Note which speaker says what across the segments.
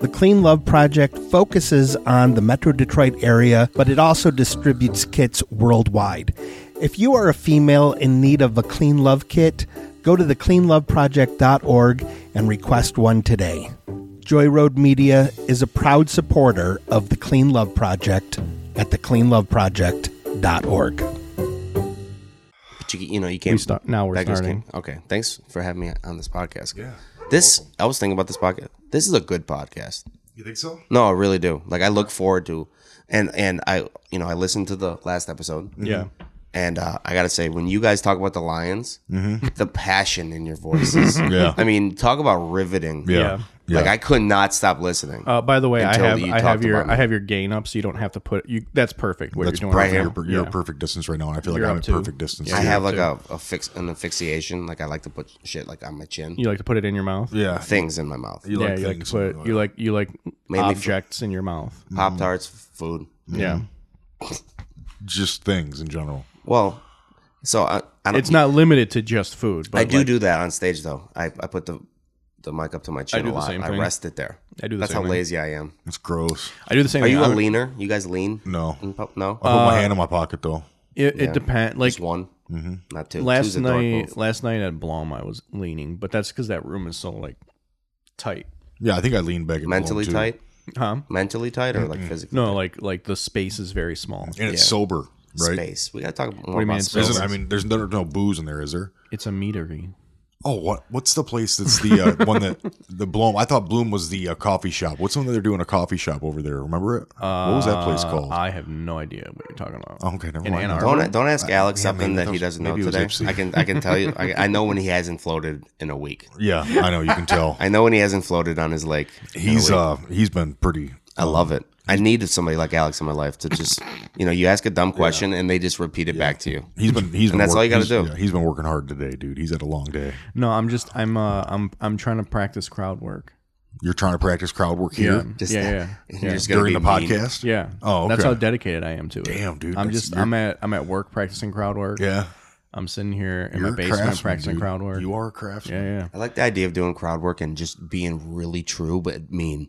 Speaker 1: The Clean Love Project focuses on the Metro Detroit area, but it also distributes kits worldwide. If you are a female in need of a Clean Love kit, go to thecleanloveproject.org and request one today. Joy Road Media is a proud supporter of the Clean Love Project at thecleanloveproject.org.
Speaker 2: But you, you know, you can't.
Speaker 3: We start now. We're
Speaker 2: that just
Speaker 3: starting.
Speaker 2: came- Okay, thanks for having me on this podcast. Yeah. This I was thinking about this podcast. This is a good podcast.
Speaker 4: You think so?
Speaker 2: No, I really do. Like I look forward to, and and I you know I listened to the last episode.
Speaker 3: Yeah,
Speaker 2: And uh, I gotta say, when you guys talk about the Lions,
Speaker 3: Mm-hmm.
Speaker 2: the passion in your voices.
Speaker 4: Yeah.
Speaker 2: I mean, talk about riveting.
Speaker 3: Yeah.
Speaker 4: Yeah.
Speaker 2: Like I could not stop listening.
Speaker 3: Uh, by the way, I
Speaker 2: Until
Speaker 3: have
Speaker 2: you
Speaker 3: I have
Speaker 2: talked
Speaker 3: your
Speaker 2: about
Speaker 3: I
Speaker 2: it.
Speaker 3: have your gain up, so you don't have to put you. That's perfect. What
Speaker 4: That's
Speaker 3: you're doing right
Speaker 4: you're,
Speaker 3: now.
Speaker 4: per- you're
Speaker 3: Yeah.
Speaker 4: at perfect distance right now, and I feel like
Speaker 3: You're
Speaker 4: I'm
Speaker 3: up
Speaker 4: at
Speaker 3: too.
Speaker 4: perfect distance.
Speaker 2: I
Speaker 4: too.
Speaker 2: have like a, a fix an asphyxiation. Like I like to put shit like on my chin,
Speaker 3: You like to put it in your mouth.
Speaker 4: yeah.
Speaker 2: things in my mouth,
Speaker 4: You
Speaker 3: yeah. you like to
Speaker 4: things,
Speaker 3: put you like you like
Speaker 2: Mainly for-
Speaker 3: objects in your mouth.
Speaker 2: pop tarts, food.
Speaker 3: Yeah,
Speaker 4: just things in general.
Speaker 2: Well, so I, I don't,
Speaker 3: it's not limited to just food. But
Speaker 2: I do
Speaker 3: like-
Speaker 2: do that on stage though. I, I put the the mic up to my chin
Speaker 3: I do
Speaker 2: a
Speaker 3: the
Speaker 2: lot.
Speaker 3: same
Speaker 2: I
Speaker 3: thing.
Speaker 2: rest it there.
Speaker 3: I do the
Speaker 2: That's
Speaker 3: same
Speaker 2: how
Speaker 3: thing.
Speaker 2: lazy I am.
Speaker 4: It's gross.
Speaker 3: I do the same.
Speaker 2: Are
Speaker 3: thing.
Speaker 2: you
Speaker 3: I
Speaker 2: a
Speaker 3: would- Uh,
Speaker 2: lean?er You guys lean?
Speaker 4: No,
Speaker 2: In pub- No.
Speaker 4: I put my hand in my pocket though.
Speaker 3: It, it depends. Like
Speaker 2: Just one, not two.
Speaker 3: mm-hmm. last
Speaker 2: Two's a dork move.
Speaker 3: night, last night at Blom, I was leaning, but that's because that room is so like tight.
Speaker 4: Yeah, I think I leaned back. and
Speaker 2: mentally
Speaker 4: blown,
Speaker 2: tight,
Speaker 4: too.
Speaker 3: Huh?
Speaker 2: mentally tight, or like physically
Speaker 3: Mm-hmm. No, like like the space is very small.
Speaker 4: and it's sober, right?
Speaker 2: space. We gotta talk more
Speaker 3: you
Speaker 2: about
Speaker 3: mean it's
Speaker 2: space.
Speaker 4: Isn't, I mean, there's no, no booze in there, is there?
Speaker 3: It's a meatery.
Speaker 4: Oh, what what's the place that's the uh, one that the Bloom? I thought Bloom was the uh, coffee shop. What's the one that they're doing a coffee shop over there? Remember it? what was that place
Speaker 3: Uh,
Speaker 4: called?
Speaker 3: I have no idea what you're talking about.
Speaker 4: Oh, okay, never
Speaker 3: In
Speaker 4: mind.
Speaker 3: Ann Arbor?
Speaker 2: Don't don't ask Alex
Speaker 4: yeah,
Speaker 2: something
Speaker 4: maybe
Speaker 2: that
Speaker 4: that
Speaker 2: he
Speaker 4: was-
Speaker 2: doesn't know
Speaker 4: maybe it was
Speaker 2: today.
Speaker 4: Ipsy.
Speaker 2: I can I can tell you. I, I know when he hasn't floated in a week.
Speaker 4: yeah, I know you can tell.
Speaker 2: I know when he hasn't floated on his lake. in a
Speaker 4: He's
Speaker 2: week.
Speaker 4: uh he's been pretty.
Speaker 2: I love it. I needed somebody like Alex in my life to just, you know, you ask a dumb question and they just repeat it back to you.
Speaker 4: He's been he's been
Speaker 2: that's all you gotta
Speaker 4: he's-
Speaker 2: do.
Speaker 4: yeah, he's been working hard today, dude. He's had a long day.
Speaker 3: No, I'm just I'm uh I'm I'm trying to practice crowd work.
Speaker 4: You're trying to practice crowd work here
Speaker 2: Just
Speaker 3: yeah, yeah,
Speaker 2: and
Speaker 3: yeah.
Speaker 2: You're just gonna
Speaker 4: during
Speaker 2: be
Speaker 4: the
Speaker 2: mean.
Speaker 4: podcast.
Speaker 3: yeah.
Speaker 4: Oh,
Speaker 3: that's
Speaker 4: okay.
Speaker 3: how dedicated I am to it.
Speaker 4: Damn, dude,
Speaker 3: I'm
Speaker 4: that's-
Speaker 3: just I'm at I'm at work practicing crowd work.
Speaker 4: yeah.
Speaker 3: I'm sitting here in
Speaker 4: You're
Speaker 3: my
Speaker 4: a
Speaker 3: basement
Speaker 4: craftsman,
Speaker 3: practicing
Speaker 4: dude.
Speaker 3: crowd work.
Speaker 4: You are a craftsman.
Speaker 3: yeah, yeah.
Speaker 2: I like the idea of doing crowd work and just being really true but mean.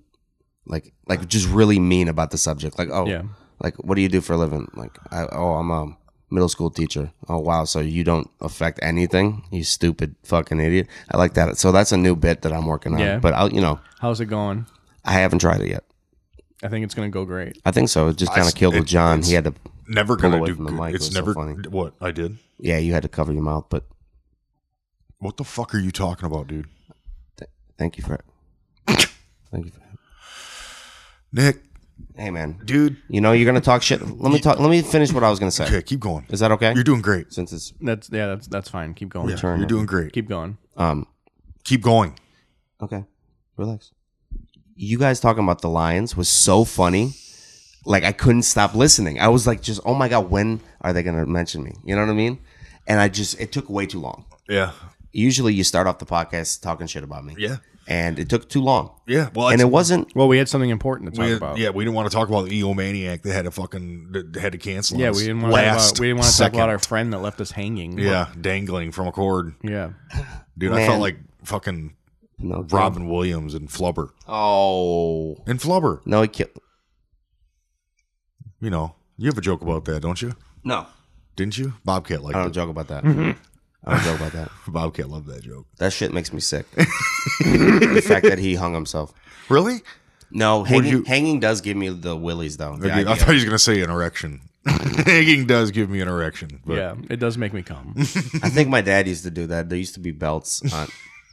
Speaker 2: Like like just really mean about the subject. Like, oh
Speaker 3: Yeah.
Speaker 2: like what do you do for a living? Like I, oh I'm a middle school teacher. Oh wow, so you don't affect anything? You stupid fucking idiot. I like that. So that's a new bit that I'm working on.
Speaker 3: Yeah.
Speaker 2: But I'll you know,
Speaker 3: How's it going?
Speaker 2: I haven't tried it yet.
Speaker 3: I think it's gonna go great.
Speaker 2: I think so. It just kinda
Speaker 4: s-
Speaker 2: killed
Speaker 4: it-
Speaker 2: with John.
Speaker 4: it's-
Speaker 2: He had to
Speaker 4: Never
Speaker 2: Pull
Speaker 4: gonna
Speaker 2: away
Speaker 4: do
Speaker 2: from the
Speaker 4: good.
Speaker 2: mic
Speaker 4: It's
Speaker 2: was so
Speaker 4: never
Speaker 2: funny.
Speaker 4: what I did.
Speaker 2: yeah, you had to cover your mouth, but
Speaker 4: What the fuck are you talking about, dude?
Speaker 2: Thank you for it. Thank you for it.
Speaker 4: Nick,
Speaker 2: Hey man,
Speaker 4: dude.
Speaker 2: you know you're gonna talk shit. Let me talk. Let me finish what I was gonna say.
Speaker 4: Okay, keep going.
Speaker 2: Is that okay?
Speaker 4: You're doing great.
Speaker 2: Since it's
Speaker 3: That's yeah, that's that's fine. Keep going.
Speaker 4: Yeah, you're doing great.
Speaker 3: Keep going.
Speaker 2: um
Speaker 4: Keep going.
Speaker 2: okay, relax. You guys talking about the Lions was so funny. Like I couldn't stop listening. I was like, just oh my god, when are they gonna mention me? You know what I mean? And I just it took way too long.
Speaker 4: Yeah.
Speaker 2: Usually you start off the podcast talking shit about me.
Speaker 4: Yeah.
Speaker 2: And it took too long.
Speaker 4: Yeah. Well,
Speaker 2: And
Speaker 4: it's-
Speaker 2: it wasn't.
Speaker 3: Well, we had something important to talk
Speaker 4: we,
Speaker 3: about.
Speaker 4: yeah, we didn't want to talk about the egomaniac that had to fucking that had to cancel. on
Speaker 3: yeah.
Speaker 4: us
Speaker 3: We didn't want to talk
Speaker 4: last
Speaker 3: about, we didn't want to talk
Speaker 4: second.
Speaker 3: about our friend that left us hanging.
Speaker 4: yeah dangling from a cord,
Speaker 3: yeah.
Speaker 4: dude. I
Speaker 2: Man.
Speaker 4: felt like fucking
Speaker 2: No,
Speaker 4: Robin Williams and Flubber
Speaker 2: Oh
Speaker 4: and Flubber.
Speaker 2: no, he killed.
Speaker 4: You know, you have a joke about that, don't you?
Speaker 2: No,
Speaker 4: Didn't you? Bobcat liked
Speaker 2: I
Speaker 3: Uh,
Speaker 2: don't
Speaker 4: it.
Speaker 2: joke about that.
Speaker 3: Mm-hmm.
Speaker 2: I don't joke about that.
Speaker 4: Bobcat loved that joke.
Speaker 2: That shit makes me sick. the fact that he hung himself.
Speaker 4: Really?
Speaker 2: No, hanging,
Speaker 4: you-
Speaker 2: hanging does give me the willies though. The
Speaker 4: Okay, I
Speaker 2: idea.
Speaker 4: thought he was gonna say an erection. Egging does give me an erection, but
Speaker 3: Yeah, it does make me calm.
Speaker 2: I think my dad used to do that. There used to be belts on,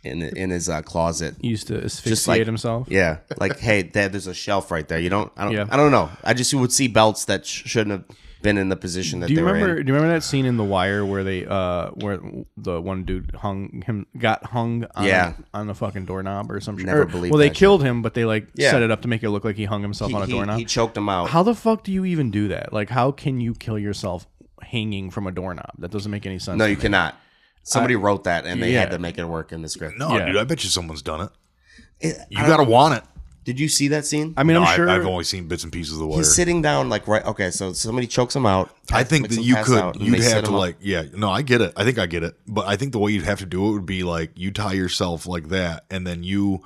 Speaker 2: in in his uh, closet.
Speaker 3: He used to asphyxiate
Speaker 2: like-
Speaker 3: himself.
Speaker 2: Yeah, like hey, dad, there's a shelf right there. You don't, I don't,
Speaker 3: Yeah.
Speaker 2: I don't know. I just would see belts that sh- shouldn't have been in the position that
Speaker 3: do you
Speaker 2: they were
Speaker 3: remember?
Speaker 2: in.
Speaker 3: Do you remember that scene in The Wire where they, uh, where the one dude hung him, got hung, on,
Speaker 2: Yeah.
Speaker 3: on the fucking doorknob or some shit.
Speaker 2: Never
Speaker 3: Or-
Speaker 2: believed
Speaker 3: Well, they
Speaker 2: that shit.
Speaker 3: killed him, but they like
Speaker 2: Yeah.
Speaker 3: set it up to make it look like he hung himself
Speaker 2: He,
Speaker 3: on a
Speaker 2: he-
Speaker 3: doorknob.
Speaker 2: he choked him out.
Speaker 3: how the fuck do you even do that? Like, how can you kill yourself hanging from a doorknob? That doesn't make any sense.
Speaker 2: no,
Speaker 3: to
Speaker 2: you
Speaker 3: me.
Speaker 2: cannot. Somebody wrote that and they had
Speaker 3: yeah.
Speaker 2: to make it work in the script.
Speaker 4: No,
Speaker 3: Yeah.
Speaker 4: dude, I bet you someone's done it.
Speaker 2: It-
Speaker 4: You gotta want it.
Speaker 2: did you see that scene?
Speaker 3: I mean,
Speaker 4: No,
Speaker 3: I'm sure.
Speaker 4: I, have only seen bits and pieces of the wire.
Speaker 2: He's sitting down like right. Okay, so somebody chokes him out.
Speaker 4: I think
Speaker 2: makes
Speaker 4: that
Speaker 2: him
Speaker 4: you
Speaker 2: pass out,
Speaker 4: could,
Speaker 2: and
Speaker 4: you'd
Speaker 2: they sit
Speaker 4: have to
Speaker 2: him up.
Speaker 4: like, yeah, no, I get it. I think I get it. But I think the way you'd have to do it would be like you tie yourself like that, and then you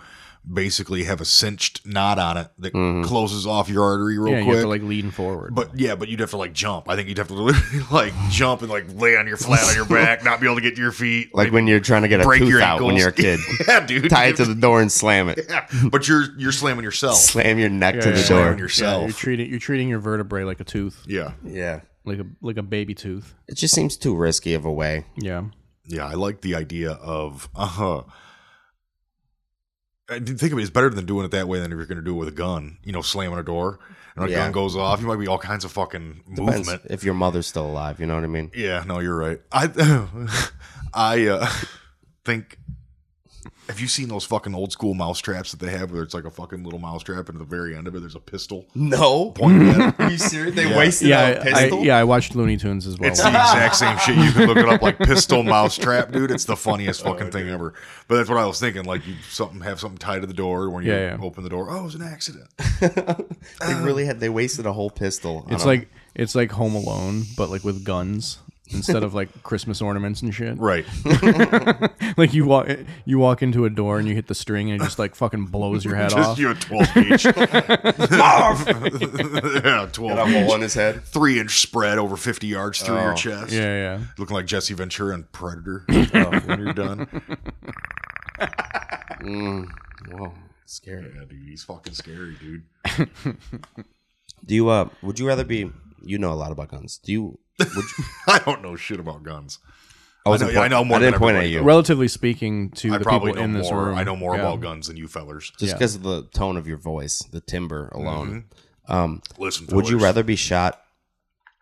Speaker 4: basically have a cinched knot on it that closes off your artery real
Speaker 3: Mm-hmm. yeah, you
Speaker 4: quick.
Speaker 3: have to like lean forward.
Speaker 4: but yeah, but you'd have to like jump. I think you'd have to literally like jump and like lay on your flat on your back, not be able to get to your feet,
Speaker 2: like when you're trying to get a
Speaker 4: break
Speaker 2: tooth
Speaker 4: your
Speaker 2: out when
Speaker 4: ankles.
Speaker 2: you're a kid.
Speaker 4: yeah, dude.
Speaker 2: Tie it to the door and slam it.
Speaker 4: yeah. But you're you're slamming yourself.
Speaker 2: Slam your neck
Speaker 3: Yeah,
Speaker 2: to
Speaker 3: yeah,
Speaker 2: the
Speaker 3: yeah.
Speaker 4: Slamming
Speaker 2: door.
Speaker 3: yeah, you're
Speaker 4: yourself.
Speaker 3: treating you're treating your vertebrae like a tooth,
Speaker 4: Yeah.
Speaker 2: Yeah,
Speaker 3: like a like a baby tooth.
Speaker 2: it just seems too risky of a way.
Speaker 3: Yeah.
Speaker 4: Yeah, I like the idea of uh huh. I didn't think of it as better than doing it that way than if you're going to do it with a gun. You know, slamming a door and a
Speaker 2: Yeah.
Speaker 4: gun goes off. You might be all kinds of fucking
Speaker 2: Depends
Speaker 4: movement.
Speaker 2: if your mother's still alive. You know what I mean?
Speaker 4: Yeah, no, you're right. I, I uh, think. Have you seen those fucking old school mouse traps that they have, where it's like a fucking little mouse trap, and at the very end of it, there's a pistol
Speaker 2: No.
Speaker 4: pointing at it?
Speaker 2: Are you serious? They
Speaker 4: Yeah.
Speaker 2: wasted
Speaker 3: Yeah,
Speaker 2: a
Speaker 3: I,
Speaker 2: pistol.
Speaker 3: yeah, I watched Looney Tunes as well.
Speaker 4: It's the exact same shit. You can look it up like pistol mouse trap, dude. It's the funniest fucking thing ever. But that's what I was thinking. Like you something have something tied to the door when you
Speaker 3: Yeah, yeah.
Speaker 4: open the door. Oh, it was an accident.
Speaker 2: They really had. They wasted a whole pistol. on
Speaker 3: It's
Speaker 2: a-
Speaker 3: like it's like Home Alone, but like with guns instead of like Christmas ornaments and shit.
Speaker 4: Right.
Speaker 3: Like you walk you walk into a door and you hit the string and it just like fucking blows your head
Speaker 4: Just
Speaker 3: off.
Speaker 4: you a twelve inch. yeah,
Speaker 2: Got
Speaker 4: twelve
Speaker 2: a hole in
Speaker 4: inch.
Speaker 2: his head.
Speaker 4: Three inch spread over fifty yards through your chest.
Speaker 3: Yeah, yeah.
Speaker 4: Looking like Jesse Ventura and Predator uh, when you're done.
Speaker 2: Mm, Whoa, scary.
Speaker 4: Yeah, dude, he's fucking scary, dude.
Speaker 2: Do you uh? Would you rather be? You know a lot about guns. Do you? Would you
Speaker 4: I don't know shit about guns.
Speaker 2: I,
Speaker 4: know- yeah, I know more
Speaker 2: I
Speaker 4: than
Speaker 2: didn't point at
Speaker 4: everybody,
Speaker 2: you.
Speaker 3: Relatively speaking, to
Speaker 4: I
Speaker 3: the
Speaker 4: probably
Speaker 3: people
Speaker 4: know
Speaker 3: in this
Speaker 4: more.
Speaker 3: room,
Speaker 4: I know more
Speaker 3: yeah.
Speaker 4: about guns than you fellers.
Speaker 2: just because of the tone of your voice, the timbre alone.
Speaker 4: Mm-hmm.
Speaker 2: Um,
Speaker 4: Listen, fellers.
Speaker 2: would you rather be shot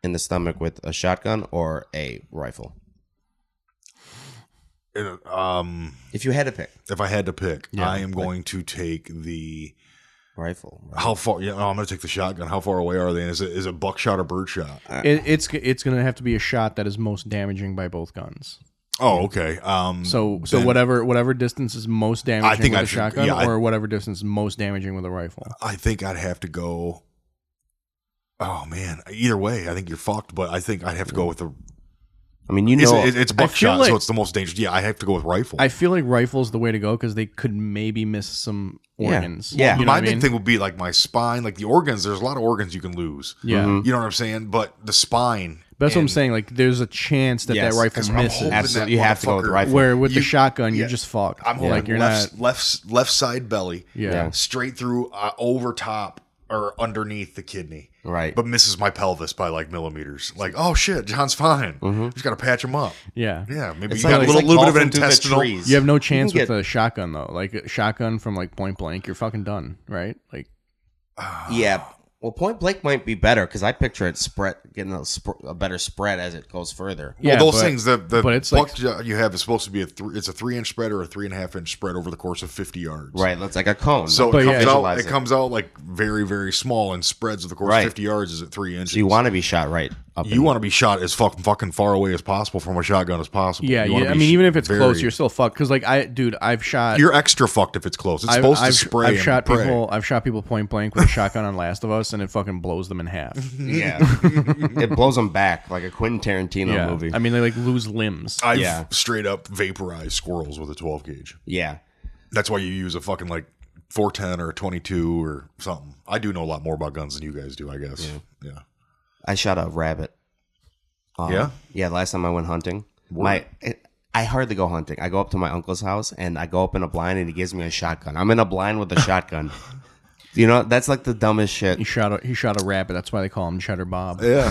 Speaker 2: in the stomach with a shotgun or a rifle?
Speaker 4: rather? Um,
Speaker 2: If you had to pick
Speaker 4: if I had to pick,
Speaker 3: Yeah,
Speaker 4: I am going to take the
Speaker 2: rifle,
Speaker 4: how far. Yeah, no, I'm going to take the shotgun. How far away are they? And is it is it buckshot or birdshot?
Speaker 3: It, it's it's gonna have to be a shot that is most damaging by both guns.
Speaker 4: Oh, okay. Um,
Speaker 3: So so whatever whatever distance is most damaging
Speaker 4: think
Speaker 3: with
Speaker 4: I
Speaker 3: a
Speaker 4: should-
Speaker 3: shotgun,
Speaker 4: yeah, I-
Speaker 3: or whatever distance is most damaging with a rifle.
Speaker 4: I think I'd have to go. Oh man, either way, I think you're fucked. But I think I'd have to
Speaker 3: Mm.
Speaker 4: go with the.
Speaker 2: I mean, you
Speaker 4: It's,
Speaker 2: know,
Speaker 4: it's buckshot,
Speaker 3: like-
Speaker 4: so it's the most dangerous. Yeah, I have to go with rifle.
Speaker 3: I feel like rifles the way to go because they could maybe miss some
Speaker 2: Yeah.
Speaker 3: organs.
Speaker 2: Yeah.
Speaker 3: you know
Speaker 4: my
Speaker 3: what I
Speaker 4: big
Speaker 3: mean?
Speaker 4: thing would be like my spine, like the organs. There's a lot of organs you can lose.
Speaker 3: Yeah.
Speaker 2: Hmm.
Speaker 3: Mhm.
Speaker 2: Mm-hmm.
Speaker 4: you know what I'm saying. But the spine.
Speaker 3: That's what I'm
Speaker 4: and-
Speaker 3: saying. Like, there's a chance that
Speaker 2: Yes,
Speaker 3: that
Speaker 4: 'cause
Speaker 3: rifle
Speaker 4: I'm
Speaker 3: misses.
Speaker 4: hoping
Speaker 2: Absolutely, you have to go with
Speaker 4: motherfucker-
Speaker 2: rifle.
Speaker 3: Where with
Speaker 4: You-
Speaker 3: the shotgun,
Speaker 4: yeah.
Speaker 3: you're just fucked.
Speaker 4: I'm holding
Speaker 3: like, you're
Speaker 4: left,
Speaker 3: not.
Speaker 4: left left side belly.
Speaker 3: Yeah.
Speaker 2: Yeah.
Speaker 4: Straight through uh, over top or underneath the kidney.
Speaker 2: Right.
Speaker 4: But misses my pelvis by like millimeters. Like, oh shit, John's fine. Just gotta patch him up.
Speaker 3: Yeah.
Speaker 4: Yeah. Maybe
Speaker 2: Mm-hmm. It's
Speaker 4: you
Speaker 2: like-
Speaker 4: got a
Speaker 2: it's
Speaker 4: little,
Speaker 2: like
Speaker 4: little bit of
Speaker 2: golfing through the
Speaker 4: intestinal.
Speaker 2: trees.
Speaker 3: You have no chance
Speaker 2: can
Speaker 3: with
Speaker 2: get-
Speaker 3: a shotgun though. Like a shotgun from like point blank, you're fucking done, right? Like
Speaker 2: yeah. Well, Point Blank might be better because I picture it spread getting a, sp- a better spread as it goes further.
Speaker 4: Well,
Speaker 3: Yeah,
Speaker 4: those
Speaker 3: but-
Speaker 4: things the the
Speaker 3: but it's like-
Speaker 4: buck you have is supposed to be a three, it's a three inch spread or a three and a half inch spread over the course of fifty yards.
Speaker 2: Right, that's like a cone.
Speaker 4: So
Speaker 3: But
Speaker 4: it
Speaker 3: yeah,
Speaker 4: comes out.
Speaker 2: visualize
Speaker 4: It,
Speaker 2: it.
Speaker 4: comes out like very, very small and spreads over the course
Speaker 2: Right.
Speaker 4: of fifty yards is at three inches.
Speaker 2: you want to be shot right up.
Speaker 4: you want to be shot as fucking fucking far away as possible from a shotgun as possible.
Speaker 3: yeah,
Speaker 4: You
Speaker 3: yeah
Speaker 4: wanna
Speaker 3: I
Speaker 4: be
Speaker 3: mean
Speaker 4: sh-
Speaker 3: even if it's
Speaker 4: very-
Speaker 3: close, you're still fucked. Because like I, dude, I've shot.
Speaker 4: you're extra fucked if it's close. It's
Speaker 3: I've,
Speaker 4: supposed
Speaker 3: I've-
Speaker 4: to spray.
Speaker 3: I've
Speaker 4: and
Speaker 3: shot
Speaker 4: pray.
Speaker 3: people. I've shot people point blank with a shotgun on Last of Us, and it fucking blows them in half.
Speaker 2: in- yeah, it blows them back like a Quentin Tarantino
Speaker 3: yeah,
Speaker 2: movie.
Speaker 3: I mean they like lose limbs.
Speaker 4: I've
Speaker 2: Yeah.
Speaker 4: straight up vaporized squirrels with a 12 gauge.
Speaker 2: yeah,
Speaker 4: That's why you use a fucking like 410 or a 22 or something. I do know a lot more about guns than you guys do, I guess. Yeah.
Speaker 2: I shot a rabbit. Um,
Speaker 4: Yeah?
Speaker 2: yeah. Last time I went hunting, my it, I hardly go hunting. I go up to my uncle's house and I go up in a blind and he gives me a shotgun. I'm in a blind with a shotgun. You know, that's like the dumbest shit.
Speaker 3: He shot. A, he shot a rabbit. That's why they call him Cheddar Bob.
Speaker 4: Uh, Yeah.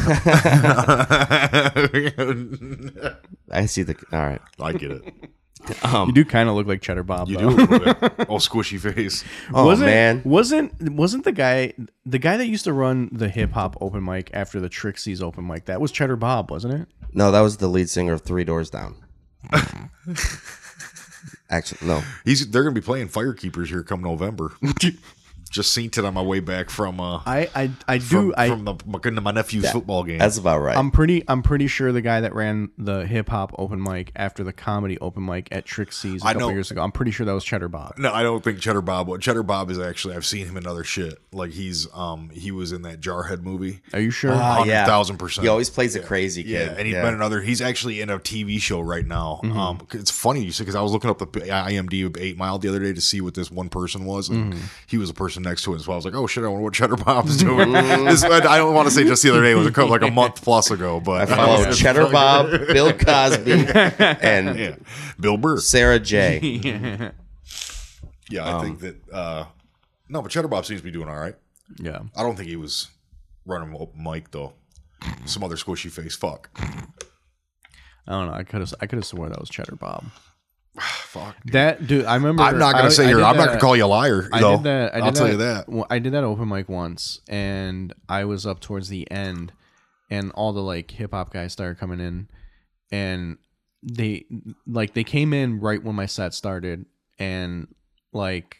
Speaker 2: I see the all right.
Speaker 4: I get it.
Speaker 3: you do kind of look like Cheddar Bob.
Speaker 4: You
Speaker 3: though.
Speaker 4: do a little bit. Oh, squishy face.
Speaker 2: Oh
Speaker 3: wasn't,
Speaker 2: man,
Speaker 3: wasn't wasn't the guy the guy that used to run the hip hop open mic after the Trixie's open mic? That was Cheddar Bob, wasn't it?
Speaker 2: no, that was the lead singer of Three Doors Down. Actually, no.
Speaker 4: He's they're gonna be playing Firekeepers here come November. Just seen it on my way back from uh
Speaker 3: I I, I
Speaker 4: from,
Speaker 3: do I
Speaker 4: from the my, my nephew's football game.
Speaker 2: That's about right.
Speaker 3: I'm pretty I'm pretty sure the guy that ran the hip hop open mic after the comedy open mic at Trixie's a
Speaker 4: I
Speaker 3: couple
Speaker 4: know-
Speaker 3: years ago. I'm pretty sure that was Cheddar Bob.
Speaker 4: no, I don't think Cheddar Bob. What Cheddar Bob is actually, I've seen him in other shit. Like he's, um, he was in that Jarhead movie.
Speaker 3: Are you sure?
Speaker 2: yeah.
Speaker 4: thousand percent.
Speaker 2: he always plays a crazy kid.
Speaker 4: Yeah, and he's been another. He's actually in a TV show right now. Um, 'cause it's funny you said because I was looking up the IMDb of Eight Mile the other day to see what this one person was, and he was the person next to it. So I was like, oh shit, I wonder what Cheddar Bob's doing. this, I I don't want to say just the other day. It was a, couple- like a month plus ago, but
Speaker 2: I follow Cheddar Bob, Bill Cosby, and
Speaker 4: Yeah, Bill Burr.
Speaker 2: Sarah J.
Speaker 4: Yeah, I think that. Uh, no, but Cheddar Bob seems to be doing all right.
Speaker 3: yeah.
Speaker 4: I don't think he was running open mic though. Some other squishy face fuck.
Speaker 3: I don't know. I could have I could have sworn that was Cheddar Bob.
Speaker 4: Fuck.
Speaker 3: That dude, I remember.
Speaker 4: I'm not gonna
Speaker 3: I-
Speaker 4: say
Speaker 3: I
Speaker 4: you're.
Speaker 3: did
Speaker 4: I'm not
Speaker 3: that-
Speaker 4: gonna call you a liar.
Speaker 3: I
Speaker 4: though.
Speaker 3: did that. I did
Speaker 4: I'll tell you that.
Speaker 3: well, I did that open mic once, and I was up towards the end, and all the like hip hop guys started coming in, and they like they came in right when my set started, and like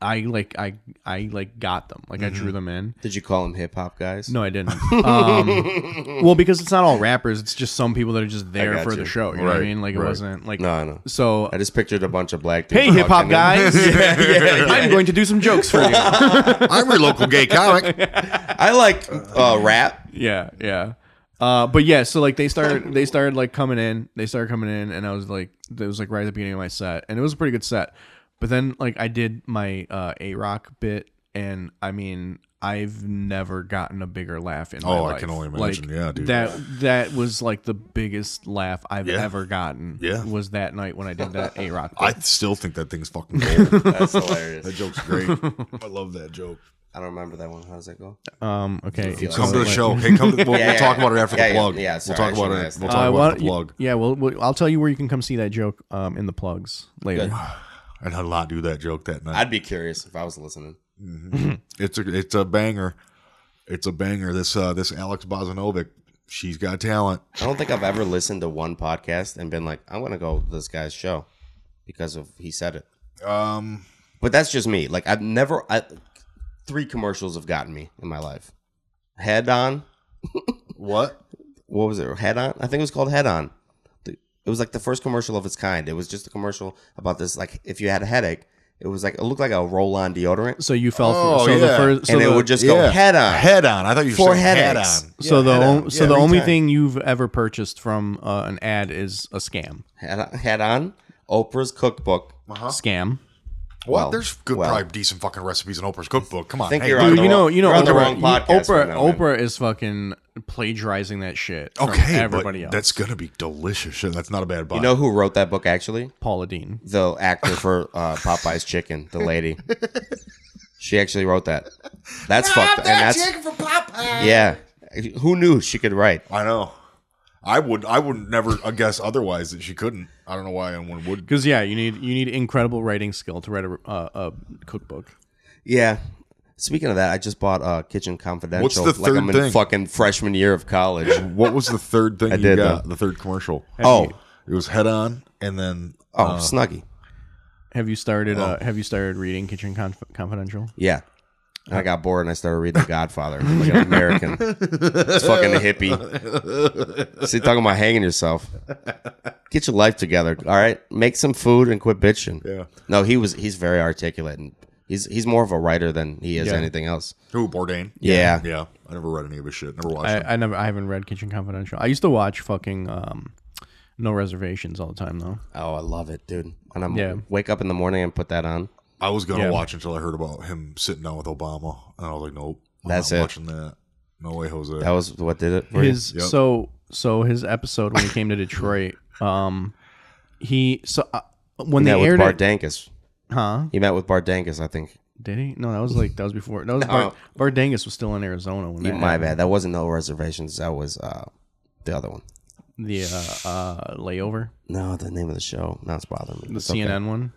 Speaker 3: I like I I like got them, like I drew
Speaker 4: Mm-hmm.
Speaker 3: them in.
Speaker 2: Did you call him hip hop guys?
Speaker 3: No, I didn't. Um, well, because it's not all rappers; it's just some people that are just there
Speaker 2: got
Speaker 3: for
Speaker 2: you.
Speaker 3: the show. You know what I
Speaker 4: Right,
Speaker 3: mean? Like it
Speaker 4: right.
Speaker 3: wasn't like
Speaker 2: no, I know.
Speaker 3: so.
Speaker 2: I just pictured a bunch of black. Dudes
Speaker 3: hey, hip hop
Speaker 2: walking in.
Speaker 3: guys!
Speaker 2: yeah, yeah.
Speaker 3: I'm going to do some jokes for you.
Speaker 4: I'm your local gay comic.
Speaker 2: I like uh, rap.
Speaker 3: Yeah, yeah. Uh, but yeah, so like they started, they started like coming in, they started coming in, and I was like, it was like right at the beginning of my set, and it was a pretty good set. But then like I did my uh, A Rock bit, and I mean, I've never gotten a bigger laugh in my
Speaker 4: Oh, I
Speaker 3: life.
Speaker 4: can only
Speaker 3: Like,
Speaker 4: imagine. Yeah, dude.
Speaker 3: That that was like the biggest laugh I've
Speaker 4: Yeah.
Speaker 3: ever gotten.
Speaker 4: Yeah.
Speaker 3: was that night when I did that A Rock.
Speaker 4: I still think that thing's fucking gold.
Speaker 2: That's hilarious.
Speaker 4: that joke's great. I love that joke.
Speaker 2: I don't remember that one. How does that go?
Speaker 3: Um, okay, it's
Speaker 4: Come to the
Speaker 3: like-
Speaker 4: show. Hey, come. To, we'll,
Speaker 2: Yeah,
Speaker 4: we'll
Speaker 2: yeah,
Speaker 4: talk
Speaker 2: yeah.
Speaker 4: about it after
Speaker 2: Yeah,
Speaker 4: the
Speaker 2: yeah,
Speaker 4: plug.
Speaker 2: yeah, sorry,
Speaker 4: we'll talk
Speaker 2: I
Speaker 4: about
Speaker 2: should've
Speaker 4: it.
Speaker 2: asked
Speaker 4: We'll
Speaker 2: that.
Speaker 4: talk
Speaker 3: Uh,
Speaker 4: about
Speaker 3: why
Speaker 4: it
Speaker 3: don't
Speaker 4: the
Speaker 3: you-
Speaker 4: plug.
Speaker 3: Yeah, well, well, I'll tell you where you can come see that joke um, in the plugs later.
Speaker 4: I did not do that joke that night.
Speaker 2: I'd be curious if I was listening.
Speaker 4: it's a it's a banger. It's a banger. This uh this Alex Bozanovic, she's got talent.
Speaker 2: I don't think I've ever listened to one podcast and been like, I'm gonna go to this guy's show because of he said it.
Speaker 4: Um,
Speaker 2: But that's just me. Like I've never I, three commercials have gotten me in my life. Head on,
Speaker 4: what?
Speaker 2: what was it? Head on? I think it was called Head on. The- It was like the first commercial of its kind. It was just a commercial about this. Like if you had a headache, it was like it looked like a roll-on deodorant,
Speaker 3: So you fell.
Speaker 4: Oh,
Speaker 3: for, so the
Speaker 4: yeah.
Speaker 3: first, so
Speaker 2: and it
Speaker 3: the-
Speaker 2: would just go Head on.
Speaker 4: Head on. I thought you were
Speaker 2: For
Speaker 4: saying head on.
Speaker 2: Uh, headaches.
Speaker 3: So
Speaker 2: Yeah,
Speaker 3: the
Speaker 2: head
Speaker 3: on,
Speaker 2: on.
Speaker 3: so
Speaker 2: Yeah,
Speaker 3: the
Speaker 2: every
Speaker 3: only
Speaker 2: time.
Speaker 3: thing you've ever purchased from uh, an ad is a scam.
Speaker 2: head on, head on Oprah's cookbook.
Speaker 3: Scam.
Speaker 4: What?
Speaker 2: Well,
Speaker 4: There's good,
Speaker 2: well.
Speaker 4: probably decent fucking recipes in Oprah's cookbook. Come on,
Speaker 2: think
Speaker 4: hey,
Speaker 2: you're
Speaker 4: dude.
Speaker 2: on
Speaker 3: Dude,
Speaker 2: the
Speaker 3: you know,
Speaker 2: wrong-
Speaker 3: you know,
Speaker 2: you're on the
Speaker 3: Oprah,
Speaker 2: wrong podcast
Speaker 3: Oprah,
Speaker 2: right now, man.
Speaker 3: Oprah is fucking plagiarizing that shit. From
Speaker 4: Okay,
Speaker 3: everybody
Speaker 4: but
Speaker 3: else.
Speaker 4: that's gonna be delicious. Shit, That's not a bad bite.
Speaker 2: You know who wrote that book actually?
Speaker 3: Paula Dean.
Speaker 2: The actor for uh, Popeye's Chicken, the lady. She actually wrote that. That's fucked. up. and that's
Speaker 4: for Popeye.
Speaker 2: yeah. Who knew she could write?
Speaker 4: I know. I would. I would never guess otherwise that she couldn't. I don't know why anyone would.
Speaker 3: Because yeah, you need you need incredible writing skill to write a, uh, a cookbook.
Speaker 2: Yeah. Speaking of that, I just bought uh, Kitchen Confidential.
Speaker 4: What's the
Speaker 2: like
Speaker 4: third
Speaker 2: I'm in
Speaker 4: thing?
Speaker 2: fucking freshman year of college. Oh,
Speaker 4: What was the third thing you
Speaker 2: did,
Speaker 4: got? The third commercial.
Speaker 2: oh,
Speaker 4: It was head on, and then
Speaker 2: oh, Snuggie.
Speaker 3: Have you started? Uh,
Speaker 2: Oh.
Speaker 3: have you started reading Kitchen Conf- Confidential?
Speaker 2: Yeah. And I got bored and I started reading The Godfather. Like an American. It's fucking a hippie. See, talking about hanging yourself. Get your life together. All right. Make some food and quit bitching.
Speaker 4: Yeah.
Speaker 2: No, he was he's very articulate and he's he's more of a writer than he is
Speaker 3: Yeah.
Speaker 2: anything else.
Speaker 4: who Bourdain?
Speaker 2: Yeah.
Speaker 4: yeah. I never read any of his shit. Never watched. it.
Speaker 3: I, I never. I haven't read Kitchen Confidential. I used to watch fucking um, No Reservations all the time though.
Speaker 2: Oh, I love it, dude. And I'm
Speaker 3: Yeah.
Speaker 2: wake up in the morning and put that on.
Speaker 4: I was gonna
Speaker 3: Yeah.
Speaker 4: watch until I heard about him sitting down with Obama, and I was like, nope. I'm
Speaker 2: That's
Speaker 4: not
Speaker 2: it.
Speaker 4: Watching that. No way, Jose.
Speaker 2: That was what did it for you?
Speaker 3: his
Speaker 4: Yep.
Speaker 3: so so his episode when he came to Detroit, um, he so uh, when
Speaker 2: He met
Speaker 3: they
Speaker 2: with
Speaker 3: aired
Speaker 2: Bart
Speaker 3: it,
Speaker 2: Dankus.
Speaker 3: huh?
Speaker 2: He met with Bart Dankus, I think.
Speaker 3: Did he? No, that was like that was before.
Speaker 2: Oh.
Speaker 3: That was Bart, Bart Dangus was still in Arizona when that
Speaker 2: My
Speaker 3: happened.
Speaker 2: bad. That wasn't no reservations. That was uh, the other one.
Speaker 3: the uh, uh, layover,
Speaker 2: No, the name of the show. Now it's bothering me.
Speaker 3: the
Speaker 2: It's okay.
Speaker 3: CNN one.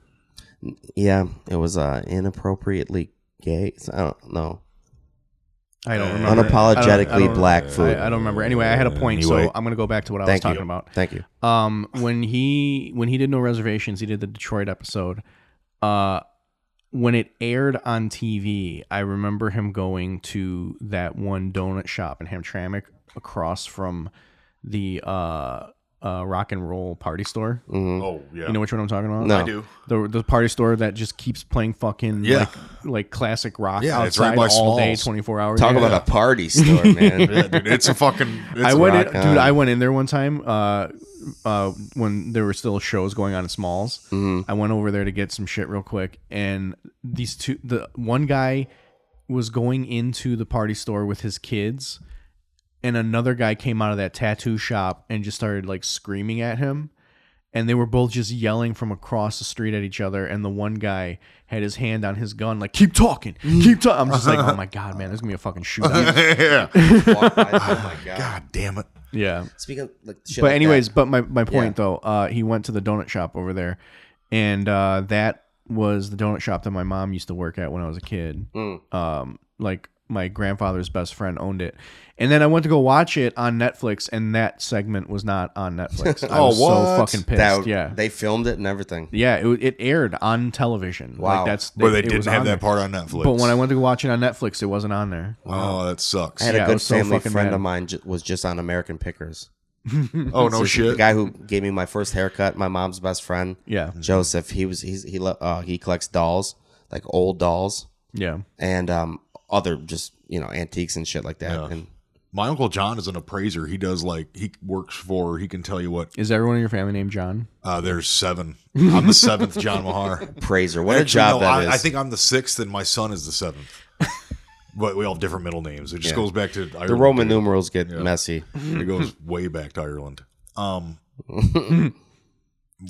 Speaker 2: Yeah, it was uh, inappropriately gay. I don't know.
Speaker 3: I don't remember.
Speaker 2: Unapologetically
Speaker 3: I don't- I don't-
Speaker 2: black
Speaker 3: I,
Speaker 2: food.
Speaker 3: I don't remember. Anyway, I had a point,
Speaker 4: Anyway.
Speaker 3: so I'm gonna go back to what I was
Speaker 2: Thank you.
Speaker 3: talking about.
Speaker 2: Thank you.
Speaker 3: um when he when he did no reservations he did the detroit episode uh when it aired on tv i remember him going to that one donut shop in hamtramck across from the uh uh, rock and roll party store.
Speaker 2: Mm-hmm.
Speaker 4: Oh yeah.
Speaker 3: You know which one I'm talking about?
Speaker 2: No. I
Speaker 4: do.
Speaker 3: The the party store that just keeps playing fucking
Speaker 4: Yeah.
Speaker 3: like, like classic rock
Speaker 4: Yeah, it's right
Speaker 3: outside
Speaker 4: by
Speaker 3: all day,
Speaker 4: Smalls.
Speaker 3: 24 hours.
Speaker 2: Talk
Speaker 3: Yeah.
Speaker 2: about a party store, man.
Speaker 4: yeah, dude, it's a fucking. It's
Speaker 3: I
Speaker 4: a
Speaker 3: went, in,
Speaker 4: rock.
Speaker 3: dude. I went in there one time, uh, uh, when there were still shows going on at Smalls. I went over there to get some shit real quick, and these two, the one guy was going into the party store with his kids, and another guy came out of that tattoo shop and just started like screaming at him. And they were both just yelling from across the street at each other. And the one guy had his hand on his gun, like, keep talking, keep talking. I'm just like, oh my God, man, there's going to be a fucking shootout.
Speaker 4: yeah.
Speaker 2: Walk by- oh my god.
Speaker 4: God damn it.
Speaker 3: yeah.
Speaker 2: Speaking of like, shit
Speaker 3: but
Speaker 2: like
Speaker 3: anyways,
Speaker 2: that,
Speaker 3: but my, my point though, uh, he went to the donut shop over there, and uh, that was the donut shop that my mom used to work at when I was a kid.
Speaker 2: mm,
Speaker 3: Um, like my grandfather's best friend owned it, and then I went to go watch it on Netflix, and that segment was not on Netflix. I
Speaker 4: Oh,
Speaker 3: was
Speaker 4: what?
Speaker 3: so fucking pissed.
Speaker 2: that-
Speaker 3: yeah,
Speaker 2: they filmed it and everything.
Speaker 3: yeah, it, it aired on television.
Speaker 2: Wow.
Speaker 3: like, that's
Speaker 4: But they
Speaker 3: it- it was
Speaker 4: didn't have
Speaker 3: on
Speaker 4: that
Speaker 3: there.
Speaker 4: part on Netflix.
Speaker 3: But when I went to go watch it on Netflix, it wasn't on there.
Speaker 4: oh, that sucks.
Speaker 2: I had
Speaker 3: Yeah,
Speaker 2: a
Speaker 3: I
Speaker 2: good
Speaker 3: was so
Speaker 2: family
Speaker 3: fucking
Speaker 2: friend
Speaker 3: mad.
Speaker 2: of mine ju- was just on American Pickers.
Speaker 4: oh no
Speaker 2: So The
Speaker 4: shit.
Speaker 2: guy who gave me my first haircut, my mom's best friend,
Speaker 3: Yeah,
Speaker 4: Mm-hmm.
Speaker 2: Joseph. He was he's, he lo- uh, he collects dolls, like old dolls,
Speaker 3: yeah.
Speaker 2: and um other just you know antiques and shit like that. And
Speaker 4: My uncle John is an appraiser. He does like he works for. He can tell you what.
Speaker 3: Is everyone in your family named John?
Speaker 4: Uh, there's seven. I'm the seventh John Mahar.
Speaker 2: praiser, what a
Speaker 4: Actually,
Speaker 2: job
Speaker 4: no,
Speaker 2: that
Speaker 4: I,
Speaker 2: is.
Speaker 4: I think I'm the sixth, and my son is the seventh. but we all have different middle names. It just
Speaker 2: Yeah.
Speaker 4: goes back to Ireland.
Speaker 2: the Roman numerals get messy.
Speaker 4: It goes way back to Ireland. Um,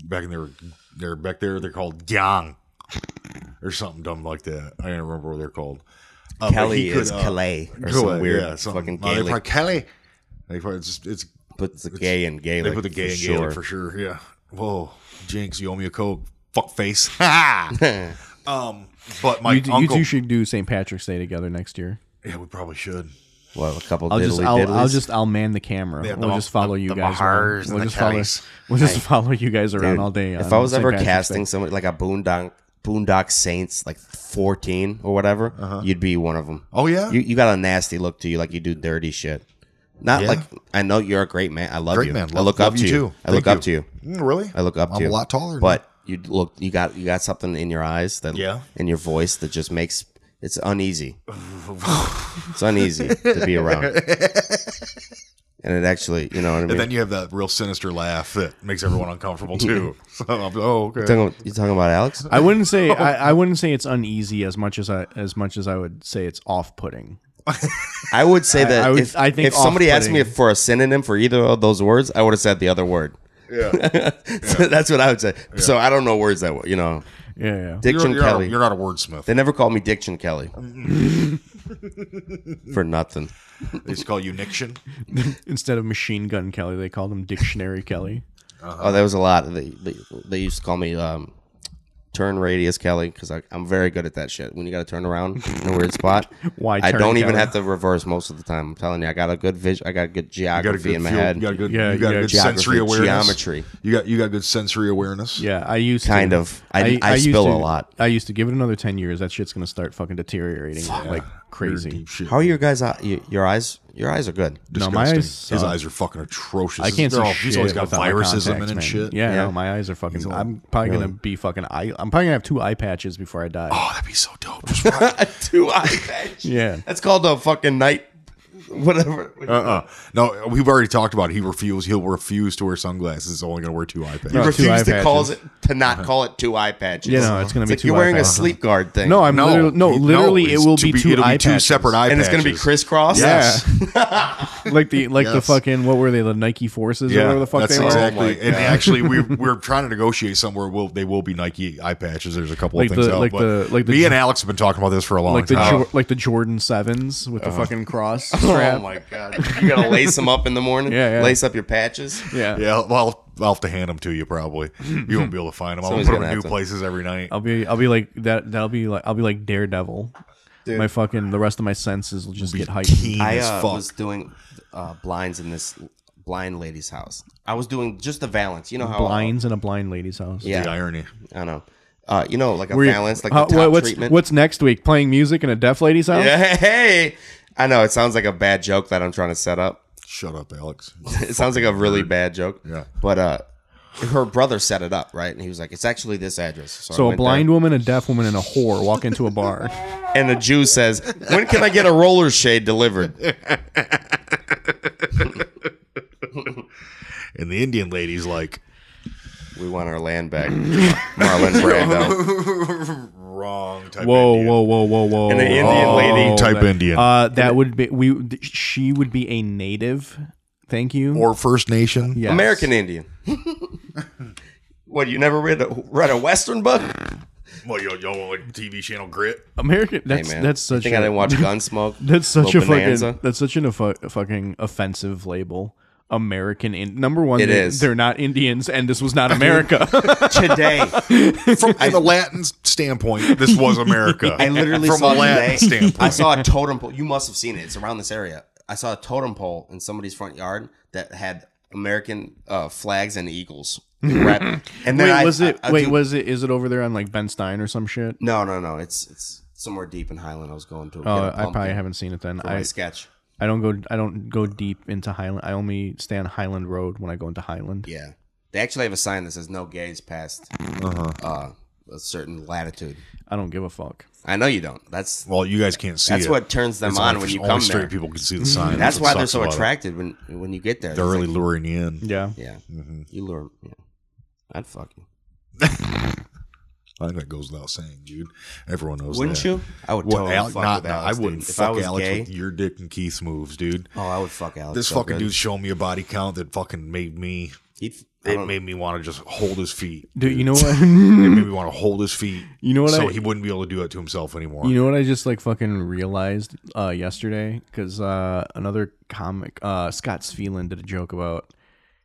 Speaker 4: back in they were they're back there. They're called Gang or something dumb like that. I don't remember what they're called. Uh, but
Speaker 2: Kelly
Speaker 4: he could,
Speaker 2: is
Speaker 4: uh,
Speaker 2: Calais or
Speaker 4: Calais,
Speaker 2: some weird
Speaker 4: yeah, something.
Speaker 2: fucking
Speaker 4: No, they
Speaker 2: Gaelic.
Speaker 4: probably Kelly. They probably it's just, it's
Speaker 2: Put the gay and Gaelic.
Speaker 4: they put the gay
Speaker 2: for
Speaker 4: in
Speaker 2: sure.
Speaker 4: Gaelic for sure. Yeah. Whoa, Jinx, you owe me a coke. Fuck face. um, but my
Speaker 3: you, d- you
Speaker 4: uncle.
Speaker 3: two should do St. Patrick's Day together next year.
Speaker 4: yeah, we probably should.
Speaker 2: Well, a couple
Speaker 3: I'll
Speaker 2: diddly
Speaker 3: just I'll, I'll
Speaker 2: diddlies.
Speaker 3: just I'll man the camera.
Speaker 4: Yeah,
Speaker 3: we'll
Speaker 4: the-
Speaker 3: just follow
Speaker 4: the-
Speaker 3: you
Speaker 4: the
Speaker 3: guys.
Speaker 4: Mahars
Speaker 3: around.
Speaker 4: and
Speaker 3: We'll
Speaker 4: the
Speaker 3: just follow
Speaker 4: Kellys.
Speaker 3: we'll just follow you guys around
Speaker 2: Dude,
Speaker 3: all day.
Speaker 2: If
Speaker 3: on
Speaker 2: I was
Speaker 3: St.
Speaker 2: ever
Speaker 3: Patrick's Day.
Speaker 2: casting somebody like a boondock boondock saints like 14 or whatever, you'd be one of them.
Speaker 4: Uh-huh. Oh, yeah?
Speaker 2: You you got a nasty look to you like you do dirty shit. Not
Speaker 4: Yeah.
Speaker 2: like I know you're a great man. I love
Speaker 4: Great
Speaker 2: you.
Speaker 4: man.
Speaker 2: I
Speaker 4: Love-
Speaker 2: look
Speaker 4: love
Speaker 2: up
Speaker 4: you
Speaker 2: to you.
Speaker 4: too.
Speaker 2: I look
Speaker 4: Thank
Speaker 2: up to
Speaker 4: you.
Speaker 2: you.
Speaker 4: Mm, really?
Speaker 2: I look up
Speaker 4: I'm
Speaker 2: to you.
Speaker 4: a lot taller than
Speaker 2: But you look you got you got something in your eyes that
Speaker 4: Yeah.
Speaker 2: in your voice that just makes it's uneasy. it's uneasy to be around. And it actually, you know what I mean?
Speaker 4: And then you have that real sinister laugh that makes everyone uncomfortable too. so I'm like, oh, okay.
Speaker 2: You're talking- you're talking about Alex?
Speaker 3: I wouldn't say I, I wouldn't say it's uneasy as much as I as much as I would say it's off putting.
Speaker 2: I would say that
Speaker 3: I would-
Speaker 2: if,
Speaker 3: I think
Speaker 2: if somebody asked me
Speaker 3: off-putting-
Speaker 2: for a synonym for either of those words, I would have said the other word.
Speaker 4: Yeah.
Speaker 2: So that's what I would say. So I don't know words that were, you know.
Speaker 3: Yeah, yeah.
Speaker 4: You're,
Speaker 2: Diction
Speaker 4: you're not,
Speaker 2: Kelly.
Speaker 4: a, you're not a wordsmith.
Speaker 2: they never called me Diction Kelly for nothing.
Speaker 4: They just call you Niction.
Speaker 3: Instead of machine gun Kelly, they called him Dictionary Kelly.
Speaker 2: Oh, that was a lot. They, they, they used to call me um, Turn Radius Kelly because I'm very good at that shit. When you got to turn around in a weird spot,
Speaker 3: Why
Speaker 2: I
Speaker 3: turn,
Speaker 2: don't even
Speaker 3: Kelly?
Speaker 2: have to reverse most of the time. I'm telling you, I got a good vision. I got good
Speaker 4: You got a
Speaker 2: geography
Speaker 4: good
Speaker 2: in my
Speaker 4: feel-
Speaker 2: head.
Speaker 4: You got a good,
Speaker 3: Yeah,
Speaker 4: you got
Speaker 3: yeah.
Speaker 4: a good
Speaker 2: Geography,
Speaker 4: sensory awareness.
Speaker 2: geometry.
Speaker 4: You got you got good sensory awareness.
Speaker 3: Yeah, I used
Speaker 2: Kind
Speaker 3: to,
Speaker 2: of. I- I
Speaker 3: used
Speaker 2: spill
Speaker 3: to-
Speaker 2: a lot.
Speaker 3: I used to give it another ten years. That shit's gonna start fucking deteriorating like
Speaker 4: You're
Speaker 3: crazy.
Speaker 4: deep shit.
Speaker 2: How are your guys? eye- y- Your eyes? Your eyes are good.
Speaker 3: No, my
Speaker 4: Disgusting.
Speaker 3: eyes
Speaker 4: His
Speaker 3: suck.
Speaker 4: eyes are fucking atrocious.
Speaker 3: I can't see
Speaker 4: They're all-
Speaker 3: shit.
Speaker 4: He's always got
Speaker 3: without my
Speaker 4: viruses in
Speaker 3: contacts,
Speaker 4: them and
Speaker 3: man.
Speaker 4: shit.
Speaker 3: Yeah,
Speaker 2: Yeah.
Speaker 3: No, my eyes are fucking.
Speaker 4: all-
Speaker 3: I'm probably
Speaker 2: really?
Speaker 3: gonna be fucking. Eye, I'm probably gonna have two eye patches before I die.
Speaker 4: Oh, that'd be so dope. Just right-
Speaker 2: Two eye patch.
Speaker 3: Yeah. Uh,
Speaker 2: That's called a fucking night, whatever.
Speaker 4: uh-uh. No, we've already talked about. It. He refused. He'll refuse to wear sunglasses. He's only going to wear two eye
Speaker 2: You
Speaker 4: patches.
Speaker 3: two
Speaker 2: refuse
Speaker 3: eye
Speaker 2: to call it
Speaker 3: patches.
Speaker 2: to not call it two eye patches.
Speaker 3: Yeah, no, it's gonna be
Speaker 2: like
Speaker 3: two
Speaker 2: You're
Speaker 3: eye
Speaker 2: wearing a
Speaker 3: patches.
Speaker 2: sleep guard thing.
Speaker 3: No, I'm literally, no,
Speaker 4: he-
Speaker 3: literally, it
Speaker 4: it's
Speaker 3: will
Speaker 4: to
Speaker 3: be two
Speaker 4: it'll
Speaker 3: eye
Speaker 4: be two
Speaker 3: patches.
Speaker 4: separate eye
Speaker 2: and it's gonna be
Speaker 4: patches.
Speaker 2: crisscross.
Speaker 4: Yes.
Speaker 3: Yeah, like the like the
Speaker 4: Yes.
Speaker 3: fucking what were they the Nike Forces or whatever the fuck
Speaker 4: that's
Speaker 3: they were.
Speaker 4: exactly.
Speaker 2: Oh my
Speaker 4: and
Speaker 2: God.
Speaker 4: actually, we we're trying to negotiate somewhere. Will they will be Nike eye patches? There's a couple
Speaker 3: Like
Speaker 4: of things
Speaker 3: the-
Speaker 4: out.
Speaker 3: like
Speaker 4: but
Speaker 3: the- like the-
Speaker 4: me and Alex have been talking about Uh-huh. this for a long
Speaker 3: Like the
Speaker 4: time.
Speaker 3: Jor- like the Jordan sevens with the fucking cross. strap.
Speaker 2: Oh my god! You gotta lace them up in the morning.
Speaker 3: Yeah, yeah.
Speaker 2: Lace up your patches.
Speaker 3: yeah.
Speaker 4: Yeah, well, I'll, I'll have to hand them to you probably. You won't be able to find them. I'll
Speaker 2: Someone's
Speaker 4: put them
Speaker 2: gonna have
Speaker 4: in new
Speaker 2: to. Um,
Speaker 4: places every night.
Speaker 3: I'll be I'll be like that. That'll be like I'll be like Daredevil.
Speaker 2: Dude.
Speaker 3: My fucking the rest of my senses will just get heightened.
Speaker 4: Keen
Speaker 2: I
Speaker 4: as
Speaker 2: uh,
Speaker 4: fuck.
Speaker 2: was doing uh, blinds in this blind lady's house. I was doing just the valance. You know how uh,
Speaker 3: Blinds in a blind lady's house.
Speaker 2: Yeah,
Speaker 4: The irony.
Speaker 2: I know. Uh, you know, like a
Speaker 3: Were you-
Speaker 2: valance, like
Speaker 3: how-
Speaker 2: the top
Speaker 3: what's
Speaker 2: treatment.
Speaker 3: what's next week? Playing music in a deaf lady's house.
Speaker 2: yeah, hey, I know it sounds like a bad joke that I'm trying to set up.
Speaker 4: Shut up, Alex.
Speaker 2: it sounds like a really bad joke.
Speaker 4: Yeah.
Speaker 2: But uh, her brother set it up, right? And he was like, "It's actually this address." I
Speaker 3: So a
Speaker 2: went there.
Speaker 3: blind woman, a deaf woman, and a whore walk into a bar.
Speaker 2: and the Jew says, "When can I get a roller shade delivered?"
Speaker 4: And the Indian lady's like,
Speaker 2: We want our land back, Marlon Brando.
Speaker 4: wrong type
Speaker 3: Whoa,
Speaker 4: Indian.
Speaker 3: whoa, whoa, whoa, whoa!
Speaker 2: And an Indian lady.
Speaker 3: Whoa,
Speaker 4: Type
Speaker 3: that-
Speaker 4: Indian.
Speaker 3: Uh, that would be we. th- She would be a native. Thank you.
Speaker 4: Or First Nation.
Speaker 3: Yes.
Speaker 2: American Indian. what you never read a read a Western book?
Speaker 4: Well, y'all, y'all want like TV channel grit?
Speaker 3: American.
Speaker 2: Hey
Speaker 3: That's
Speaker 2: man,
Speaker 3: that's
Speaker 2: You
Speaker 3: such.
Speaker 2: think I
Speaker 3: a-
Speaker 2: I didn't watch Gunsmoke.
Speaker 3: That's such a
Speaker 2: Little
Speaker 3: fucking.
Speaker 2: Bonanza?
Speaker 3: That's such an, a, fu- a fucking offensive label. American. In- number one,
Speaker 2: It
Speaker 3: they,
Speaker 2: is.
Speaker 3: They're not Indians, and this was not America.
Speaker 2: today.
Speaker 4: From the Latin standpoint, this was America.
Speaker 2: I literally
Speaker 4: From
Speaker 2: saw
Speaker 4: a Latin
Speaker 2: today. I
Speaker 4: standpoint.
Speaker 2: saw a totem pole. You must have seen it. It's around this area. I saw a totem pole in somebody's front yard that had American uh, flags and eagles. wrapped. and
Speaker 3: Mm-hmm. wait,
Speaker 2: I-
Speaker 3: was it?
Speaker 2: I- I
Speaker 3: wait,
Speaker 2: do-
Speaker 3: was it? Is it over there on like Ben Stein or some shit?
Speaker 2: No, no, no. It's it's somewhere deep in Highland. I was going to.
Speaker 3: Oh, I probably haven't seen it then.
Speaker 2: my
Speaker 3: I,
Speaker 2: sketch.
Speaker 3: I don't go I don't go deep into Highland. I only stay on Highland Road when I go into Highland.
Speaker 2: Yeah, they actually have a sign that says "No gays past
Speaker 4: Uh-huh.
Speaker 2: uh a certain latitude."
Speaker 3: I don't give a fuck.
Speaker 2: I know you don't. That's
Speaker 4: well, you guys can't see
Speaker 2: that's
Speaker 4: it.
Speaker 2: what turns them
Speaker 4: It's
Speaker 2: on
Speaker 4: only-
Speaker 2: when you
Speaker 4: only
Speaker 2: come
Speaker 4: straight
Speaker 2: there. Mm-hmm.
Speaker 4: people can see the sign.
Speaker 2: That's
Speaker 4: what
Speaker 2: why they're
Speaker 4: sucks
Speaker 2: so
Speaker 4: about it.
Speaker 2: attracted when when you get there.
Speaker 4: They're
Speaker 2: It's
Speaker 4: really
Speaker 2: like-
Speaker 4: luring you in. Mm-hmm.
Speaker 3: Yeah.
Speaker 2: yeah. You lure. Yeah. I'd fuck you.
Speaker 4: I think that goes without saying, dude. Everyone knows
Speaker 2: Wouldn't
Speaker 4: that.
Speaker 2: you? I would
Speaker 4: Well,
Speaker 2: totally
Speaker 4: Alex,
Speaker 2: fuck
Speaker 4: not,
Speaker 2: with
Speaker 4: no,
Speaker 2: Alex.
Speaker 4: I
Speaker 2: dude.
Speaker 4: wouldn't
Speaker 2: If
Speaker 4: fuck
Speaker 2: I was
Speaker 4: Alex
Speaker 2: gay,
Speaker 4: with your dick and Keith's moves, dude.
Speaker 2: oh, I would fuck Alex.
Speaker 4: This
Speaker 2: so
Speaker 4: fucking
Speaker 2: good.
Speaker 4: dude's showing me a body count that fucking made me.
Speaker 2: He'd, I
Speaker 4: It
Speaker 2: don't-
Speaker 4: made me want to just hold his feet.
Speaker 3: Dude, you know what?
Speaker 4: It
Speaker 3: you
Speaker 4: made me want to hold his feet.
Speaker 3: You know what
Speaker 4: So
Speaker 3: I-
Speaker 4: he wouldn't be able to do it to himself anymore.
Speaker 3: know what I just like fucking realized uh, yesterday because uh, another comic uh, Scott Sfelin did a joke about.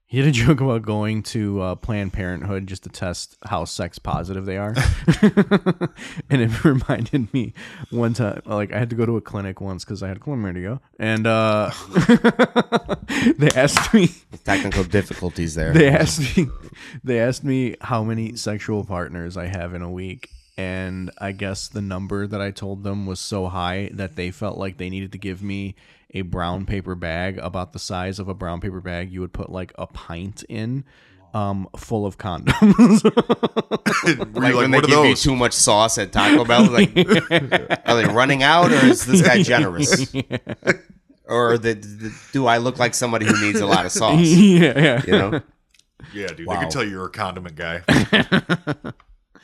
Speaker 3: He did a joke about going to uh, Planned Parenthood just to test how sex positive they are, and it reminded me one time like I had to go to a clinic once because I had chlamydia, and uh, they asked me
Speaker 2: technical difficulties there.
Speaker 3: they asked me they asked me how many sexual partners I have in a week and I guess the number that I told them was so high that they felt like they needed to give me a brown paper bag about the size of a brown paper bag you would put like a pint in um full of condoms.
Speaker 4: Were
Speaker 2: like,
Speaker 4: you
Speaker 2: when they
Speaker 4: what are
Speaker 2: give you
Speaker 4: those?
Speaker 2: too much sauce at Taco Bell, like are they running out, or is this guy generous? or the, the- do I look like somebody who needs a lot of sauce? You
Speaker 3: yeah, yeah.
Speaker 2: know,
Speaker 4: Yeah, dude. They
Speaker 2: Wow.
Speaker 4: could tell you're a condiment guy.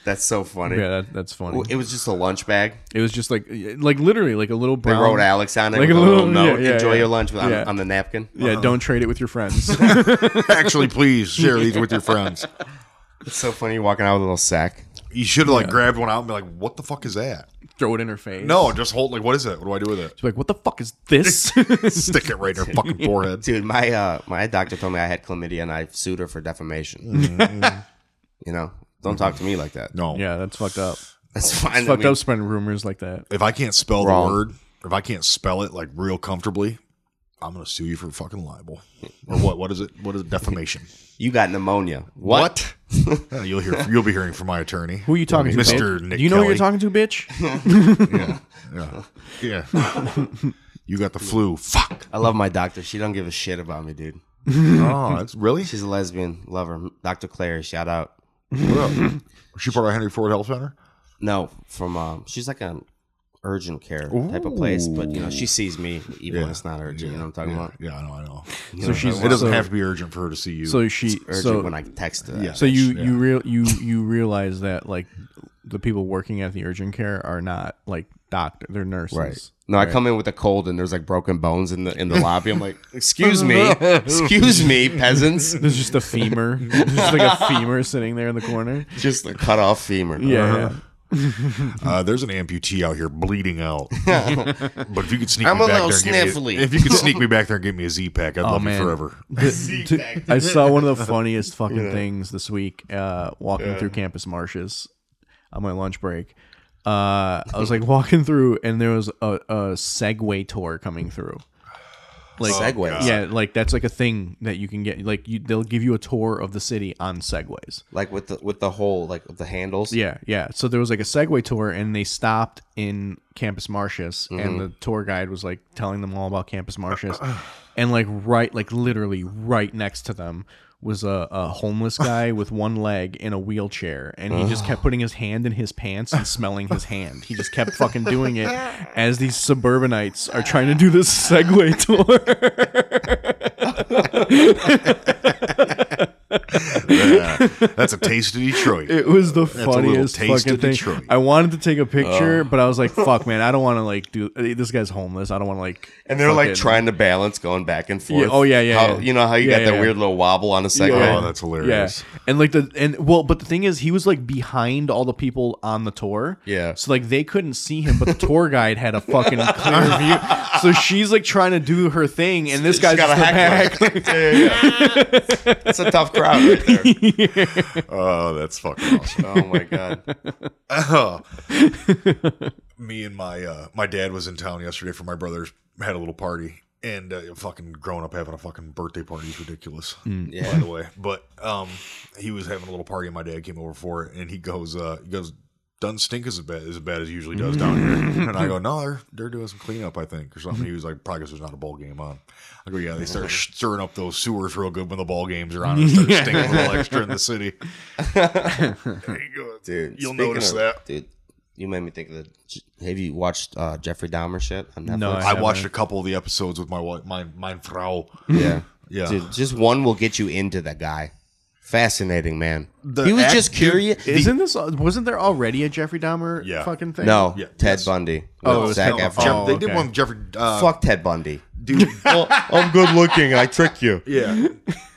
Speaker 2: that's so funny.
Speaker 3: Yeah, that, that's funny.
Speaker 2: It was just a lunch bag.
Speaker 3: It was just like like literally like a little
Speaker 2: They
Speaker 3: brown
Speaker 2: wrote Alex on it
Speaker 3: Like
Speaker 2: with a
Speaker 3: a
Speaker 2: little,
Speaker 3: little-
Speaker 2: note.
Speaker 3: yeah, yeah,
Speaker 2: Enjoy
Speaker 3: yeah.
Speaker 2: your lunch with, on,
Speaker 3: Yeah.
Speaker 2: on the napkin.
Speaker 3: Yeah, don't trade it with your friends.
Speaker 4: Actually, please share these with your friends.
Speaker 2: It's so funny. You're walking out with a little sack.
Speaker 4: You should have like grabbed one out and be like, "What the fuck is that?"
Speaker 3: Throw it in her face.
Speaker 4: No, just hold. Like, what is it? What do I do with it?
Speaker 3: She's like, what the fuck is this?
Speaker 4: Stick it right in her fucking forehead.
Speaker 2: Dude, my uh, my doctor told me I had chlamydia, and I sued her for defamation.
Speaker 3: Mm-hmm.
Speaker 2: you know, don't talk to me like that.
Speaker 4: No.
Speaker 3: yeah, that's fucked up.
Speaker 2: That's fine.
Speaker 3: It's fucked
Speaker 2: I mean,
Speaker 3: up spreading rumors like that.
Speaker 4: If I can't spell
Speaker 2: Wrong.
Speaker 4: the word, if I can't spell it like real comfortably, I'm gonna sue you for fucking libel or what? What is it? What is it? defamation?
Speaker 2: You got pneumonia. What?
Speaker 4: What? Uh, you'll hear. You'll be hearing from my attorney.
Speaker 3: Who are you talking to,
Speaker 4: Mr.
Speaker 3: bitch?
Speaker 4: Nick
Speaker 3: Do you know who you're talking
Speaker 4: Kelly.
Speaker 3: to, bitch?
Speaker 4: Yeah. you got the flu. Fuck.
Speaker 2: I love my doctor. She don't give a shit about me, dude.
Speaker 4: Oh, that's really.
Speaker 2: She's a lesbian. Love her. Dr. Claire, shout out.
Speaker 4: What up? Is she part of Henry Ford Health Center?
Speaker 2: No, from um she's like an urgent care type of place, but you know, she sees me even when it's not urgent. You know what I'm talking about?
Speaker 4: Yeah, I know. I know.
Speaker 3: so she's
Speaker 4: It doesn't
Speaker 3: so,
Speaker 4: have to be urgent for her to see you.
Speaker 3: So she
Speaker 2: Urgent
Speaker 3: so,
Speaker 2: when I text her.
Speaker 4: Yeah.
Speaker 3: so you
Speaker 4: Yeah.
Speaker 3: you real you you realize that like the people working at the urgent care are not like doctor, they're nurses.
Speaker 2: Right. No, I come in with a cold and there's like broken bones in the in the lobby. I'm like, excuse me, excuse me, peasants.
Speaker 3: There's
Speaker 4: Uh-huh.
Speaker 3: just a femur. There's just like a femur sitting there in the corner.
Speaker 2: Just a cut off femur.
Speaker 3: Yeah. yeah.
Speaker 4: uh, there's an amputee out here bleeding out. but if you could sneak
Speaker 2: I'm
Speaker 4: me
Speaker 2: a
Speaker 4: back
Speaker 2: little
Speaker 4: there, and give me
Speaker 2: sniffly. Oh,
Speaker 4: a, if you could sneak me back there and get me a Z pack, I'd love
Speaker 3: man.
Speaker 4: you forever.
Speaker 3: To- I saw one of the funniest fucking things this week uh, walking through campus marshes on my lunch break. Uh, I was like walking through, and there was a, a Segway tour coming through. Like oh,
Speaker 2: Segways.
Speaker 3: yeah, like that's like a thing that you can get. Like you, they'll give you a tour of the city on Segways.
Speaker 2: Like with the with the whole like with the handles.
Speaker 3: Yeah, yeah. So there was like a Segway tour, and they stopped in Campus Martius, and the tour guide was like telling them all about Campus Martius, and like right, like literally right next to them was a, a homeless guy with one leg in a wheelchair and he just kept putting his hand in his pants and smelling his hand he just kept fucking doing it as these suburbanites are trying to do this segway tour
Speaker 4: Yeah. That's a taste of Detroit.
Speaker 3: It was the
Speaker 4: a little
Speaker 3: funniest
Speaker 4: taste
Speaker 3: fucking
Speaker 4: of Oh.
Speaker 3: thing.
Speaker 4: Detroit.
Speaker 3: I wanted to take a picture, but I was like, "Fuck, man, I don't want to like do this guy's homeless. I don't want to like."
Speaker 2: And they're like
Speaker 3: fucking-
Speaker 2: trying to balance going back and forth.
Speaker 3: Yeah, oh, yeah, yeah,
Speaker 2: How-
Speaker 3: yeah.
Speaker 2: You know how you
Speaker 3: Yeah,
Speaker 2: got that
Speaker 3: yeah.
Speaker 2: weird little wobble on a second.
Speaker 4: Yeah. Oh, that's hilarious.
Speaker 3: Yeah, and like the and well, but the thing is, he was like behind all the people on the tour.
Speaker 2: Yeah.
Speaker 3: so like they couldn't see him, but the tour guide had a fucking clear view. So she's like trying to do her thing, and this guy's
Speaker 2: got
Speaker 3: got
Speaker 2: a
Speaker 3: in the
Speaker 2: hack
Speaker 3: back.
Speaker 2: Yeah, yeah, yeah. That's a tough crowd right there.
Speaker 4: Oh, that's fucking awesome.
Speaker 2: Oh my god.
Speaker 4: Oh. Me and my uh, my dad was in town yesterday for my brother's had a little party and uh, fucking growing up having a fucking birthday party is ridiculous. By the way, but um, he was having a little party and my dad came over for it and he goes uh, he goes doesn't stink as bad as bad as it usually does down here and I go no they're they're doing some cleanup I think or something. He was like probably 'cause there's not a ball game on. I go yeah they start stirring up those sewers real good when the ball games are on and start stinking a little extra in the city. There you go.
Speaker 2: Dude,
Speaker 4: You'll
Speaker 2: speaking
Speaker 4: notice
Speaker 2: of-
Speaker 4: that.
Speaker 2: Dude, you made me think of the have you watched uh, Jeffrey Dahmer shit on Netflix?
Speaker 3: No,
Speaker 4: I
Speaker 3: Yeah,
Speaker 4: watched a couple of the episodes with my wife, my my Frau.
Speaker 2: Yeah.
Speaker 4: Yeah.
Speaker 2: Dude, just one will get you into the guy. Fascinating man.
Speaker 4: The
Speaker 2: he was
Speaker 4: act-
Speaker 2: just
Speaker 4: dude,
Speaker 2: curious.
Speaker 3: Isn't this wasn't there already a Jeffrey Dahmer
Speaker 4: Yeah.
Speaker 3: fucking thing?
Speaker 2: no,
Speaker 4: Yeah,
Speaker 2: Ted
Speaker 4: yes.
Speaker 2: Bundy.
Speaker 3: Oh,
Speaker 2: with
Speaker 3: it was
Speaker 2: Zac
Speaker 3: Ted-
Speaker 2: Efron.
Speaker 4: Jeff,
Speaker 3: Oh,
Speaker 4: they did
Speaker 3: okay.
Speaker 4: one with Jeffrey. Uh,
Speaker 2: Fuck Ted Bundy.
Speaker 4: dude.
Speaker 2: I'm good looking. I trick you.
Speaker 4: yeah,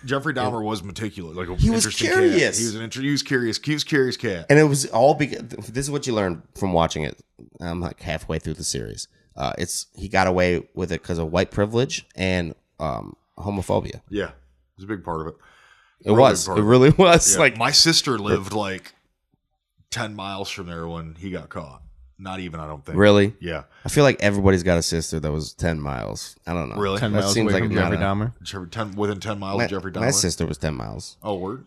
Speaker 4: Jeffrey Dahmer was meticulous. Like a
Speaker 2: He was
Speaker 4: interesting
Speaker 2: curious.
Speaker 4: Cat. He was an inter- he was curious. He was curious cat.
Speaker 2: And it was all because this is what you learn from watching it. I'm like halfway through the series. Uh, it's he got away with it because of white privilege and um, homophobia.
Speaker 4: yeah, it was a big part of it.
Speaker 2: It
Speaker 4: Really
Speaker 2: was.
Speaker 4: part
Speaker 2: It
Speaker 4: of
Speaker 2: really was.
Speaker 4: Yeah,
Speaker 2: Like
Speaker 4: my sister lived like ten miles from there when he got caught. Not even, I don't think.
Speaker 2: really.
Speaker 4: Yeah,
Speaker 2: I feel like everybody's got a sister that was ten miles. I don't know.
Speaker 4: Really?
Speaker 3: ten
Speaker 2: That
Speaker 3: miles
Speaker 2: seems
Speaker 3: away
Speaker 2: like
Speaker 3: from
Speaker 2: not
Speaker 3: Jeffrey
Speaker 2: a-
Speaker 3: Dahmer.
Speaker 4: Jeffrey, ten within ten miles
Speaker 2: My,
Speaker 4: of Jeffrey Dahmer.
Speaker 2: my sister was ten miles.
Speaker 4: Oh, word.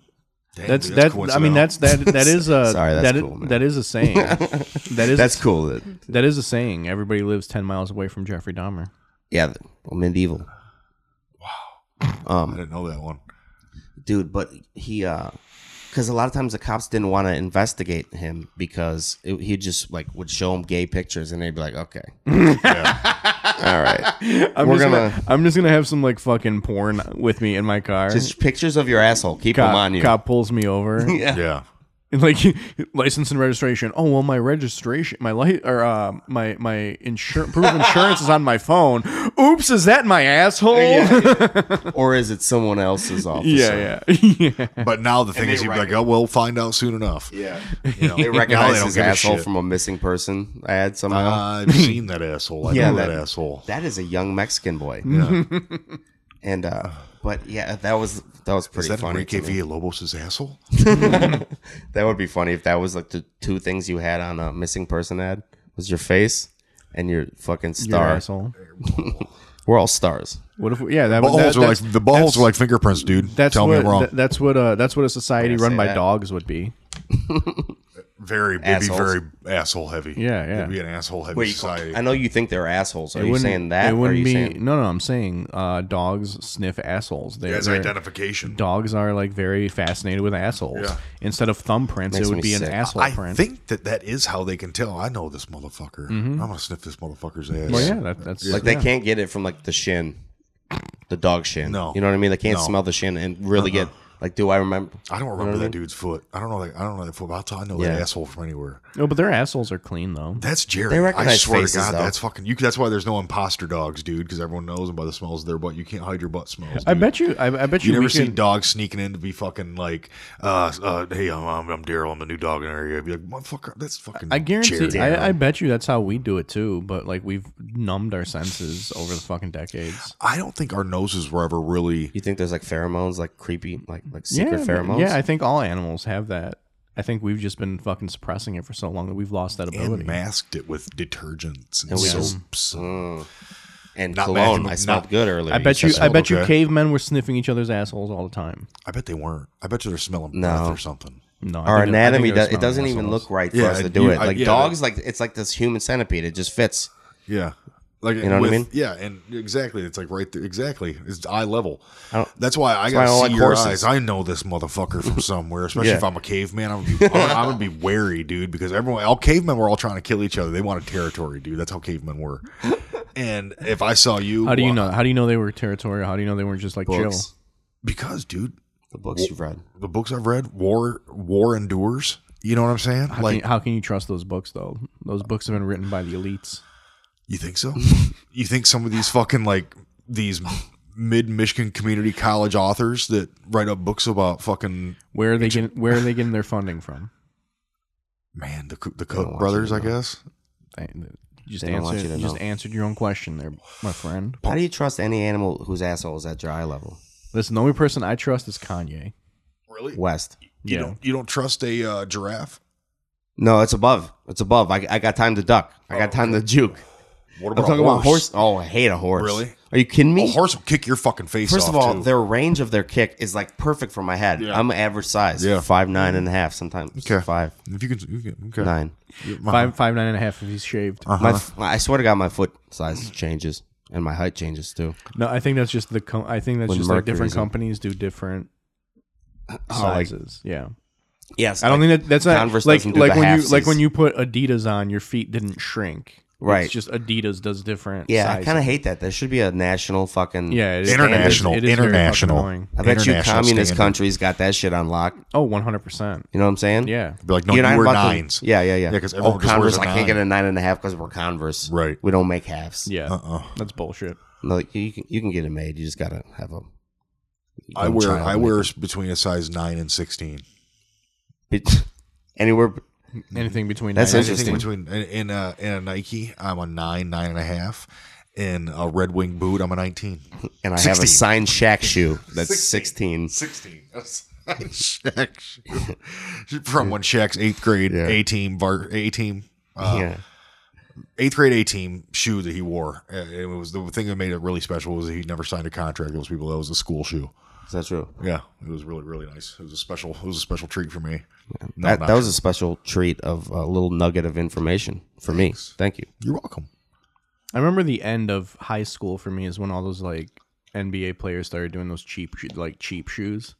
Speaker 4: Damn,
Speaker 3: That's
Speaker 4: dude,
Speaker 3: that. I mean,
Speaker 4: coincidental.
Speaker 3: that's that. That is a
Speaker 2: Sorry, that's
Speaker 3: that i-
Speaker 2: cool, man.
Speaker 3: that is a saying. that is
Speaker 2: That's cool. That,
Speaker 3: That is a saying. Everybody lives ten miles away from Jeffrey Dahmer.
Speaker 2: yeah, the- well, medieval. Wow.
Speaker 4: I
Speaker 2: Um,
Speaker 4: didn't know that one.
Speaker 2: dude, but he, uh, because a lot of times the cops didn't want to investigate him because it, he just like would show them gay pictures and they'd be like, okay, all right,
Speaker 3: I'm
Speaker 2: We're
Speaker 3: just gonna,
Speaker 2: gonna-
Speaker 3: I'm just gonna have some like fucking porn with me in my car.
Speaker 2: just pictures of your asshole. Keep
Speaker 3: cop,
Speaker 2: them on you.
Speaker 3: cop pulls me over
Speaker 2: Yeah.
Speaker 4: Yeah.
Speaker 3: and like license and registration. Oh well, my registration, my light or uh, my my insurance proof of insurance is on my phone. Oops, is that my asshole? Yeah,
Speaker 2: or is it someone else's officer?
Speaker 3: yeah, yeah.
Speaker 4: But now the thing
Speaker 2: they
Speaker 4: is, you'd be
Speaker 2: write
Speaker 4: like, oh, we'll find out soon enough.
Speaker 2: yeah.
Speaker 4: You know,
Speaker 2: They recognize his asshole
Speaker 4: shit.
Speaker 2: from a missing person ad
Speaker 3: Uh,
Speaker 2: somehow.
Speaker 4: I've seen that asshole. I
Speaker 2: Yeah,
Speaker 4: know that,
Speaker 2: that-
Speaker 4: asshole.
Speaker 2: that is a young Mexican boy,
Speaker 4: yeah.
Speaker 2: and uh, but yeah, that was that was pretty
Speaker 4: Is that
Speaker 2: funny.
Speaker 4: Enrique
Speaker 2: to me.
Speaker 4: Villalobos' asshole?
Speaker 2: That would be funny if that was like the two things you had on a missing person ad was your face and your fucking
Speaker 3: Your
Speaker 2: star.
Speaker 3: asshole.
Speaker 2: We're all stars.
Speaker 3: What if? Yeah, that,
Speaker 4: Buttholes
Speaker 3: that
Speaker 4: are like
Speaker 3: that's,
Speaker 4: the buttholes are like fingerprints, dude.
Speaker 3: that's
Speaker 4: Tell
Speaker 3: what
Speaker 4: me I'm wrong.
Speaker 3: that- that's what uh that's what a society
Speaker 2: say
Speaker 3: run by
Speaker 2: that.
Speaker 3: dogs would be.
Speaker 4: very, it'd be
Speaker 2: Assholes.
Speaker 4: very asshole heavy.
Speaker 3: Yeah, yeah.
Speaker 4: It'd be an asshole heavy society.
Speaker 2: I know you think they're assholes. Are
Speaker 3: It
Speaker 2: you
Speaker 3: wouldn't-
Speaker 2: saying that?
Speaker 3: It
Speaker 2: or are
Speaker 3: wouldn't
Speaker 2: you
Speaker 3: be.
Speaker 2: saying
Speaker 3: No, no. I'm saying uh, dogs sniff assholes. They're,
Speaker 4: As
Speaker 3: they're-
Speaker 4: identification.
Speaker 3: dogs are like very fascinated with assholes.
Speaker 4: Yeah.
Speaker 3: Instead of thumbprints,
Speaker 2: Makes
Speaker 3: it
Speaker 2: me
Speaker 3: would be an
Speaker 2: sick.
Speaker 3: asshole
Speaker 4: I
Speaker 3: print.
Speaker 4: think that that is how they can tell. I know this motherfucker.
Speaker 2: Mm-hmm.
Speaker 4: I'm gonna sniff this motherfucker's ass.
Speaker 3: well, yeah, that, that's
Speaker 2: like they can't get it from like the shin, the dog shin?
Speaker 4: No.
Speaker 2: you know what I mean. They can't
Speaker 4: No. Uh-huh.
Speaker 2: smell the shin and really get Like, do I remember?
Speaker 4: I don't remember that dude's foot. I don't know. That, I don't know that foot. But I'll tell, I know
Speaker 2: Yeah.
Speaker 4: that asshole from anywhere.
Speaker 3: No, but their assholes are clean though.
Speaker 4: That's Jerry.
Speaker 2: They recognize
Speaker 4: I swear
Speaker 2: faces,
Speaker 4: to God,
Speaker 2: though.
Speaker 4: that's fucking. You, that's why there's no imposter dogs, dude. Because everyone knows them by the smells of their butt. You can't hide your butt smells.
Speaker 3: I
Speaker 4: dude.
Speaker 3: bet you. I, I bet you.
Speaker 4: You never
Speaker 3: we
Speaker 4: see
Speaker 3: could-
Speaker 4: dogs sneaking in to be fucking like, uh, uh, hey, I'm, I'm, I'm Daryl. I'm the new dog in the area. Be like, motherfucker, that's fucking.
Speaker 3: I guarantee.
Speaker 4: Jerry.
Speaker 3: I, I bet you that's how we do it too. But like we've numbed our senses over the fucking decades.
Speaker 4: I don't think our noses were ever really.
Speaker 2: You think there's like pheromones, like creepy, like like secret
Speaker 3: yeah,
Speaker 2: pheromones?
Speaker 3: Yeah, I think all animals have that. I think we've just been fucking suppressing it for so long that we've lost that ability.
Speaker 4: And masked it with detergents and
Speaker 2: we just-
Speaker 4: soaps.
Speaker 2: and
Speaker 4: Not
Speaker 2: cologne.
Speaker 4: magical-
Speaker 2: I smelled
Speaker 4: not-
Speaker 2: good earlier.
Speaker 3: I bet you.
Speaker 2: said
Speaker 3: I
Speaker 2: so.
Speaker 3: bet you.
Speaker 4: okay.
Speaker 3: Cavemen were sniffing each other's assholes all the time.
Speaker 4: I bet they weren't. I bet you they're smelling
Speaker 2: No.
Speaker 4: breath or something.
Speaker 3: No, I
Speaker 2: Our
Speaker 3: think they're- I think
Speaker 2: anatomy
Speaker 3: they're
Speaker 2: does. It
Speaker 3: smelling
Speaker 2: doesn't even
Speaker 3: assholes.
Speaker 2: look right for
Speaker 4: Yeah,
Speaker 2: us to do
Speaker 4: you-
Speaker 2: it.
Speaker 4: I-
Speaker 2: Like
Speaker 4: yeah,
Speaker 2: dogs, like it's like this human centipede. It just fits.
Speaker 4: Yeah. Like
Speaker 2: know what I
Speaker 4: with,
Speaker 2: mean?
Speaker 4: Yeah, and exactly, it's like right there. Exactly, it's eye level.
Speaker 2: I don't-
Speaker 4: That's why I
Speaker 2: why I
Speaker 4: gotta
Speaker 2: don't
Speaker 4: see
Speaker 2: like
Speaker 4: your
Speaker 2: horses.
Speaker 4: eyes. I know this motherfucker from somewhere. Especially
Speaker 2: Yeah.
Speaker 4: if I'm a caveman, I'm gonna, be, I'm, I'm gonna be wary, dude. Because everyone, all cavemen were all trying to kill each other. They wanted territory, dude. That's how cavemen were. And if I saw you,
Speaker 3: How do you
Speaker 4: well,
Speaker 3: know? How do you know they were territorial? How do you know they weren't just like
Speaker 2: Books,
Speaker 4: Because, dude,
Speaker 2: the books you've read.
Speaker 4: the books I've read, war, war endures. You know what I'm saying?
Speaker 3: chill? How,
Speaker 4: like,
Speaker 3: can, how can you trust those books though? Those books have been written by the elites.
Speaker 4: You think so? you think some of these fucking like these mid Michigan community college authors that write up books about fucking
Speaker 3: Where are they getting? Where are they getting their funding from?
Speaker 4: man the Co- the
Speaker 2: don't
Speaker 4: Koch
Speaker 2: watch
Speaker 4: brothers,
Speaker 2: it,
Speaker 4: I guess.
Speaker 3: I- Just
Speaker 2: They don't want
Speaker 3: answered.
Speaker 2: you
Speaker 3: You
Speaker 2: to
Speaker 3: just
Speaker 2: know.
Speaker 3: answered your own question there, my friend.
Speaker 2: How do you trust any animal whose asshole is at your eye level?
Speaker 3: Listen, the only person I trust is Kanye.
Speaker 4: Really?
Speaker 2: West.
Speaker 4: You
Speaker 3: yeah.
Speaker 4: don't you don't trust a uh, giraffe?
Speaker 2: No, it's above. It's above. I, I got time to duck. I got time to juke. I'm
Speaker 4: What about
Speaker 2: talking
Speaker 4: a horse?
Speaker 2: about horse. Oh, I hate a horse.
Speaker 4: Really?
Speaker 2: Are you kidding me?
Speaker 4: A horse will kick your fucking face
Speaker 2: First
Speaker 4: off.
Speaker 2: of all,
Speaker 4: too.
Speaker 2: their range of their kick is like perfect for my head.
Speaker 4: Yeah.
Speaker 2: I'm average size.
Speaker 4: Yeah.
Speaker 2: Five nine and a half sometimes.
Speaker 4: Okay.
Speaker 2: Five
Speaker 4: if you can, you can okay.
Speaker 2: nine.
Speaker 4: Uh-huh.
Speaker 3: Five five nine and a half if he's shaved.
Speaker 2: My f- I swear to God, my foot size changes and my height changes too.
Speaker 3: No, I think that's just the. Com- I think that's
Speaker 2: When
Speaker 3: just like
Speaker 2: Mercury's
Speaker 3: different
Speaker 2: in- Oh,
Speaker 3: companies do different
Speaker 2: like-
Speaker 3: sizes. yeah.
Speaker 2: Yes,
Speaker 3: I don't think that that's not
Speaker 2: Converse
Speaker 3: like
Speaker 2: doesn't do
Speaker 3: like
Speaker 2: the
Speaker 3: when you
Speaker 2: halfsies.
Speaker 3: like when you put Adidas on, your feet didn't shrink.
Speaker 2: Right.
Speaker 3: It's just Adidas does different.
Speaker 2: Yeah, I
Speaker 3: sizes.
Speaker 2: kind of hate that. There should be a national fucking.
Speaker 3: Yeah, it is-
Speaker 4: International,
Speaker 3: it is very
Speaker 4: international.
Speaker 3: fucking annoying.
Speaker 2: I bet you
Speaker 4: International
Speaker 2: communist
Speaker 4: standard.
Speaker 2: countries got that shit on lock.
Speaker 3: Oh, one hundred percent.
Speaker 2: You know what I'm saying?
Speaker 3: Yeah.
Speaker 4: Be like, no,
Speaker 2: You're
Speaker 4: you
Speaker 2: not
Speaker 4: wear
Speaker 2: about to-
Speaker 4: nines.
Speaker 2: yeah, yeah, yeah.
Speaker 4: Yeah, 'cause
Speaker 2: oh,
Speaker 4: everyone just wears
Speaker 2: Converse.
Speaker 4: a
Speaker 2: I can't get
Speaker 4: nine.
Speaker 2: a nine and a half because we're Converse.
Speaker 4: Right.
Speaker 2: We don't make halves.
Speaker 3: Yeah.
Speaker 4: Uh-uh.
Speaker 3: That's bullshit.
Speaker 2: No, you- you can you can get it made. You just gotta have a.
Speaker 4: I
Speaker 2: one
Speaker 4: wear
Speaker 2: child
Speaker 4: I
Speaker 2: make
Speaker 4: wear
Speaker 2: it.
Speaker 4: between a size nine and sixteen.
Speaker 2: Bitch. anywhere.
Speaker 3: Anything between
Speaker 2: That's
Speaker 3: nine and-
Speaker 2: interesting.
Speaker 4: Anything between in, in a in a Nike, I'm a nine, nine and a half. In a Red Wing boot, I'm a nineteen.
Speaker 2: And I have a
Speaker 4: 16.
Speaker 2: signed Shaq shoe that's sixteen.
Speaker 4: 16. That's Shaq. From when Shaq's eighth grade
Speaker 2: Yeah.
Speaker 4: A team, bar A team, uh,
Speaker 2: yeah.
Speaker 4: eighth grade A team shoe that he wore. Uh, It was the thing that made it really special was that he never signed a contract with those people. That was a school shoe.
Speaker 2: Is that true?
Speaker 4: Yeah, it was really really nice. It was a special. It was a special treat for me. No,
Speaker 2: That,
Speaker 4: not
Speaker 2: that was
Speaker 4: true.
Speaker 2: a special treat of a little nugget of information for me. Thank you.
Speaker 4: You're welcome.
Speaker 3: I remember the end of high school for me is when all those like NBA players started doing those cheap sho- like cheap shoes.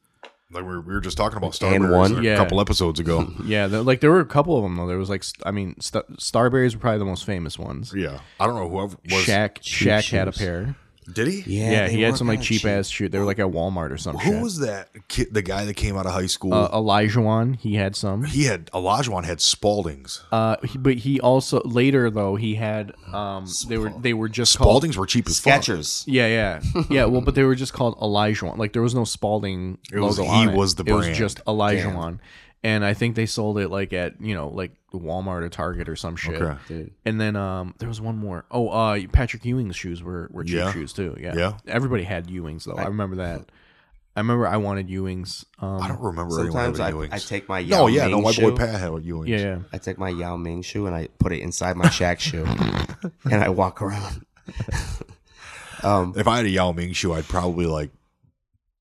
Speaker 4: Like we were, we were just talking about
Speaker 2: And
Speaker 4: Starburst
Speaker 2: one?
Speaker 4: a
Speaker 3: Yeah.
Speaker 4: couple episodes ago.
Speaker 3: Yeah, there- like there were a couple of them though. There was like st- I mean, st- Starberries were probably the most famous ones.
Speaker 4: yeah, I don't know whoever was.
Speaker 3: Shaq
Speaker 2: cheap
Speaker 3: Shaq had a
Speaker 2: shoes.
Speaker 3: pair.
Speaker 4: Did he?
Speaker 3: Yeah, he had some like cheap, ass shoe. They were like at Walmart or some
Speaker 4: Who
Speaker 3: shit.
Speaker 4: was that kid? The guy that came out of high school.
Speaker 3: uh, Elijah Wan, he had some.
Speaker 4: he had Olajuwon had Spaldings.
Speaker 3: Uh, he, but he also later though he had um they were they were just called
Speaker 4: Spaldings were cheap as fuck.
Speaker 2: Skechers.
Speaker 3: yeah yeah yeah well but they were just called Elijah Wan like there was no Spalding
Speaker 4: It was-
Speaker 3: logo
Speaker 4: he
Speaker 3: on it.
Speaker 4: was the
Speaker 3: it was
Speaker 4: brand.
Speaker 3: just Elijah Wan and I think they sold it like at you know like Walmart or Target or some shit
Speaker 4: Okay.
Speaker 2: Dude.
Speaker 3: and then um there was one more oh uh Patrick Ewing's shoes were were cheap
Speaker 4: Yeah.
Speaker 3: shoes too yeah
Speaker 4: Yeah.
Speaker 3: everybody had Ewing's though I, remember that I remember I wanted Ewing's um
Speaker 4: I don't remember
Speaker 2: Sometimes I,
Speaker 4: anyone having
Speaker 2: I
Speaker 4: Ewings.
Speaker 2: take my Yao
Speaker 4: no, yeah, no,
Speaker 2: Ming
Speaker 4: my
Speaker 2: shoe.
Speaker 4: boy Pat had a Ewings.
Speaker 3: yeah yeah
Speaker 2: I take my Yao Ming shoe and I put it inside my Shaq shoe, and I walk around. um,
Speaker 4: If I had a Yao Ming shoe, I'd probably like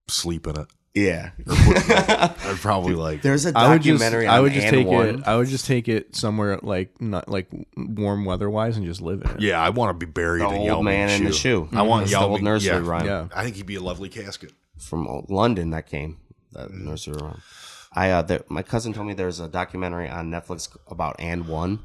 Speaker 4: sleep in it.
Speaker 2: yeah.
Speaker 4: I'd probably like.
Speaker 2: There's a
Speaker 3: I would just,
Speaker 2: documentary on
Speaker 3: I would just
Speaker 2: And
Speaker 3: take
Speaker 2: One.
Speaker 3: it. I would just take it somewhere like not like warm weather wise and just live in it.
Speaker 4: Yeah, I want to be buried
Speaker 2: The
Speaker 4: in
Speaker 2: old
Speaker 4: Yao
Speaker 2: man
Speaker 4: Ming
Speaker 2: in the shoe.
Speaker 4: I want
Speaker 2: That's the
Speaker 4: Yao
Speaker 2: old
Speaker 4: Ming.
Speaker 2: nursery
Speaker 4: yeah.
Speaker 2: rhyme.
Speaker 3: Yeah.
Speaker 4: I think he'd be a lovely casket.
Speaker 2: from old London that came that nursery rhyme. I uh, there, my cousin told me there's a documentary on Netflix about and one.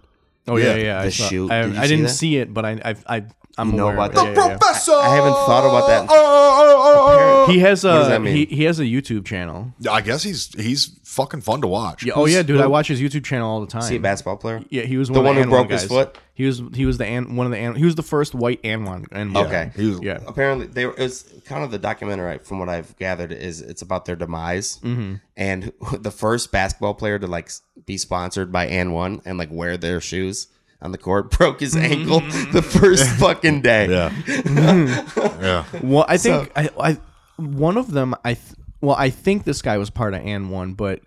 Speaker 3: Oh yeah,
Speaker 4: Yeah,
Speaker 3: yeah. I,
Speaker 2: the
Speaker 3: saw-
Speaker 2: shoe.
Speaker 3: I,
Speaker 2: Did you
Speaker 3: I
Speaker 2: see
Speaker 3: didn't
Speaker 2: that?
Speaker 3: see it, but I I I I'm
Speaker 2: You know
Speaker 3: aware
Speaker 2: about
Speaker 3: of it.
Speaker 2: that?
Speaker 3: Yeah, yeah, yeah.
Speaker 4: Professor.
Speaker 2: I haven't thought about that.
Speaker 3: He has a
Speaker 2: What does that mean?
Speaker 3: He, he has a YouTube channel.
Speaker 4: Oh, I guess he's he's fucking fun to watch.
Speaker 3: Yeah, oh yeah, dude, I watch his YouTube channel all the time.
Speaker 2: Is he a basketball player?
Speaker 3: Yeah, he was
Speaker 2: The
Speaker 3: one
Speaker 2: one
Speaker 3: of
Speaker 2: who
Speaker 3: the Anwan
Speaker 2: broke his
Speaker 3: guys.
Speaker 2: foot?
Speaker 3: He was he was the an, one of the an, he was the first white Anwan. Anwan.
Speaker 2: Okay.
Speaker 4: He was,
Speaker 3: Yeah.
Speaker 2: Apparently, they were, it was kind of the documentary, from what I've gathered, is it's about their demise
Speaker 3: Mm-hmm.
Speaker 2: and the first basketball player to like be sponsored by and one and like wear their shoes on the court broke his
Speaker 3: Mm-hmm.
Speaker 2: ankle the first fucking day.
Speaker 4: Yeah. yeah.
Speaker 3: Well, I think I, I one of them I th- well I think this guy was part of An One, but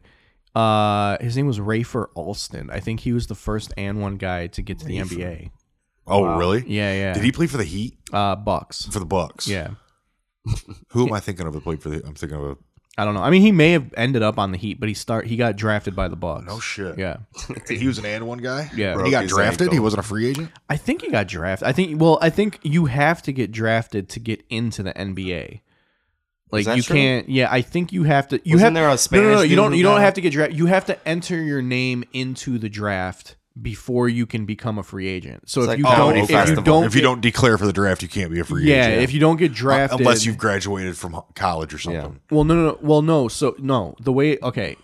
Speaker 3: uh his name was Rafer Alston. I think he was the first An One guy to get to the NBA.
Speaker 4: Oh, really?
Speaker 3: Yeah, yeah.
Speaker 4: Did he play for the Heat
Speaker 3: uh Bucks?
Speaker 4: for the Bucks?
Speaker 3: Yeah.
Speaker 4: Who am I thinking of that played for the? I'm thinking of a.
Speaker 3: I don't know. I mean, he may have ended up on the Heat, but he start he got drafted by the Bucks.
Speaker 4: No shit.
Speaker 3: Yeah.
Speaker 4: He was an and one guy.
Speaker 3: Yeah.
Speaker 4: He
Speaker 3: Broke
Speaker 4: got
Speaker 2: his
Speaker 4: drafted.
Speaker 2: ankle.
Speaker 4: He wasn't a free agent.
Speaker 3: I think he got drafted. I think well, I think you have to get drafted to get into the NBA. Like
Speaker 2: that
Speaker 3: you
Speaker 2: true?
Speaker 3: can't. Yeah, I think you have to. You
Speaker 2: Wasn't
Speaker 3: have
Speaker 2: there a Spanish
Speaker 3: no, no, no. You
Speaker 2: dude
Speaker 3: don't.
Speaker 2: who
Speaker 3: You don't
Speaker 2: got-
Speaker 3: have to get drafted. You have to enter your name into the draft before you can become a free agent. So if,
Speaker 2: like
Speaker 3: you
Speaker 2: Oh,
Speaker 3: don't,
Speaker 2: Comedy
Speaker 3: if you
Speaker 2: Festival. Uh,
Speaker 3: don't,
Speaker 4: if you
Speaker 3: get-
Speaker 4: don't declare for the draft, you can't be a free
Speaker 3: yeah,
Speaker 4: agent. Uh,
Speaker 3: if you don't get drafted,
Speaker 4: unless you've graduated from ho- college or something.
Speaker 3: Well, no, no, no. Well, no. So no, the way okay,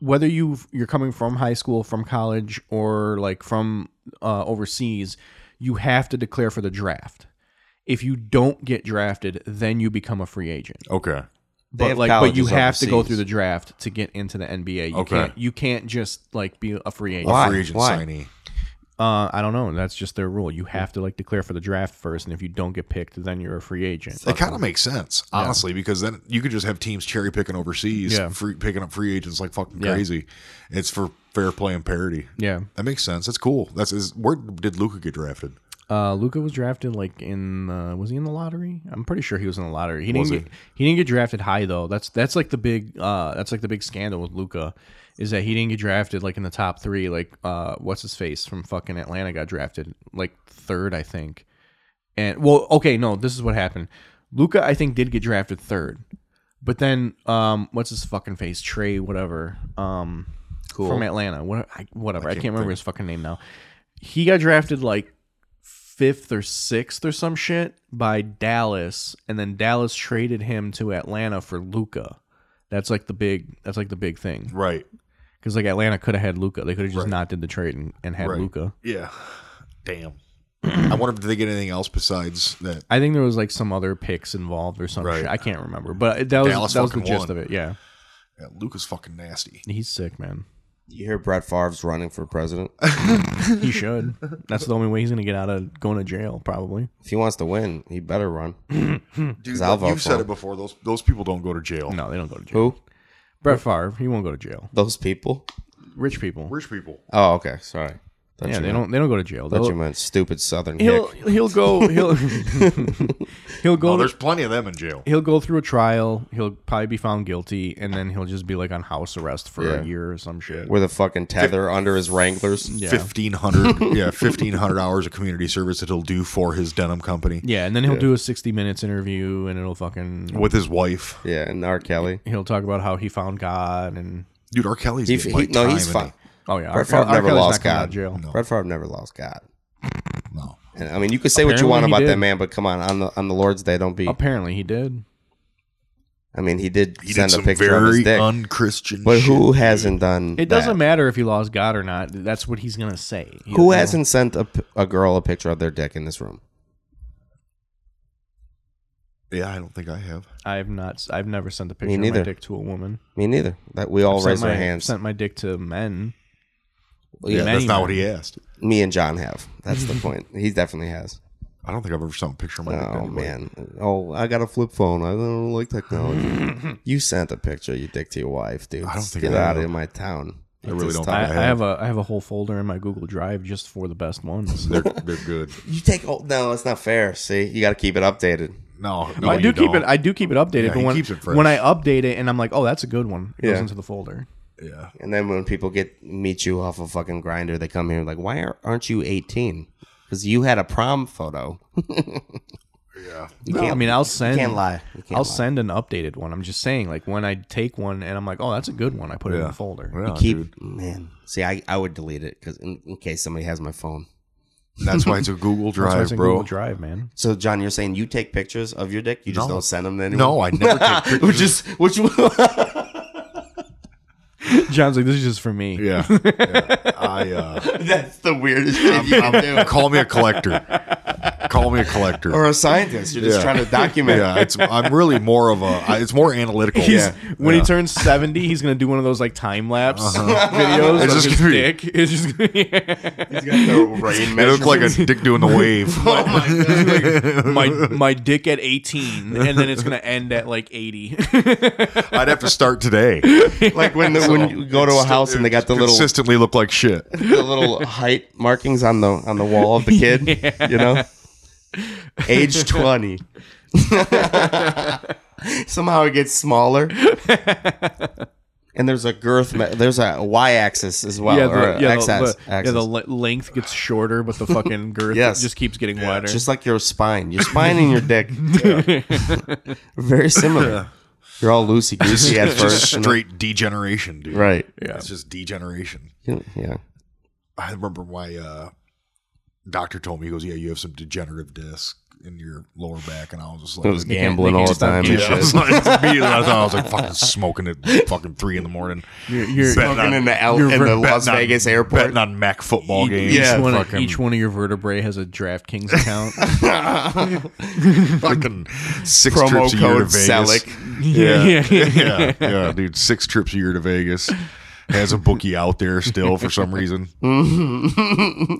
Speaker 3: whether you you're coming from high school, from college, or like from uh, overseas, you have to declare for the draft. If you don't get drafted, then you become a free agent.
Speaker 4: Okay.
Speaker 3: But
Speaker 2: have
Speaker 3: like, but you
Speaker 2: colleges
Speaker 3: have to go
Speaker 2: overseas.
Speaker 3: through the draft to get into the NBA. You
Speaker 4: Okay.
Speaker 3: can't you can't just like be a free agent.
Speaker 2: Why?
Speaker 4: Free agent
Speaker 2: Why?
Speaker 4: signee.
Speaker 3: Uh, I don't know. That's just their rule. You have to like declare for the draft first, and if you don't get picked, then you're a free agent.
Speaker 4: It kind of makes sense, honestly, because then you could just have teams cherry picking overseas,
Speaker 3: Yeah.
Speaker 4: free, picking up free agents like fucking
Speaker 3: Yeah.
Speaker 4: crazy. It's for fair play and parity.
Speaker 3: Yeah.
Speaker 4: That makes sense. That's cool. That's is, where did Luca get drafted?
Speaker 3: Uh, Luca was drafted like in uh, was he in the lottery? I'm pretty sure he was in the lottery. He
Speaker 4: Was
Speaker 3: didn't get, he didn't get drafted high though. That's that's like the big uh, that's like the big scandal with Luca is that he didn't get drafted like in the top three. Like uh, what's his face from fucking Atlanta got drafted like third, I think. And well, okay, no, this is what happened. Luca, I think, did get drafted third, but then um, what's his fucking face? Trey, whatever. Um,
Speaker 2: Cool.
Speaker 3: from Atlanta. What, I, whatever. I can't, remember his fucking name now. He got drafted like fifth or sixth or some shit by Dallas, and then Dallas traded him to Atlanta for Luca. That's like the big. That's like the big thing
Speaker 4: Right.
Speaker 3: because like Atlanta could have had Luca. They could have just not did the trade and, and had
Speaker 4: Right.
Speaker 3: Luca.
Speaker 4: Yeah. Damn. I wonder if did they get anything else besides that.
Speaker 3: I think there was like some other picks involved or some
Speaker 4: Right.
Speaker 3: shit. I can't remember, but that was
Speaker 4: Dallas
Speaker 3: that was the
Speaker 4: fucking
Speaker 3: gist
Speaker 4: won.
Speaker 3: of it. Yeah,
Speaker 4: Yeah, Luca's fucking nasty.
Speaker 3: he's sick, man.
Speaker 2: You hear Brett Favre's running for president.
Speaker 3: He should. That's the only way he's gonna get out of going to jail, probably.
Speaker 2: if he wants to win, he better run.
Speaker 4: Dude,
Speaker 2: I'll
Speaker 4: like
Speaker 2: vote
Speaker 4: you've
Speaker 2: for
Speaker 4: said
Speaker 2: him.
Speaker 4: it before. Those those people don't go to jail.
Speaker 3: No, they don't go to jail.
Speaker 2: Who?
Speaker 3: Brett Favre, he won't go to jail.
Speaker 2: Those people?
Speaker 3: Rich people.
Speaker 4: Rich people.
Speaker 2: Oh, okay. Sorry. Thought
Speaker 3: Yeah,
Speaker 2: you
Speaker 3: they
Speaker 2: meant-
Speaker 3: don't. They don't go to jail.
Speaker 2: Thought you
Speaker 3: They'll-
Speaker 2: meant stupid Southern
Speaker 3: He'll
Speaker 2: hick.
Speaker 3: he'll go he'll he'll
Speaker 4: Oh,
Speaker 3: go
Speaker 4: there's plenty of them in jail.
Speaker 3: he'll go through a trial. He'll probably be found guilty, and then he'll just be like on house arrest for
Speaker 2: Yeah.
Speaker 3: a year or some shit.
Speaker 2: With a fucking tether under his Wranglers.
Speaker 3: Yeah,
Speaker 4: Fifteen hundred, yeah, fifteen hundred hours of community service that he'll do for his denim company
Speaker 3: yeah, and then he'll do a sixty minutes interview, and it'll fucking
Speaker 4: with his wife.
Speaker 2: Yeah, and R. Kelly.
Speaker 3: he'll talk about how he found God and
Speaker 4: Dude, R. Kelly's
Speaker 2: He,
Speaker 4: getting,
Speaker 2: he-
Speaker 4: like,
Speaker 2: no,
Speaker 4: time
Speaker 2: he's
Speaker 4: in
Speaker 2: fine.
Speaker 3: oh yeah,
Speaker 2: Brett
Speaker 3: R.
Speaker 2: Favre never
Speaker 3: Kelly's not
Speaker 2: lost
Speaker 3: coming out of
Speaker 2: God.
Speaker 3: jail.
Speaker 4: No.
Speaker 2: Brett Favre never lost God.
Speaker 4: it. No,
Speaker 2: And, I mean, you could say what you
Speaker 3: Apparently
Speaker 2: want
Speaker 3: he
Speaker 2: about
Speaker 3: did.
Speaker 2: that man, but come on, on the on the Lord's Day, don't be.
Speaker 3: Apparently he did.
Speaker 2: I mean, he did
Speaker 4: he did
Speaker 2: send a
Speaker 4: some
Speaker 2: picture of his
Speaker 4: very
Speaker 2: dick,
Speaker 4: unchristian.
Speaker 2: but
Speaker 4: shit.
Speaker 2: who hasn't done?
Speaker 3: It doesn't
Speaker 2: that?
Speaker 3: matter if he lost God or not. That's what he's gonna say. You
Speaker 2: Who
Speaker 3: know?
Speaker 2: hasn't sent a, p- a girl a picture of their dick in this room?
Speaker 4: Yeah, I don't think I have.
Speaker 3: I've not. I've never sent a picture of my
Speaker 2: neither.
Speaker 3: dick to a woman.
Speaker 2: Me neither. That we all
Speaker 3: I've
Speaker 2: raise
Speaker 3: sent
Speaker 2: our
Speaker 3: my-
Speaker 2: hands.
Speaker 3: Sent my dick to men.
Speaker 4: Yeah,
Speaker 3: Many
Speaker 4: that's not
Speaker 3: men.
Speaker 4: what he asked.
Speaker 2: Me and John have. That's the point. He definitely has.
Speaker 4: I don't think I've ever sent a picture of my dick to
Speaker 2: Oh
Speaker 4: anybody.
Speaker 2: man. Oh, I got a flip phone. I don't like technology. you sent a picture of your dick to your wife, dude.
Speaker 4: I don't think
Speaker 2: Get
Speaker 4: I
Speaker 2: out
Speaker 4: have.
Speaker 2: of my town. I
Speaker 4: really don't
Speaker 3: I,
Speaker 4: I
Speaker 3: I have a I have a whole folder in my Google Drive just for the best ones.
Speaker 4: They're they're good.
Speaker 2: You take oh no, it's not fair. See, you got to keep it updated.
Speaker 4: No, no
Speaker 3: I do
Speaker 4: you
Speaker 3: keep it.
Speaker 4: don't.
Speaker 3: I do keep it updated.
Speaker 4: Yeah,
Speaker 3: but
Speaker 4: he
Speaker 3: when,
Speaker 4: keeps it fresh.
Speaker 3: when I update it, and I'm like, oh, that's a good one. It
Speaker 2: Yeah.
Speaker 3: goes into the folder.
Speaker 4: yeah,
Speaker 2: And then when people get meet you off a fucking grinder, they come here like, why are- aren't you eighteen? Because you had a prom photo.
Speaker 4: yeah.
Speaker 2: You
Speaker 3: I mean, I'll send.
Speaker 2: can't lie. You can't
Speaker 3: I'll
Speaker 2: lie.
Speaker 3: send an updated one. I'm just saying, like when I take one and I'm like, oh, that's a good one. I put it in
Speaker 4: Yeah.
Speaker 3: the folder.
Speaker 4: Yeah,
Speaker 2: keep
Speaker 4: dude.
Speaker 2: man. See, I, I would delete it because in, in case somebody has my phone.
Speaker 4: That's why it's a Google
Speaker 3: That's why
Speaker 4: Drive,
Speaker 3: it's in
Speaker 4: bro.
Speaker 3: Google Drive, man.
Speaker 2: So John, you're saying you take pictures of your dick, you just
Speaker 4: No.
Speaker 2: don't send them to anyone.
Speaker 4: No, I never take pictures.
Speaker 2: which is which.
Speaker 3: John's like, this is just for me.
Speaker 4: yeah. yeah. I uh,
Speaker 2: that's the weirdest thing you can do.
Speaker 4: call me a collector. Call me a collector.
Speaker 2: Or a scientist, you're just
Speaker 4: Yeah.
Speaker 2: trying to document.
Speaker 4: yeah, it's I'm really more of a I- it's more analytical.
Speaker 3: He's,
Speaker 4: yeah.
Speaker 3: When
Speaker 4: Yeah.
Speaker 3: he
Speaker 4: Uh-huh.
Speaker 3: turns 70, he's going to do one of those like time lapse videos.
Speaker 4: It's
Speaker 3: It's
Speaker 4: just
Speaker 3: just
Speaker 4: gonna
Speaker 3: his
Speaker 4: be-
Speaker 3: dick. It's just gonna
Speaker 2: He's got the rain
Speaker 4: It looked like
Speaker 2: measurements. Oh
Speaker 4: a dick doing the wave.
Speaker 3: my, my dick at 18, and then it's going to end at like 80.
Speaker 4: I'd have to start today.
Speaker 2: like when the, when you go to a house and they got the little
Speaker 4: consistently look like shit.
Speaker 2: the little height markings on the on the wall of the kid, you know, age twenty. Somehow it gets smaller, and there's a girth. Me- there's a y-axis as well,
Speaker 3: yeah,
Speaker 2: or
Speaker 3: the, yeah, the,
Speaker 2: x-axis.
Speaker 3: the- yeah, the le- length gets shorter, but the fucking girth
Speaker 2: Yes.
Speaker 3: just keeps getting wider.
Speaker 2: just like your spine, your spine and your dick, very similar. You're all loosey goosey at
Speaker 4: It's just
Speaker 2: first, and then-
Speaker 4: straight degeneration, dude.
Speaker 2: right?
Speaker 4: It's just degeneration.
Speaker 2: You- Yeah,
Speaker 4: I remember my uh, doctor told me he goes, "Yeah, you have some degenerative disc in your lower back," and I was just like,
Speaker 2: it was gambling all the time.
Speaker 4: Yeah,
Speaker 2: and
Speaker 4: I was
Speaker 2: shit.
Speaker 4: like, immediately I thought I was like fucking smoking at fucking three in the morning.
Speaker 3: You're- you're-
Speaker 4: Betting
Speaker 2: Fucking
Speaker 4: on-
Speaker 2: in the, L-
Speaker 4: you're
Speaker 2: in the
Speaker 4: betting
Speaker 2: Las
Speaker 4: on-
Speaker 2: Vegas airport.
Speaker 4: betting on Mac football games.
Speaker 2: yeah,
Speaker 4: and
Speaker 3: each, one of,
Speaker 4: fucking,
Speaker 3: each one of your vertebrae has a DraftKings account.
Speaker 4: fucking six
Speaker 2: promo
Speaker 4: trips a year to
Speaker 2: code
Speaker 4: Vegas.
Speaker 2: Selick.
Speaker 4: Yeah.
Speaker 3: Yeah.
Speaker 4: yeah, yeah, dude. Six trips a year to Vegas. Has a bookie out there still for some reason.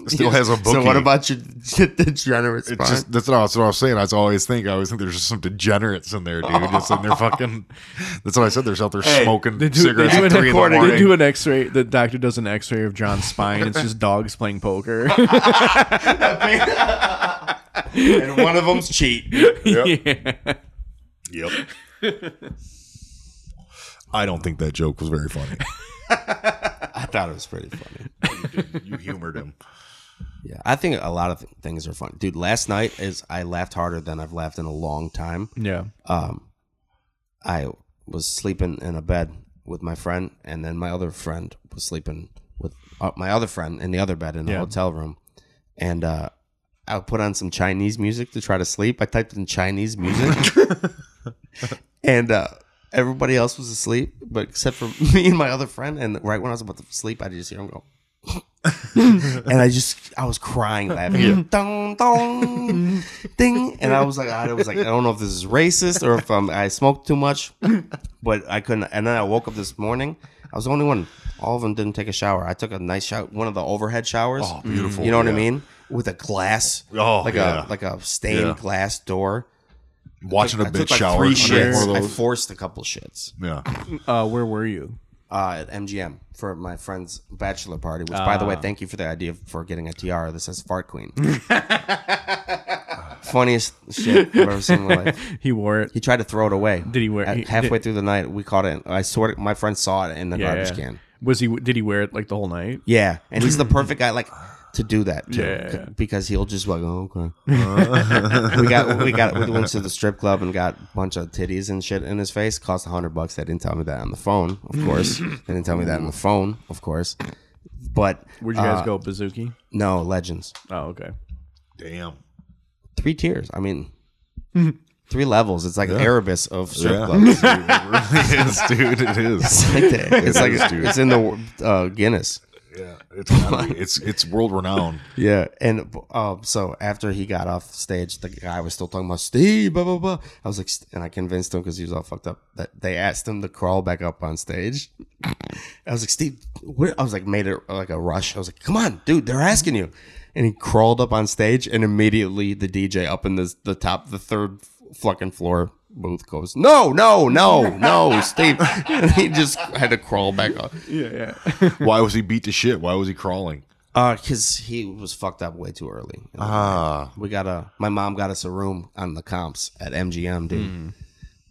Speaker 4: Still has a bookie.
Speaker 2: So what about your degenerate spine?
Speaker 4: It's just that's what, I was, that's what I was saying. I was always think I always think there's just some degenerates in there, dude. Just in their fucking. That's what I said. They're out there smoking
Speaker 3: They do, they,
Speaker 4: cigarettes
Speaker 3: do
Speaker 4: at
Speaker 3: an,
Speaker 4: three in the morning.
Speaker 3: they do an x-ray. The doctor does an x-ray of John's spine. It's just dogs playing poker.
Speaker 2: and one of them's cheat.
Speaker 4: yep. I don't think that joke was very funny.
Speaker 2: I thought it was pretty funny.
Speaker 4: You humored him.
Speaker 2: Yeah, I think a lot of th- things are fun, dude. Last night is I laughed harder than I've laughed in a long time.
Speaker 3: Yeah.
Speaker 2: Um, I was sleeping in a bed with my friend, and then my other friend was sleeping with uh, my other friend in the other bed in the
Speaker 3: Yeah.
Speaker 2: hotel room, and uh, I put on some Chinese music to try to sleep. I typed in Chinese music, and uh, everybody else was asleep, but except for me and my other friend. And right when I was about to sleep, I just hear him go. and I just I was crying laughing. Dong dong ding. And I was like, I was like, I don't know if this is racist or if um, I smoked too much, but I couldn't. And then I woke up this morning. I was the only one. All of them didn't take a shower. I took a nice shower, one of the overhead showers.
Speaker 4: Oh, beautiful,
Speaker 2: You know what I
Speaker 4: yeah.
Speaker 2: mean? With a glass,
Speaker 4: Oh,
Speaker 2: like
Speaker 4: yeah.
Speaker 2: a like a stained
Speaker 4: Yeah.
Speaker 2: glass door.
Speaker 4: Watching
Speaker 2: I
Speaker 4: a big
Speaker 2: took like
Speaker 4: shower.
Speaker 2: three
Speaker 4: I mean,
Speaker 2: shits.
Speaker 4: one
Speaker 2: I
Speaker 4: of those.
Speaker 2: forced a couple shits
Speaker 4: yeah.
Speaker 3: Uh, where were you?
Speaker 2: uh, at MGM for my friend's bachelor party. Which, by the
Speaker 4: Ah.
Speaker 2: way, thank you for the idea for getting a tiara that says "Fart Queen." Funniest shit I've ever seen in my life.
Speaker 3: He wore it.
Speaker 2: He tried to throw it away.
Speaker 3: Did he wear-
Speaker 2: At-
Speaker 3: he-
Speaker 2: halfway through the night, we caught it. I swear, to, my friend saw it in the garbage can.
Speaker 3: Was he? Did he wear it like the whole night?
Speaker 2: Yeah, and he's the perfect guy, like. To do that, too,
Speaker 3: Yeah.
Speaker 2: c- because he'll just like, oh, okay. we got, we got, we went to the strip club and got a bunch of titties and shit in his face. Cost a hundred bucks. They didn't tell me that on the phone, of course. they didn't tell me that on the phone, of course. But
Speaker 3: Where'd you guys go? Bazooki.
Speaker 2: No, legends.
Speaker 3: Oh, okay.
Speaker 4: Damn.
Speaker 2: Three tiers. I mean, three levels. It's like Erebus of strip
Speaker 4: Yeah.
Speaker 2: clubs.
Speaker 4: It really is, dude. It is.
Speaker 2: It's like, the- it's, like it's in the uh, Guinness.
Speaker 4: Yeah, it's gotta be. it's it's world renowned.
Speaker 2: Yeah, and um, so after he got off stage, the guy was still talking about Steve, blah blah blah. I was like, "St-" and I convinced him because he was all fucked up that they asked him to crawl back up on stage. I was like, Steve, where? I was like, made it like a rush. I was like, come on, dude, they're asking you. And he crawled up on stage, and immediately the DJ up in the the top, the third fucking floor booth goes, no, no, no, no, Steve. and he just had to crawl back up.
Speaker 3: Yeah,
Speaker 4: Why was he beat to shit? Why was he crawling?
Speaker 2: Uh, cause he was fucked up way too early.
Speaker 4: Ah,
Speaker 2: We got a. My mom got us a room on the comps at MGM, dude.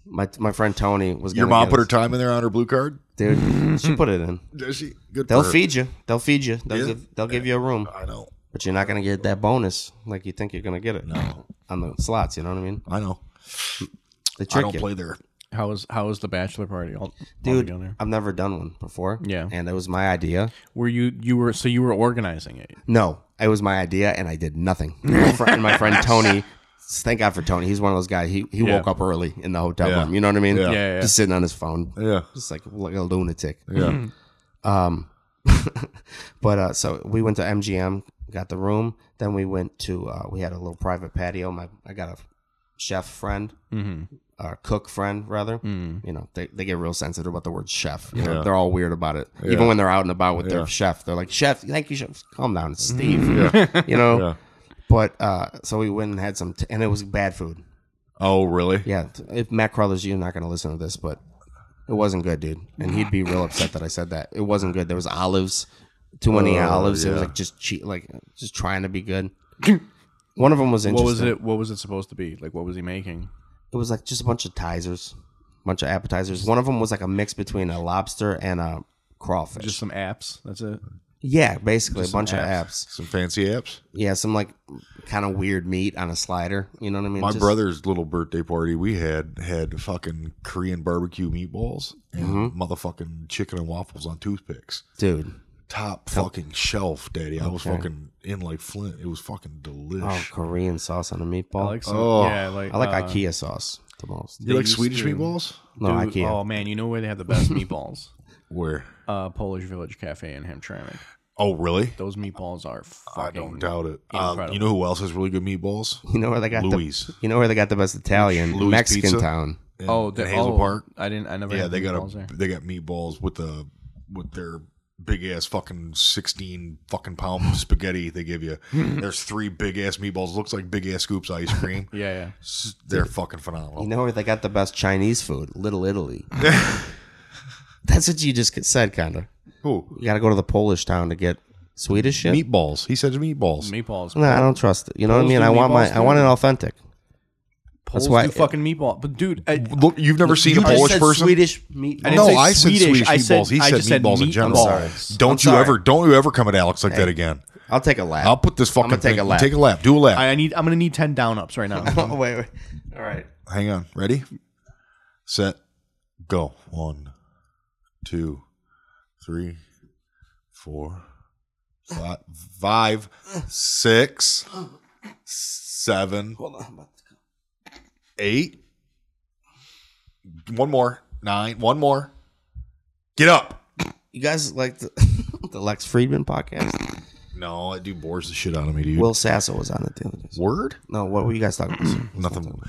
Speaker 2: My my friend Tony was.
Speaker 4: Hmm. your
Speaker 2: gonna
Speaker 4: mom
Speaker 2: get
Speaker 4: put her
Speaker 2: us-
Speaker 4: time in there on her blue card.
Speaker 2: dude. she put it in.
Speaker 4: Does she? Good.
Speaker 2: They'll
Speaker 4: for her.
Speaker 2: feed you. They'll feed you. They'll
Speaker 4: Yeah.
Speaker 2: give. They'll give you a room,
Speaker 4: I know.
Speaker 2: but you're not gonna get that bonus like you think you're gonna get it. No. On the slots, you know what I mean?
Speaker 4: I know.
Speaker 2: They
Speaker 4: I
Speaker 2: trick
Speaker 4: don't
Speaker 2: you.
Speaker 4: play there.
Speaker 3: yeah. how was how was the bachelor party all,
Speaker 2: Dude,
Speaker 3: all together?
Speaker 2: I've never done one before.
Speaker 3: Yeah.
Speaker 2: And it was my idea.
Speaker 3: Were you you were so you were organizing it?
Speaker 2: No, it was my idea, and I did nothing. My friend, and my friend Tony, thank God for Tony. He's one of those guys. He he
Speaker 3: Yeah.
Speaker 2: woke up early in the hotel
Speaker 4: Yeah.
Speaker 2: room. You know what I mean?
Speaker 4: Yeah.
Speaker 3: Yeah, yeah.
Speaker 2: Just sitting on his phone,
Speaker 4: Yeah.
Speaker 2: just like like a lunatic.
Speaker 4: Yeah.
Speaker 2: Um, but uh, so we went to MGM, got the room. Then we went to uh, we had a little private patio. My I got a chef friend,
Speaker 3: Mm-hmm.
Speaker 2: or cook friend rather.
Speaker 3: Mm.
Speaker 2: You know, they, they get real sensitive about the word chef. You know,
Speaker 4: Mm-hmm. Yeah.
Speaker 2: they're all weird about it.
Speaker 4: Yeah.
Speaker 2: Even when they're out and about with
Speaker 4: Yeah. Mm-hmm.
Speaker 2: their chef, they're like, "Chef, thank you, chef. Calm down, it's Steve."
Speaker 4: Yeah.
Speaker 2: You know.
Speaker 4: Yeah.
Speaker 2: But uh, so we went and had some, t- and it was bad food.
Speaker 4: Oh, really?
Speaker 2: Yeah, t- if Matt Cruthers, you're not gonna listen to this, but it wasn't good, dude. And he'd be real upset that I said that. It wasn't good. There was olives, too many
Speaker 4: Oh,
Speaker 2: olives. It was
Speaker 4: yeah.
Speaker 2: like just cheat, like just trying to be good. One of them was
Speaker 3: What
Speaker 2: interesting.
Speaker 3: was it? What was it supposed to be? Like, what was he making?
Speaker 2: It was like just a bunch of tizers, bunch of appetizers. One of them was like a mix between a lobster and a crawfish.
Speaker 3: Just some apps. That's it.
Speaker 2: yeah, basically a bunch
Speaker 3: apps.
Speaker 2: of apps.
Speaker 4: Some fancy apps.
Speaker 2: Yeah, some like kind of weird meat on a slider. You know what I mean?
Speaker 4: My
Speaker 2: Just-
Speaker 4: brother's little birthday party we had had fucking Korean barbecue meatballs and
Speaker 2: Mm-hmm.
Speaker 4: motherfucking chicken and waffles on toothpicks.
Speaker 2: dude.
Speaker 4: Top fucking shelf, daddy. I was fucking in like Flint. It was fucking
Speaker 2: Oh,
Speaker 4: delish.
Speaker 2: Korean sauce on a meatball.
Speaker 3: I like some.
Speaker 4: Oh.
Speaker 3: yeah, like
Speaker 2: I like
Speaker 3: uh,
Speaker 2: IKEA sauce the most.
Speaker 4: you
Speaker 3: they
Speaker 4: like
Speaker 3: used
Speaker 4: Swedish
Speaker 3: to-
Speaker 4: meatballs?
Speaker 2: No,
Speaker 3: dude,
Speaker 2: IKEA.
Speaker 3: Oh man, you know where they have the best meatballs?
Speaker 4: Where?
Speaker 3: Uh, Polish Village Cafe in Hamtramck.
Speaker 4: Oh, really?
Speaker 3: Those meatballs are
Speaker 4: I
Speaker 3: fucking.
Speaker 4: don't doubt it. Um,
Speaker 3: incredible.
Speaker 4: you know who else has really good meatballs?
Speaker 2: You know where they got
Speaker 4: Louis.
Speaker 2: the You know where they got the best Italian
Speaker 4: Louis
Speaker 2: Mexican
Speaker 4: Pizza?
Speaker 2: town.
Speaker 4: In,
Speaker 3: Oh,
Speaker 4: in
Speaker 3: the,
Speaker 4: Hazel
Speaker 3: oh,
Speaker 4: Park.
Speaker 3: I didn't. I never.
Speaker 4: Yeah,
Speaker 3: had
Speaker 4: they got
Speaker 3: meatballs
Speaker 4: a
Speaker 3: there.
Speaker 4: they got meatballs with the with their big ass fucking sixteen fucking pound spaghetti they give you. There's three big ass meatballs. Looks like big ass scoops of ice cream.
Speaker 3: Yeah, yeah.
Speaker 4: S- They're fucking phenomenal.
Speaker 2: You know where they got the best Chinese food? Little Italy. That's what you just said, kinda.
Speaker 4: Who?
Speaker 2: You got to go to the Polish town to get Swedish shit.
Speaker 4: Meatballs. He said meatballs.
Speaker 3: Meatballs.
Speaker 2: No, I don't trust it. You know
Speaker 3: Poles
Speaker 2: what I mean?
Speaker 3: do
Speaker 2: I want my
Speaker 3: meatballs,
Speaker 2: I want
Speaker 3: too.
Speaker 2: it authentic.
Speaker 3: Poles
Speaker 2: why-
Speaker 3: do fucking meatball. But dude, I,
Speaker 4: Look, you've never seen
Speaker 2: You
Speaker 4: a
Speaker 2: just
Speaker 4: Polish
Speaker 2: said
Speaker 4: person.
Speaker 2: Swedish meat.
Speaker 3: I didn't
Speaker 4: no,
Speaker 3: say
Speaker 4: I said
Speaker 3: Swedish.
Speaker 4: Swedish
Speaker 3: I said-
Speaker 4: meatballs. he
Speaker 3: I
Speaker 4: said
Speaker 3: just said
Speaker 4: meatballs in general.
Speaker 2: meatballs.
Speaker 4: Don't
Speaker 2: I'm
Speaker 4: you
Speaker 2: sorry.
Speaker 4: ever, don't you ever come at Alex like that again.
Speaker 2: I'll take a lap.
Speaker 4: I'll put this fucking.
Speaker 2: gonna take
Speaker 4: thing-
Speaker 2: a lap.
Speaker 4: Take a lap. Do a lap.
Speaker 3: I need. I'm gonna need ten down ups right now.
Speaker 2: oh, wait, wait. All right.
Speaker 4: Hang on. Ready? Set. Go. One, two, three, four, fi- five, six, seven, eight. One more. Nine. One more. Get up.
Speaker 2: You guys like the, the Lex Friedman podcast?
Speaker 4: No, that dude bores the shit out of me, dude.
Speaker 2: Will Sasso was on it the other day.
Speaker 4: Word?
Speaker 2: No, what were you guys talking about?
Speaker 4: Nothing.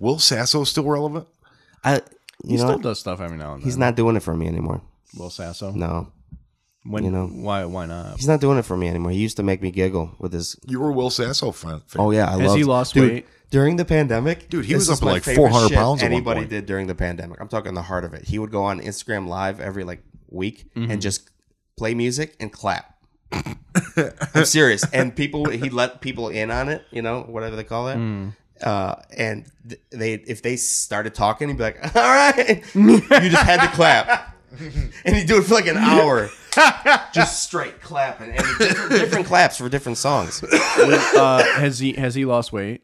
Speaker 4: Will Sasso still relevant?
Speaker 2: I, you
Speaker 3: he
Speaker 2: know,
Speaker 3: still
Speaker 2: what?
Speaker 3: does stuff every now and then.
Speaker 2: he's not doing it for me anymore.
Speaker 3: Will Sasso.
Speaker 2: No,
Speaker 3: When
Speaker 2: you know.
Speaker 3: why why not?
Speaker 2: he's not doing it for me anymore. He used to make me giggle with his.
Speaker 4: You were a Will Sasso fan. fan.
Speaker 2: Oh yeah, I
Speaker 3: Has
Speaker 2: love.
Speaker 3: he lost
Speaker 2: dude,
Speaker 3: weight?
Speaker 2: during the pandemic?
Speaker 4: Dude, he
Speaker 2: this
Speaker 4: was
Speaker 2: is
Speaker 4: up to
Speaker 2: my
Speaker 4: like
Speaker 2: favorite
Speaker 4: 400
Speaker 2: shit
Speaker 4: pounds at one
Speaker 2: Anybody
Speaker 4: point.
Speaker 2: did during the pandemic? I'm talking the heart of it. He would go on Instagram Live every like week
Speaker 4: Mm-hmm.
Speaker 2: and just play music and clap. I'm serious. And people, he let people in on it, you know, whatever they call it.
Speaker 4: Mm.
Speaker 2: Uh, and th- they, if they started talking, he'd be like, "All right," you just had to clap, and he'd do it for like an hour, just straight clapping, and different, different claps for different songs.
Speaker 3: uh, has he has he lost weight?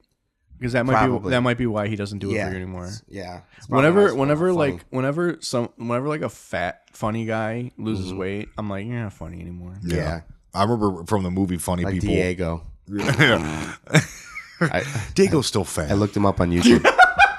Speaker 3: Because that might be
Speaker 2: Probably.
Speaker 3: that might be why he doesn't do it
Speaker 2: Yeah.
Speaker 3: for you anymore.
Speaker 2: Yeah. It's probably
Speaker 3: Whenever
Speaker 2: always
Speaker 3: whenever
Speaker 2: funny.
Speaker 3: like whenever some whenever like a fat funny guy loses weight, I'm like you're not funny anymore.
Speaker 2: Mm-hmm. yeah,
Speaker 4: I remember from the movie Funny
Speaker 2: like
Speaker 4: People.
Speaker 2: Diego,
Speaker 4: Yeah.
Speaker 2: I,
Speaker 4: Diego's still fat.
Speaker 2: I looked him up on YouTube.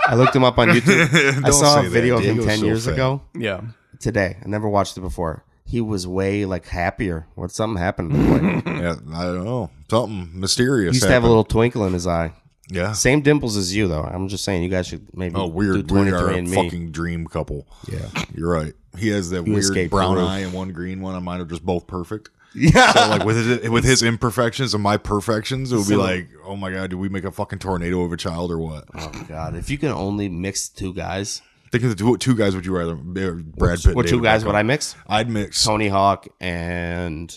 Speaker 2: I looked him up on YouTube. I
Speaker 4: Don't
Speaker 2: saw
Speaker 4: say
Speaker 2: a
Speaker 4: that.
Speaker 2: video of him
Speaker 4: Diego's
Speaker 2: ten
Speaker 4: so
Speaker 2: years
Speaker 4: fat.
Speaker 2: ago.
Speaker 3: Yeah,
Speaker 2: Today, I never watched it before. He was way like happier. What something happened to the boy?
Speaker 4: Yeah, I don't know. Something mysterious.
Speaker 2: He used to have a little twinkle in his eye.
Speaker 4: yeah.
Speaker 2: Same dimples as you, though. I'm just saying, you guys should maybe
Speaker 4: Oh, weird.
Speaker 2: do
Speaker 4: We are
Speaker 2: 23
Speaker 4: a
Speaker 2: and me.
Speaker 4: fucking dream couple. Yeah, you're right. He has that weird
Speaker 2: escaped
Speaker 4: brown
Speaker 2: Peru.
Speaker 4: eye and one green one. And mine are just both perfect.
Speaker 2: Yeah.
Speaker 4: So like with his, with his imperfections and my perfections, it would be like, oh my god, did we make a fucking tornado of a child or what?
Speaker 2: oh God, if you can only mix two guys,
Speaker 4: Think of the two, two guys. Would you rather uh, Brad Pitt? and
Speaker 2: what two
Speaker 4: David
Speaker 2: guys
Speaker 4: Beckham.
Speaker 2: would I mix?
Speaker 4: I'd mix.
Speaker 2: Tony Hawk and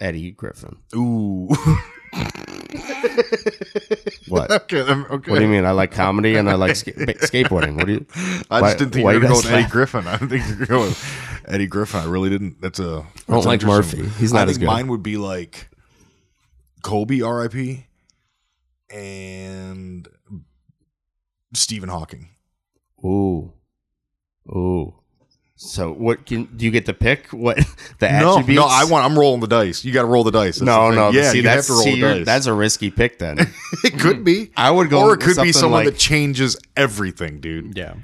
Speaker 2: Eddie Griffin.
Speaker 4: Ooh.
Speaker 2: What?
Speaker 4: okay. I'm- okay.
Speaker 2: What do you mean? I like comedy and I like ska- ba- skateboarding. What do you?
Speaker 4: I
Speaker 2: why-
Speaker 4: just didn't think
Speaker 2: why
Speaker 4: you were
Speaker 2: you
Speaker 4: going
Speaker 2: guys
Speaker 4: with Eddie
Speaker 2: laugh?
Speaker 4: Griffin. I didn't think you were going with Eddie Griffin. I really didn't. That's a. I
Speaker 2: don't like Murphy. He's
Speaker 4: I
Speaker 2: not
Speaker 4: think
Speaker 2: as good.
Speaker 4: Mine would be like Kobe, R.I.P. and Stephen Hawking.
Speaker 2: Ooh, ooh. So what can do you get to pick? What the
Speaker 4: no,
Speaker 2: attributes?
Speaker 4: no, I want. I'm rolling the dice. You got to roll the dice. That's
Speaker 2: No,
Speaker 4: the thing.
Speaker 2: no.
Speaker 4: yeah,
Speaker 2: see,
Speaker 4: you
Speaker 2: that's,
Speaker 4: have to roll
Speaker 2: see,
Speaker 4: the
Speaker 2: you're-
Speaker 4: dice.
Speaker 2: That's a risky pick then.
Speaker 4: it could be.
Speaker 2: I would go
Speaker 4: or
Speaker 2: with
Speaker 4: it could be
Speaker 2: something
Speaker 4: someone
Speaker 2: like-
Speaker 4: that changes everything, dude.
Speaker 3: Yeah.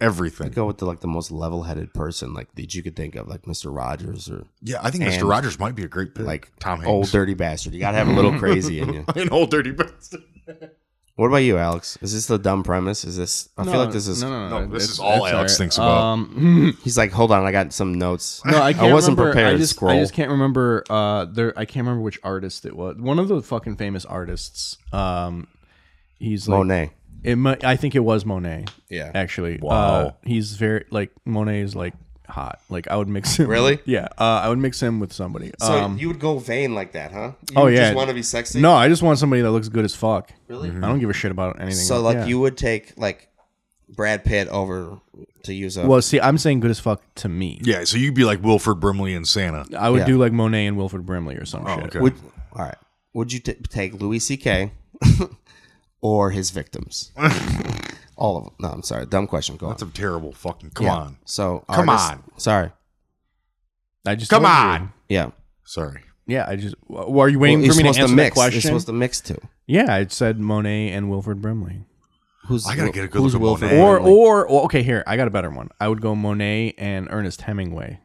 Speaker 4: Everything.
Speaker 2: go with the, like the most level-headed person like that you could think of, like Mister Rogers or
Speaker 4: Yeah, I think
Speaker 2: And-
Speaker 4: Mr. Rogers might be a great pick.
Speaker 2: like
Speaker 4: Tom Hanks,
Speaker 2: old dirty bastard. You gotta have a little crazy in you.
Speaker 4: an old dirty bastard.
Speaker 2: What about you, Alex? Is this the dumb premise? Is this? I feel like this is.
Speaker 3: no, no,
Speaker 4: no,
Speaker 3: no.
Speaker 4: this
Speaker 3: it's-
Speaker 4: is all
Speaker 3: it's
Speaker 4: Alex
Speaker 3: alright.
Speaker 4: thinks about.
Speaker 3: Um,
Speaker 2: He's like, hold on, I got some notes.
Speaker 3: no, I, can't
Speaker 2: wasn't
Speaker 3: remember.
Speaker 2: prepared.
Speaker 3: I just,
Speaker 2: Scroll.
Speaker 3: I just can't remember. Uh, there, I can't remember which artist it was. One of the fucking famous artists. Um, he's like
Speaker 2: Monet.
Speaker 3: It might, I think it was Monet.
Speaker 2: Yeah.
Speaker 3: Actually. Wow.
Speaker 4: Wow.
Speaker 3: he's very like Monet is like hot. Like I would mix him.
Speaker 2: Really?
Speaker 3: Yeah. Uh, I would mix him with somebody.
Speaker 2: So
Speaker 3: um,
Speaker 2: you would go vain like that, huh? You
Speaker 3: oh
Speaker 2: would
Speaker 3: yeah.
Speaker 2: Just want to be sexy.
Speaker 3: No, I just want somebody that looks good as fuck.
Speaker 2: Really?
Speaker 3: I don't give a shit about anything.
Speaker 2: So
Speaker 3: else.
Speaker 2: like
Speaker 3: Yeah.
Speaker 2: you would take like Brad Pitt over to use a
Speaker 3: Well, see, I'm saying good as fuck to me.
Speaker 4: yeah, so you'd be like Wilford Brimley and Santa.
Speaker 3: I would
Speaker 2: Yeah.
Speaker 3: do like Monet and Wilfred Brimley or some
Speaker 4: Oh,
Speaker 3: shit.
Speaker 4: okay.
Speaker 2: Would all right? Would you t- take Louis C.K. or his victims? All of them. No, I'm sorry. Dumb question. Go
Speaker 4: That's
Speaker 2: on.
Speaker 4: a terrible fucking. Come
Speaker 2: Yeah.
Speaker 4: on.
Speaker 2: So
Speaker 4: Come
Speaker 2: artist-
Speaker 4: on.
Speaker 2: Sorry.
Speaker 3: I just
Speaker 4: Come
Speaker 3: told you.
Speaker 4: on.
Speaker 2: Yeah.
Speaker 4: Sorry.
Speaker 3: Yeah, I just. Well, are you waiting
Speaker 2: Well, you're
Speaker 3: for me
Speaker 2: supposed
Speaker 3: to answer that
Speaker 2: mix. You're
Speaker 3: question?
Speaker 2: supposed to mix two.
Speaker 3: Yeah, I said Monet and Wilfred Brimley.
Speaker 2: Who's
Speaker 4: I gotta get a good
Speaker 2: who's
Speaker 4: look at
Speaker 2: Wilfred
Speaker 4: Monet.
Speaker 3: Or,
Speaker 2: Brimley?
Speaker 3: or or okay, here I got a better one. I would go Monet and Ernest Hemingway.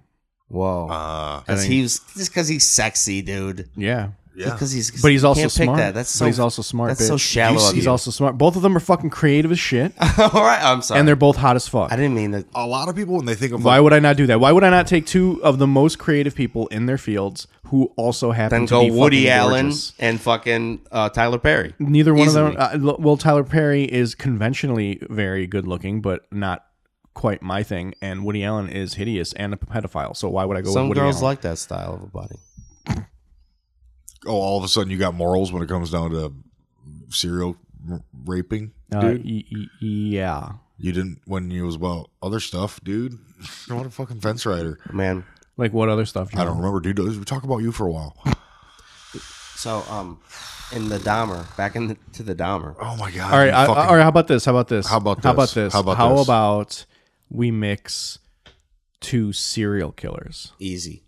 Speaker 2: whoa.
Speaker 4: Uh,
Speaker 2: Because
Speaker 3: I think-
Speaker 2: he's just because he's sexy, dude.
Speaker 3: Yeah,
Speaker 4: yeah.
Speaker 2: Because he's
Speaker 3: but he's
Speaker 2: you
Speaker 3: also
Speaker 2: can't pick
Speaker 3: smart.
Speaker 2: that. That's so
Speaker 3: but he's also smart.
Speaker 2: That's
Speaker 3: bitch.
Speaker 2: so shallow.
Speaker 4: You
Speaker 2: of
Speaker 4: see
Speaker 3: He's
Speaker 2: you.
Speaker 3: also smart. Both of them are fucking creative as shit,
Speaker 2: all right. I'm sorry.
Speaker 3: and they're both hot as fuck.
Speaker 2: I didn't mean that.
Speaker 4: a lot of people when they think of
Speaker 3: Why
Speaker 4: like,
Speaker 3: would I not do that? Why would I not take two of the most creative people in their fields who also happen
Speaker 2: Then
Speaker 3: to
Speaker 2: go
Speaker 3: be
Speaker 2: Woody
Speaker 3: fucking
Speaker 2: Allen
Speaker 3: gorgeous?
Speaker 2: and fucking uh, Tyler Perry.
Speaker 3: Neither one
Speaker 2: Easily.
Speaker 3: of them. Uh, l- well, Tyler Perry is conventionally very good looking, but not quite my thing. And Woody Allen is hideous and a pedophile. So why would I go
Speaker 2: Some
Speaker 3: with Woody
Speaker 2: girls
Speaker 3: Allen?
Speaker 2: like that style of a body.
Speaker 4: oh, all of a sudden you got morals when it comes down to serial r- raping,
Speaker 3: Uh,
Speaker 4: dude.
Speaker 3: y- y- yeah.
Speaker 4: you didn't when you was about other stuff, dude. You're not a fucking fence rider.
Speaker 2: Man.
Speaker 3: Like what other stuff?
Speaker 4: I don't remember, dude. We talked about you for a while.
Speaker 2: So um, in the Dahmer, back into to the Dahmer.
Speaker 4: Oh my god.
Speaker 3: All right.
Speaker 4: you
Speaker 3: I,
Speaker 4: fucking-
Speaker 3: all right. How about this? How about this?
Speaker 4: How about
Speaker 3: How about
Speaker 4: this?
Speaker 3: this?
Speaker 4: How about
Speaker 3: How
Speaker 4: this?
Speaker 3: about we mix two serial killers?
Speaker 2: Easy.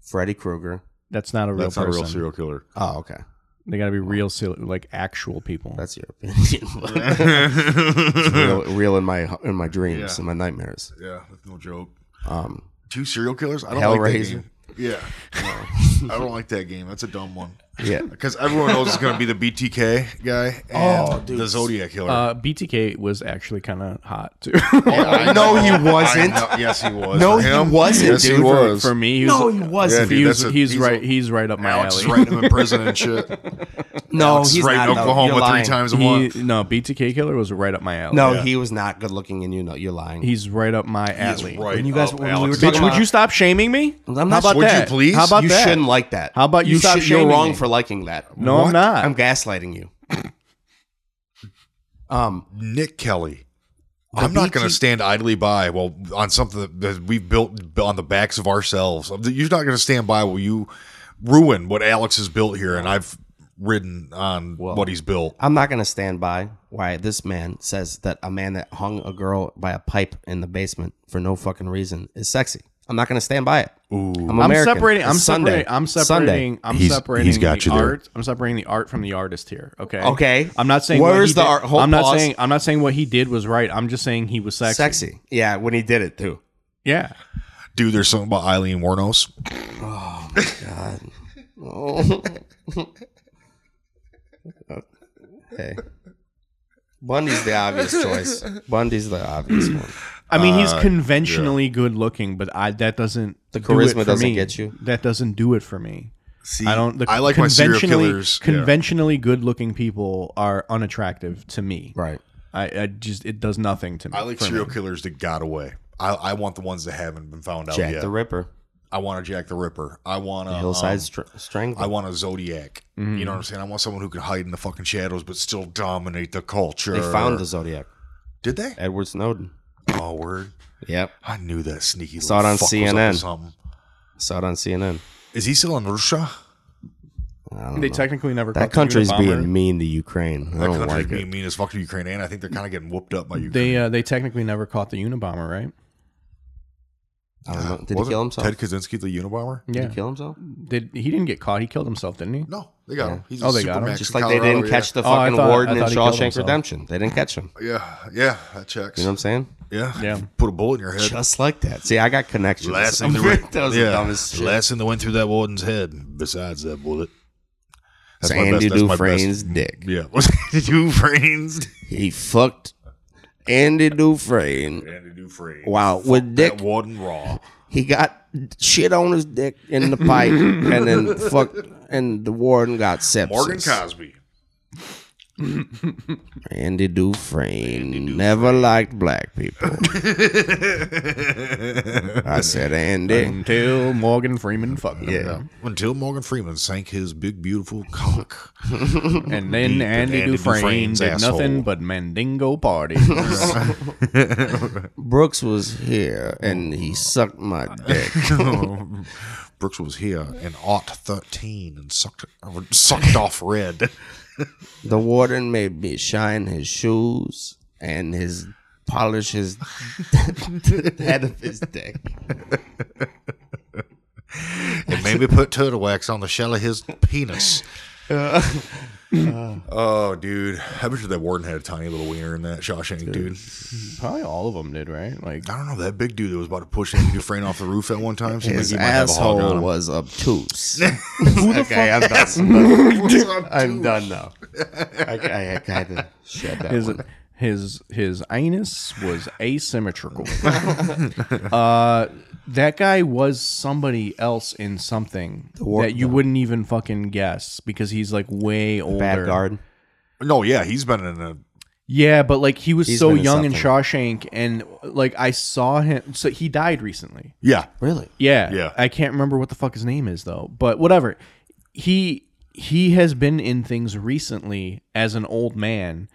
Speaker 2: Freddy Krueger.
Speaker 3: That's not a real
Speaker 4: That's not
Speaker 3: person.
Speaker 4: a real serial killer.
Speaker 2: Oh, okay.
Speaker 3: They got to be real, serial, like actual people.
Speaker 2: That's your opinion. It's real, real in my in my dreams,
Speaker 4: Yeah.
Speaker 2: in my nightmares.
Speaker 4: Yeah, that's no joke.
Speaker 2: Um,
Speaker 4: Two serial killers? I don't like that
Speaker 2: Hellraiser.
Speaker 4: game. Yeah. No, I don't like that game. That's a dumb one.
Speaker 2: yeah.
Speaker 4: Because everyone knows it's going to be the BTK guy and
Speaker 2: Oh, dude.
Speaker 4: the Zodiac killer.
Speaker 3: Uh, BTK was actually kind of hot too.
Speaker 4: I
Speaker 2: Oh, No,
Speaker 4: know.
Speaker 2: he
Speaker 4: I
Speaker 2: wasn't.
Speaker 4: know- yes, he was.
Speaker 2: No,
Speaker 4: For
Speaker 2: he
Speaker 4: him,
Speaker 2: wasn't,
Speaker 4: Yes,
Speaker 2: dude.
Speaker 4: he was.
Speaker 3: For me, he was,
Speaker 2: No, he wasn't.
Speaker 4: Yeah, dude,
Speaker 3: he was,
Speaker 4: that's a-
Speaker 3: he's,
Speaker 4: he's
Speaker 3: right.
Speaker 4: a-
Speaker 3: he's right up my
Speaker 4: Alex is
Speaker 3: alley.
Speaker 4: writing him in prison and shit.
Speaker 2: No,
Speaker 4: Alex is
Speaker 2: Oh, he's not.
Speaker 4: writing
Speaker 2: No,
Speaker 4: Oklahoma
Speaker 2: you're lying.
Speaker 4: three times a
Speaker 3: He,
Speaker 4: month.
Speaker 3: no, BTK killer was right up my alley.
Speaker 2: No,
Speaker 4: Yeah.
Speaker 2: he was not good looking, and you know you're lying.
Speaker 3: he's right up my
Speaker 4: He's
Speaker 3: alley.
Speaker 4: right
Speaker 2: When you guys-
Speaker 4: up
Speaker 2: when we
Speaker 4: Alex.
Speaker 2: were
Speaker 3: Bitch,
Speaker 2: Come
Speaker 3: would
Speaker 2: on.
Speaker 3: you stop shaming me?
Speaker 2: I'm
Speaker 3: How
Speaker 2: not-
Speaker 3: about
Speaker 4: Would you
Speaker 3: that?
Speaker 4: please?
Speaker 3: How about
Speaker 2: you
Speaker 3: that?
Speaker 2: shouldn't like that.
Speaker 3: How about you
Speaker 2: you?
Speaker 3: stop
Speaker 2: should- you're
Speaker 3: shaming
Speaker 2: wrong
Speaker 3: me?
Speaker 2: for liking that.
Speaker 3: No, I'm not.
Speaker 2: I'm gaslighting you. um,
Speaker 4: Nick Kelly. I'm not going to
Speaker 2: BT
Speaker 4: stand idly by while on something that- that we've built on the backs of ourselves. You're not going to stand by while you ruin what Alex has built here, and I've ridden on what he's built.
Speaker 2: I'm not going to stand by why this man says that a man that hung a girl by a pipe in the basement for no fucking reason is sexy. I'm not going to stand by it. Ooh. I'm,
Speaker 3: I'm
Speaker 2: American.
Speaker 3: separating. I'm
Speaker 2: It's Sunday.
Speaker 3: separating. I'm
Speaker 2: Sunday.
Speaker 3: separating. I'm
Speaker 4: He's-
Speaker 3: separating.
Speaker 4: he's got
Speaker 3: the
Speaker 4: you there.
Speaker 3: art. I'm separating the art from the artist here. Okay.
Speaker 2: Okay.
Speaker 3: I'm not saying. what
Speaker 2: Where's
Speaker 3: he
Speaker 2: the
Speaker 3: did-
Speaker 2: art? Hold
Speaker 3: I'm not
Speaker 2: pause.
Speaker 3: saying. I'm not saying what he did was right. I'm just saying he was sexy.
Speaker 2: Sexy. Yeah, when he did it too.
Speaker 3: Yeah.
Speaker 4: Dude, there's something about Eileen Warnos.
Speaker 2: Oh. okay. Bundy's the obvious choice. Bundy's the obvious one.
Speaker 3: I mean,
Speaker 4: Uh,
Speaker 3: he's conventionally good looking, but I that doesn't the
Speaker 2: charisma doesn't get you?
Speaker 3: That doesn't do it for me.
Speaker 4: See,
Speaker 3: I don't. The
Speaker 4: I like my serial
Speaker 3: conventionally-
Speaker 4: killers. yeah.
Speaker 3: Conventionally good looking people are unattractive to me.
Speaker 2: Right.
Speaker 3: I, I just it does nothing to me.
Speaker 4: I like
Speaker 3: for me.
Speaker 4: serial killers that got away. I, I want the ones that haven't been found out
Speaker 2: Jack
Speaker 4: yet.
Speaker 2: the Ripper.
Speaker 4: I want a Jack the Mm-hmm. Ripper. I want
Speaker 3: Uh,
Speaker 4: a
Speaker 2: Hillside
Speaker 4: um,
Speaker 2: str- Strangler.
Speaker 4: I want a Zodiac. You know what I'm saying? I want someone who can hide in the fucking shadows but still dominate the culture.
Speaker 2: they found the Zodiac.
Speaker 4: Did they?
Speaker 2: Edward Snowden.
Speaker 4: Oh, word.
Speaker 2: Yep.
Speaker 4: I knew that sneaky.
Speaker 2: Saw
Speaker 4: little
Speaker 2: it on
Speaker 4: fuck was up to
Speaker 2: CNN.
Speaker 4: something.
Speaker 2: Saw it on CNN.
Speaker 4: Is he still in Russia?
Speaker 2: I don't
Speaker 3: They
Speaker 2: know.
Speaker 3: technically never
Speaker 2: that
Speaker 3: caught the
Speaker 2: country's
Speaker 3: Unabomber.
Speaker 2: being mean to Ukraine. I
Speaker 4: That
Speaker 2: don't
Speaker 4: country's
Speaker 2: like
Speaker 4: being
Speaker 2: it.
Speaker 4: mean as fuck to Ukraine, and I think they're kind of getting whooped up by Ukraine.
Speaker 3: They uh, they technically never caught the Unabomber, right?
Speaker 2: I don't know. Did he
Speaker 4: Wasn't
Speaker 2: kill himself?
Speaker 4: Ted Kaczynski, the Unabomber.
Speaker 2: Did
Speaker 3: Yeah.
Speaker 2: he kill himself?
Speaker 3: Did he didn't get caught? He killed himself, didn't he?
Speaker 4: No, they got him. He's
Speaker 3: Oh,
Speaker 4: a
Speaker 3: they got him?
Speaker 4: Supermax
Speaker 2: Just
Speaker 4: in
Speaker 2: like they
Speaker 4: Colorado,
Speaker 2: didn't
Speaker 4: yeah.
Speaker 2: catch the
Speaker 3: Oh, I
Speaker 2: fucking
Speaker 3: thought-
Speaker 2: warden
Speaker 3: I
Speaker 2: in
Speaker 3: thought he killed
Speaker 2: Shawshank
Speaker 3: himself.
Speaker 2: Redemption. They didn't catch him.
Speaker 4: Yeah, yeah, that checks.
Speaker 2: You know what I'm saying?
Speaker 4: yeah,
Speaker 3: Yeah.
Speaker 4: Put a bullet in your head.
Speaker 2: Just like that. See, I got connections.
Speaker 4: Last thing,
Speaker 2: I'm
Speaker 4: that went,
Speaker 2: that was
Speaker 4: yeah,
Speaker 2: the dumbest shit.
Speaker 4: last thing that went through that warden's head, besides that bullet,
Speaker 2: It's
Speaker 4: my
Speaker 2: Andy
Speaker 4: best- that's my best.
Speaker 2: Dufresne's dick.
Speaker 4: Yeah, was Dufresne's?
Speaker 2: He fucked Andy Dufresne
Speaker 4: Andy Dufresne.
Speaker 2: Wow, with dick.
Speaker 4: That warden raw.
Speaker 2: He got shit on his dick in the pipe, and then fucked, and the warden got sepsis.
Speaker 4: Morgan Cosby.
Speaker 2: Andy Dufresne never liked black people. I said, Andy.
Speaker 3: Until Morgan Freeman fucked him.
Speaker 2: Yeah.
Speaker 4: Until Morgan Freeman sank his big beautiful cock.
Speaker 3: And then Andy,
Speaker 4: Deep in Andy
Speaker 3: Dufresne
Speaker 4: Dufresne's
Speaker 3: did
Speaker 4: asshole.
Speaker 3: nothing but Mandingo party.
Speaker 2: Brooks was here, and he sucked my dick.
Speaker 4: Brooks was here in aught thirteen and sucked uh, sucked off red.
Speaker 2: The warden made me shine his shoes and his polish his head of his dick.
Speaker 4: It made me put turtle wax on the shell of his penis. oh, dude! I bet you that warden had a tiny little wiener in that Shawshank, dude.
Speaker 3: Probably all of them did, right? Like
Speaker 4: I don't know that big dude that was about to push Andy Dufresne off the roof at one time. Seems
Speaker 2: His
Speaker 4: like he might have a hog on
Speaker 2: asshole
Speaker 4: him.
Speaker 2: was obtuse. okay, I'm done. I'm done now. I, I, I had to shut that
Speaker 3: his
Speaker 2: one.
Speaker 3: his his anus was asymmetrical. uh, that guy was somebody else in something
Speaker 2: war-
Speaker 3: that you wouldn't even fucking guess because he's like way older.
Speaker 2: Bad guard.
Speaker 4: No, yeah, he's been in a
Speaker 3: Yeah, but like he was
Speaker 2: He's
Speaker 3: so
Speaker 2: been in
Speaker 3: young in
Speaker 2: something.
Speaker 3: Shawshank, and like I saw him. So he died recently.
Speaker 4: yeah.
Speaker 2: Really?
Speaker 3: Yeah.
Speaker 4: Yeah.
Speaker 3: I can't remember what the fuck his name is though. But whatever. He he has been in things recently as an old man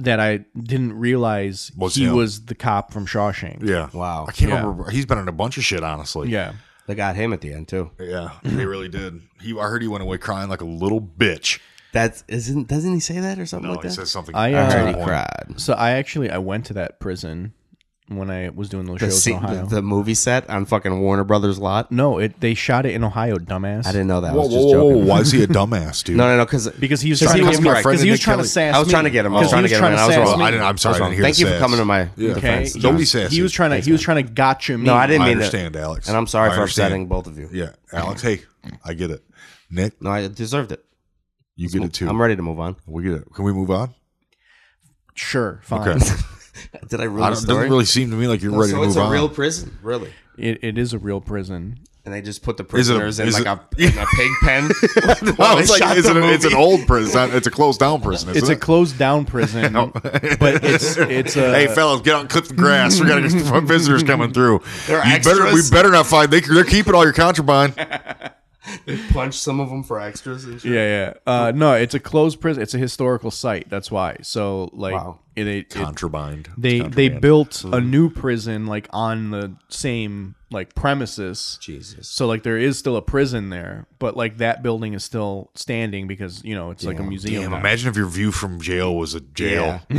Speaker 3: that I didn't realize
Speaker 4: Was
Speaker 3: he
Speaker 4: him.
Speaker 3: was the cop from Shawshank.
Speaker 4: Yeah.
Speaker 2: Wow.
Speaker 4: I can't
Speaker 3: Yeah.
Speaker 4: remember. He's been in a bunch of shit, honestly.
Speaker 3: Yeah.
Speaker 2: They got him at the end too.
Speaker 4: Yeah. He really did. He I heard he went away crying like a little bitch.
Speaker 2: That's isn't doesn't he say that or something
Speaker 4: No,
Speaker 2: like
Speaker 4: he
Speaker 2: that?
Speaker 4: says something.
Speaker 3: I,
Speaker 2: I
Speaker 3: uh,
Speaker 4: at some
Speaker 2: heard he
Speaker 4: point.
Speaker 2: cried.
Speaker 3: So I actually I went to that prison when I was doing those
Speaker 2: The,
Speaker 3: shows
Speaker 2: scene-
Speaker 3: in Ohio.
Speaker 2: the, the movie set on fucking Warner Brothers lot.
Speaker 3: no, it they shot it in Ohio, dumbass.
Speaker 2: I didn't know that. I
Speaker 4: Whoa,
Speaker 2: was just
Speaker 4: whoa, whoa,
Speaker 2: joking.
Speaker 4: whoa. Why is he a dumbass, dude?
Speaker 2: No, no, no, because
Speaker 3: because he was
Speaker 2: Because he
Speaker 3: trying to
Speaker 2: was
Speaker 3: get me
Speaker 2: my
Speaker 3: right.
Speaker 2: friend
Speaker 3: Because he
Speaker 2: that
Speaker 3: was trying
Speaker 2: killed
Speaker 3: to
Speaker 2: him.
Speaker 3: sass
Speaker 2: I was
Speaker 3: me.
Speaker 2: trying to get him. I was
Speaker 3: 'Cause he
Speaker 2: trying to get him,
Speaker 3: trying
Speaker 2: and I was
Speaker 3: sass
Speaker 2: wrong.
Speaker 3: me.
Speaker 4: I didn't, I'm sorry. I didn't hear
Speaker 2: Thank
Speaker 4: the
Speaker 2: you for
Speaker 4: sass.
Speaker 2: coming to my
Speaker 4: Yeah.
Speaker 3: Okay,
Speaker 2: defense.
Speaker 4: Don't be
Speaker 2: John.
Speaker 4: sassy.
Speaker 3: he was trying to he was trying to gotcha me.
Speaker 2: No, I didn't
Speaker 4: I
Speaker 2: mean that.
Speaker 4: understand, Alex.
Speaker 2: And I'm sorry
Speaker 4: I
Speaker 2: for
Speaker 4: understand.
Speaker 2: upsetting both of you.
Speaker 4: Yeah, Alex. Hey, I get it. Nick,
Speaker 2: No, I deserved it.
Speaker 4: you get it too.
Speaker 2: I'm ready to move on.
Speaker 4: We get it. Can we move on?
Speaker 3: Sure, fine.
Speaker 4: Okay.
Speaker 2: Did I
Speaker 4: I
Speaker 2: ruin the
Speaker 4: don't, doesn't
Speaker 2: story?
Speaker 4: really seem to me like you're ready
Speaker 2: so
Speaker 4: to
Speaker 2: it's
Speaker 4: move
Speaker 2: a
Speaker 4: on.
Speaker 2: real prison, really.
Speaker 3: It, it is a real prison.
Speaker 2: And they just put the
Speaker 4: Is it a-
Speaker 2: prisoners in
Speaker 4: is
Speaker 2: like
Speaker 4: it-
Speaker 2: a, in a pig pen.
Speaker 4: Oh,
Speaker 2: While they
Speaker 4: it's, like,
Speaker 2: shot
Speaker 4: it's,
Speaker 2: the
Speaker 4: an, it's an
Speaker 2: movie.
Speaker 4: old prison. It's a closed down prison.
Speaker 3: It's
Speaker 4: Isn't
Speaker 3: a closed down prison, but it's it's a
Speaker 4: Hey fellas, get out and clip the grass. We got visitors coming through.
Speaker 2: They're
Speaker 4: you better, we
Speaker 2: extras.
Speaker 4: better not find. They, they're keeping all your contraband.
Speaker 2: punch some of them for extras. And shit.
Speaker 3: yeah yeah uh, no it's a closed prison. It's a historical site. That's why. So like
Speaker 2: Wow.
Speaker 3: it, it, it
Speaker 4: Contraband.
Speaker 3: they they built a new prison like on the same like premises.
Speaker 2: Jesus.
Speaker 3: So like there is still a prison there, but like that building is still standing because you know it's like a museum.
Speaker 4: Damn,
Speaker 3: now.
Speaker 4: imagine if your view from jail was a jail.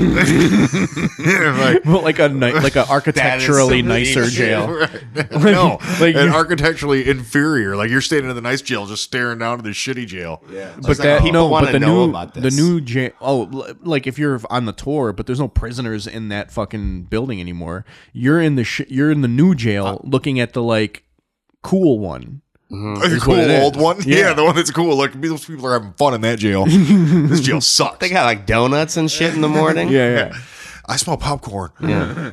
Speaker 3: But like a ni- like a architecturally
Speaker 2: some
Speaker 3: nicer
Speaker 2: neat
Speaker 3: jail.
Speaker 4: no,
Speaker 3: Like-
Speaker 4: and architecturally inferior. Like you're standing in the nice jail, just staring down to the shitty jail.
Speaker 2: Yeah.
Speaker 3: but that
Speaker 2: people
Speaker 3: no,
Speaker 2: oh, wanna
Speaker 3: but the
Speaker 2: know
Speaker 3: new
Speaker 2: about
Speaker 3: the
Speaker 2: this.
Speaker 3: new jail. Oh, l- like if you're on the tour, but there's no prisoners in that fucking building anymore. You're in the sh- you're in the new jail, looking at the like cool one.
Speaker 4: the cool
Speaker 3: what it
Speaker 4: old
Speaker 3: is.
Speaker 4: one. Yeah.
Speaker 3: Yeah.
Speaker 4: the one that's cool. Like those people are having fun in that jail. this jail sucks.
Speaker 2: They got like donuts and shit in the morning.
Speaker 3: Yeah, yeah.
Speaker 4: I smell popcorn.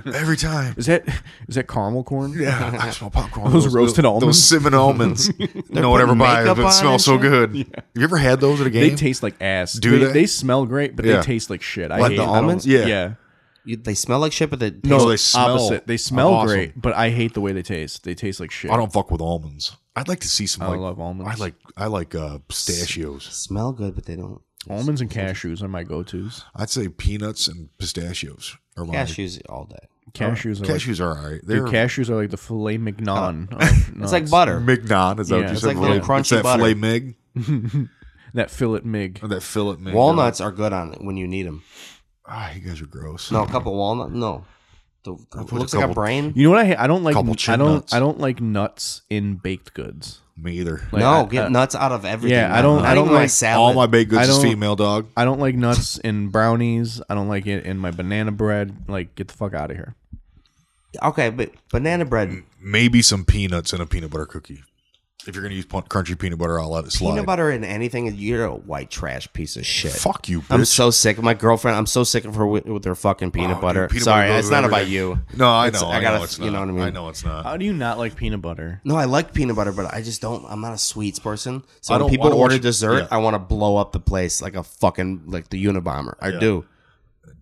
Speaker 4: every time.
Speaker 3: is that is that caramel corn?
Speaker 4: Yeah, I smell popcorn.
Speaker 3: Those roasted
Speaker 4: those,
Speaker 3: almonds?
Speaker 4: those cinnamon almonds. no
Speaker 2: putting
Speaker 4: one ever buys,
Speaker 2: makeup
Speaker 4: but it
Speaker 2: on
Speaker 4: smells so
Speaker 2: and shit?
Speaker 4: good. You ever had those at a
Speaker 3: They
Speaker 4: game?
Speaker 3: taste like ass.
Speaker 4: Do
Speaker 3: they,
Speaker 4: they?
Speaker 3: they smell great, but
Speaker 4: Yeah.
Speaker 3: they taste like shit. I
Speaker 4: Like
Speaker 3: hate
Speaker 4: the
Speaker 3: I don't-
Speaker 2: almonds?
Speaker 4: Yeah.
Speaker 3: yeah.
Speaker 2: You, they smell like shit, but they
Speaker 4: No,
Speaker 2: taste-
Speaker 4: they smell
Speaker 3: opposite. They smell
Speaker 4: awesome.
Speaker 3: great, but I hate the way they taste. They taste like shit.
Speaker 4: I don't fuck with almonds. I'd like to see some.
Speaker 3: I
Speaker 4: like,
Speaker 3: love almonds.
Speaker 4: I like I like uh, pistachios.
Speaker 2: smell good, but they don't.
Speaker 3: almonds and cashews are my go tos.
Speaker 4: I'd say peanuts and pistachios are my
Speaker 2: Cashews all day.
Speaker 3: Cashews are like,
Speaker 4: Cashews are alright. They're
Speaker 3: dude, cashews are like the filet mignon. of
Speaker 2: It's
Speaker 3: nuts.
Speaker 2: like butter.
Speaker 4: mignon. Is that
Speaker 3: Yeah,
Speaker 4: what you
Speaker 3: it's
Speaker 4: said?
Speaker 2: like little
Speaker 4: It's
Speaker 2: crunchy
Speaker 4: that filet
Speaker 2: butter.
Speaker 4: mig.
Speaker 3: that fillet mig.
Speaker 4: That fillet man.
Speaker 2: Walnuts are good on it when you need them.
Speaker 4: Ah, you guys are gross.
Speaker 2: No, a couple walnut. No, the, it
Speaker 4: put
Speaker 2: looks
Speaker 4: a
Speaker 2: like a
Speaker 4: couple-
Speaker 2: brain.
Speaker 3: You know what I hate? I don't like
Speaker 4: Couple
Speaker 3: I
Speaker 4: chin
Speaker 3: don't
Speaker 4: nuts.
Speaker 3: I don't like nuts in baked goods.
Speaker 4: Me either.
Speaker 3: Like,
Speaker 2: no,
Speaker 3: I-
Speaker 2: get
Speaker 4: uh,
Speaker 3: I-
Speaker 2: nuts out of everything.
Speaker 3: yeah, I
Speaker 2: man.
Speaker 3: don't-
Speaker 2: Not
Speaker 3: I don't
Speaker 2: even my
Speaker 3: like-
Speaker 2: salad.
Speaker 4: All my baked goods
Speaker 3: I
Speaker 4: is
Speaker 3: don't-
Speaker 4: female dog.
Speaker 3: I don't like nuts in brownies. I don't like it in my banana bread. Like, get the fuck out of here.
Speaker 2: okay, but banana
Speaker 4: Mm,
Speaker 2: bread,
Speaker 4: Maybe some peanuts in a peanut butter cookie. If you're gonna use pun- crunchy peanut butter, I'll let it slide.
Speaker 2: peanut butter, and anything. You're a white trash piece of shit.
Speaker 4: Fuck you, bitch.
Speaker 2: I'm so sick of my girlfriend. I'm so sick of her with, with her fucking peanut
Speaker 4: Oh, dude,
Speaker 2: butter.
Speaker 4: peanut
Speaker 2: Sorry,
Speaker 4: butter
Speaker 2: it's
Speaker 4: goes
Speaker 2: not
Speaker 4: with
Speaker 2: about
Speaker 4: everything.
Speaker 2: you.
Speaker 4: No, I
Speaker 2: It's-
Speaker 4: know.
Speaker 2: I gotta,
Speaker 4: know it's
Speaker 2: you know
Speaker 4: not.
Speaker 2: what I mean.
Speaker 4: I know it's not.
Speaker 3: How do you not like peanut butter?
Speaker 2: No, I like peanut butter, but I just don't. I'm not a sweets person. So
Speaker 4: I
Speaker 2: when
Speaker 4: don't-
Speaker 2: people
Speaker 4: I don't
Speaker 2: order
Speaker 4: watch-
Speaker 2: dessert,
Speaker 4: yeah.
Speaker 2: I want to blow up the place like a fucking like the Unabomber. I do.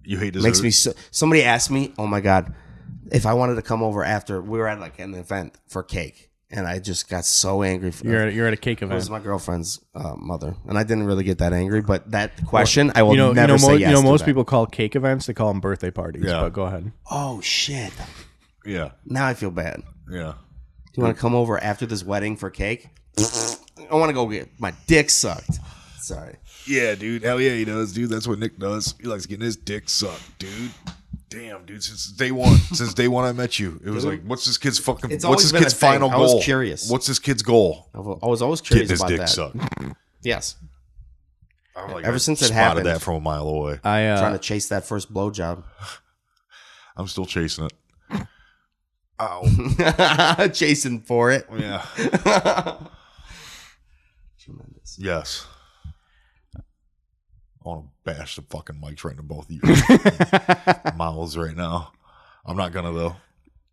Speaker 4: You hate
Speaker 2: It
Speaker 4: dessert.
Speaker 2: makes me so. Somebody asked me, "Oh my god, if I wanted to come over after we were at like an event for cake," and I just got so angry. For,
Speaker 3: You're at, you're at a cake
Speaker 2: it was
Speaker 3: event.
Speaker 2: my girlfriend's uh, mother, and I didn't really get that angry. But that question, I will
Speaker 3: You know, you
Speaker 2: never
Speaker 3: know,
Speaker 2: say
Speaker 3: mo-
Speaker 2: yes.
Speaker 3: you know
Speaker 2: to
Speaker 3: most
Speaker 2: that.
Speaker 3: people call cake events, they call them birthday parties.
Speaker 4: Yeah.
Speaker 3: But go ahead.
Speaker 2: Oh shit!
Speaker 4: Yeah,
Speaker 2: Now I feel bad.
Speaker 4: yeah.
Speaker 2: Do you want to come over after this wedding for cake? I want to go get my dick sucked. Sorry.
Speaker 4: Yeah, dude. Hell yeah, he does, dude. That's what Nick does. He likes getting his dick sucked, dude. Damn, dude. Since day one, since day one I met you, it was like, what's this kid's fucking?
Speaker 2: It's
Speaker 4: what's
Speaker 2: always
Speaker 4: this
Speaker 2: been a
Speaker 4: kid's
Speaker 2: thing.
Speaker 4: final
Speaker 2: I was
Speaker 4: goal?
Speaker 2: curious.
Speaker 4: What's this kid's goal?
Speaker 2: I wa- I was always
Speaker 4: Getting
Speaker 2: curious
Speaker 4: his
Speaker 2: about
Speaker 4: dick
Speaker 2: that.
Speaker 4: sucked.
Speaker 2: Yes,
Speaker 4: I'm like,
Speaker 2: Ever
Speaker 4: I
Speaker 2: since it
Speaker 4: spotted
Speaker 2: happened.
Speaker 4: that from a mile away.
Speaker 3: I uh,
Speaker 2: trying to chase that first blowjob.
Speaker 4: I'm still chasing it. Ow.
Speaker 2: Chasing for it.
Speaker 4: yeah.
Speaker 2: Tremendous.
Speaker 4: Yes. I want to bash the fucking mics right into both of your mouths right now. I'm not gonna though.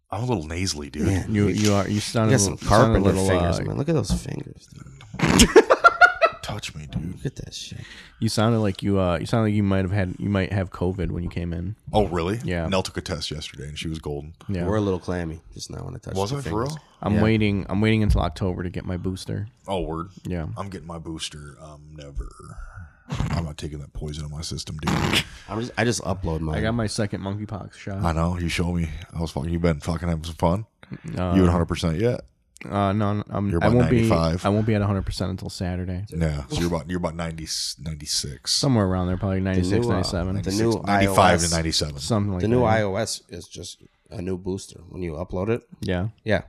Speaker 4: I'm a little nasally, dude.
Speaker 3: you you are you
Speaker 2: You
Speaker 3: sound a
Speaker 2: got some
Speaker 3: little, you sound a
Speaker 2: carpenter
Speaker 3: little
Speaker 2: fingers,
Speaker 3: uh,
Speaker 2: man. Look at those fingers. Dude.
Speaker 4: Touch me, dude.
Speaker 2: Look at that shit.
Speaker 3: you sounded like you uh you sounded like you might have had you might have COVID when you came in.
Speaker 4: Oh, really?
Speaker 3: Yeah.
Speaker 4: Nell took a test yesterday and she was golden.
Speaker 3: Yeah.
Speaker 2: We're a little clammy just now when I touched.
Speaker 4: Was
Speaker 2: the
Speaker 4: I for
Speaker 2: fingers.
Speaker 4: real?
Speaker 3: I'm waiting I'm waiting until October to get my booster.
Speaker 4: Oh, word.
Speaker 3: Yeah.
Speaker 4: I'm getting my booster. Um, never. I'm not taking that poison in my system, dude.
Speaker 2: I'm just, I just upload mine.
Speaker 3: I got my second monkeypox shot.
Speaker 4: I know. You show me. I was fucking. You been fucking having some fun. you at 100 percent yet?
Speaker 3: Uh no, no, I'm,
Speaker 4: You're
Speaker 3: I
Speaker 4: about
Speaker 3: won't
Speaker 4: 95.
Speaker 3: be I won't be at 100% until Saturday.
Speaker 4: Yeah. So you're about you're about 90, 96,
Speaker 3: Somewhere around there probably 96
Speaker 2: new, uh,
Speaker 3: 97.
Speaker 2: the new
Speaker 4: 95
Speaker 2: iOS,
Speaker 4: to 97.
Speaker 3: something like
Speaker 2: The new
Speaker 3: that.
Speaker 2: iOS is just a new booster when you upload it.
Speaker 3: Yeah.
Speaker 2: Yeah,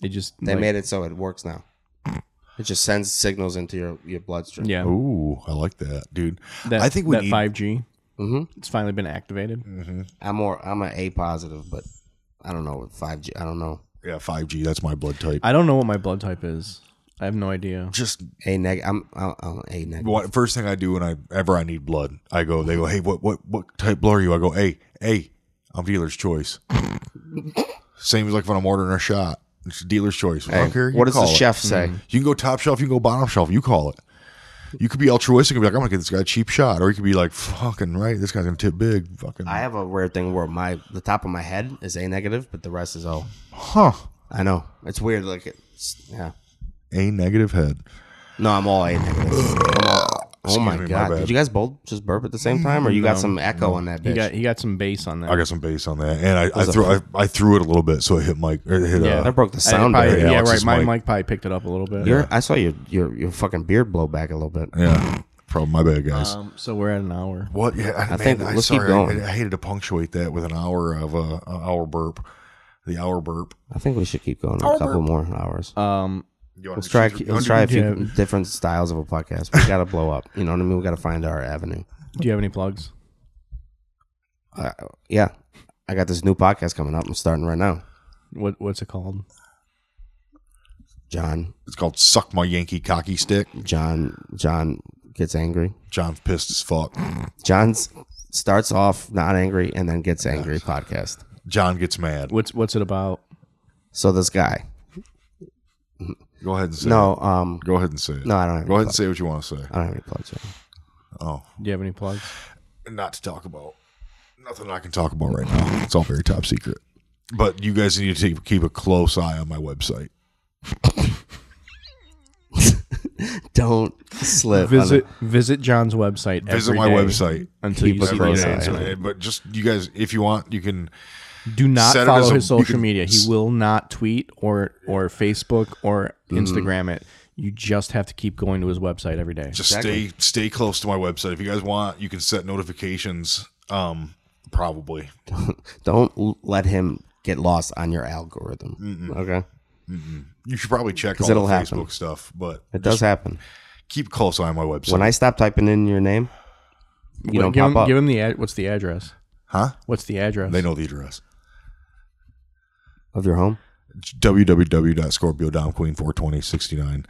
Speaker 3: It just
Speaker 2: they
Speaker 3: like-
Speaker 2: made it so it works now. It just sends signals into your your bloodstream.
Speaker 3: Yeah.
Speaker 4: Ooh, I like that, dude.
Speaker 3: That,
Speaker 4: I think we
Speaker 3: that
Speaker 4: need. Mm.
Speaker 3: 5G.
Speaker 2: hmm
Speaker 3: It's finally been activated.
Speaker 2: I'm more. I'm an A positive, but I don't know what five G. I don't know
Speaker 4: Yeah, 5G. That's my blood type.
Speaker 3: I don't know what my blood type is. I have no idea.
Speaker 4: Just
Speaker 2: A neg. I'm I'm, I'm A negative.
Speaker 4: what first thing I do when I ever I need blood, I go. They go, hey, what what what type blood are you? I go, hey, hey, I'm dealer's choice. Same as like when I'm ordering a shot. It's dealer's choice. I don't care. you
Speaker 2: What does the
Speaker 4: call it. Mm-hmm.
Speaker 2: chef say?
Speaker 4: You can go top shelf. You can go bottom shelf. You call it. You could be altruistic and be like, I'm gonna get this guy a cheap shot, or you could be like, fucking right, this guy's gonna tip big. Fucking
Speaker 2: I have a weird thing where my the top of my head is A negative, but the rest is O.
Speaker 4: huh?
Speaker 2: I know it's weird. Like it's, yeah.
Speaker 4: A negative head.
Speaker 2: No, I'm all A negative. I'm all- oh my
Speaker 4: me, my
Speaker 2: god!
Speaker 4: bad.
Speaker 2: Did you guys both just burp at the same time, or you got some echo on that bitch?
Speaker 3: He got he got some bass on that.
Speaker 4: I got some bass on that, and I, I threw I, I threw it a little bit, so it hit Mike. It hit
Speaker 3: Yeah.
Speaker 4: uh,
Speaker 2: that broke the
Speaker 3: I
Speaker 2: sound
Speaker 3: probably-
Speaker 2: barrier.
Speaker 4: Yeah,
Speaker 3: yeah,
Speaker 4: it's
Speaker 3: right.
Speaker 4: his
Speaker 3: My
Speaker 4: mic.
Speaker 3: mic. probably picked it up a little bit.
Speaker 2: Your, I saw your, your your fucking beard blow back a little bit.
Speaker 4: Yeah, probably my bad, guys.
Speaker 3: Um, so we're at an hour.
Speaker 4: What? Yeah, I, man,
Speaker 2: think-
Speaker 4: I,
Speaker 2: let's keep
Speaker 4: sorry,
Speaker 2: going.
Speaker 4: I, I hated to punctuate that with an hour of uh, an hour burp, the hour burp.
Speaker 2: I think we should keep going a couple more hours.
Speaker 3: Um,
Speaker 4: You wanna
Speaker 2: let's try
Speaker 4: choose-
Speaker 2: let's try a few
Speaker 3: Yeah.
Speaker 2: different styles of a podcast. We gotta blow up. You know what I mean? We gotta find our avenue.
Speaker 3: do you have any plugs?
Speaker 2: Uh, yeah, I got this new podcast coming up. I'm starting right now.
Speaker 3: What what's it called?
Speaker 2: John
Speaker 4: It's called "Suck My Yankee Cocky Stick."
Speaker 2: John John gets angry.
Speaker 4: John's pissed as fuck.
Speaker 2: John's starts off not angry and then gets angry podcast.
Speaker 4: John gets mad.
Speaker 3: What's what's it about?
Speaker 2: So this guy,
Speaker 4: Go ahead and say.
Speaker 2: no, um,
Speaker 4: It. Go ahead and say it.
Speaker 2: no, I don't. Have
Speaker 4: Go
Speaker 2: any
Speaker 4: ahead
Speaker 2: plug-
Speaker 4: and say what you want to say.
Speaker 2: I don't have any plugs. Right
Speaker 4: Oh,
Speaker 3: Do you have any plugs?
Speaker 4: not to talk about. Nothing I can talk about right now. It's all very top secret. But you guys need to keep a close eye on my website.
Speaker 2: now. Don't slip. on
Speaker 3: Visit visit John's website.
Speaker 4: Visit
Speaker 3: every
Speaker 4: my
Speaker 3: day
Speaker 4: website.
Speaker 3: until
Speaker 2: Keep
Speaker 3: you
Speaker 2: a
Speaker 3: see
Speaker 2: close
Speaker 3: his
Speaker 2: eye.
Speaker 3: answer.
Speaker 4: Yeah, But just you guys, if you want, you can.
Speaker 3: Do not
Speaker 4: Set it as
Speaker 3: follow
Speaker 4: a-
Speaker 3: his
Speaker 4: you
Speaker 3: social
Speaker 4: can- Mm-hmm.
Speaker 3: media. He will not tweet or or Facebook or Instagram it. You just have to keep going to his website every day.
Speaker 4: Just
Speaker 2: Exactly.
Speaker 4: stay stay close to my website. If you guys want, you can set notifications. Um, probably.
Speaker 2: Don't l- let him get lost on your algorithm. Okay,
Speaker 4: You should probably check
Speaker 2: 'Cause
Speaker 4: all the
Speaker 2: it'll
Speaker 4: Facebook
Speaker 2: happen.
Speaker 4: stuff, but
Speaker 2: it does happen.
Speaker 4: keep a close eye on my website.
Speaker 2: When I stop typing in your name, you
Speaker 3: Wait,
Speaker 2: don't
Speaker 3: give,
Speaker 2: pop
Speaker 3: him,
Speaker 2: up.
Speaker 3: give him the ad, what's the address?
Speaker 4: huh?
Speaker 3: What's the address?
Speaker 4: They know the address.
Speaker 2: of your home.
Speaker 4: It's www.scorpiodomqueen42069.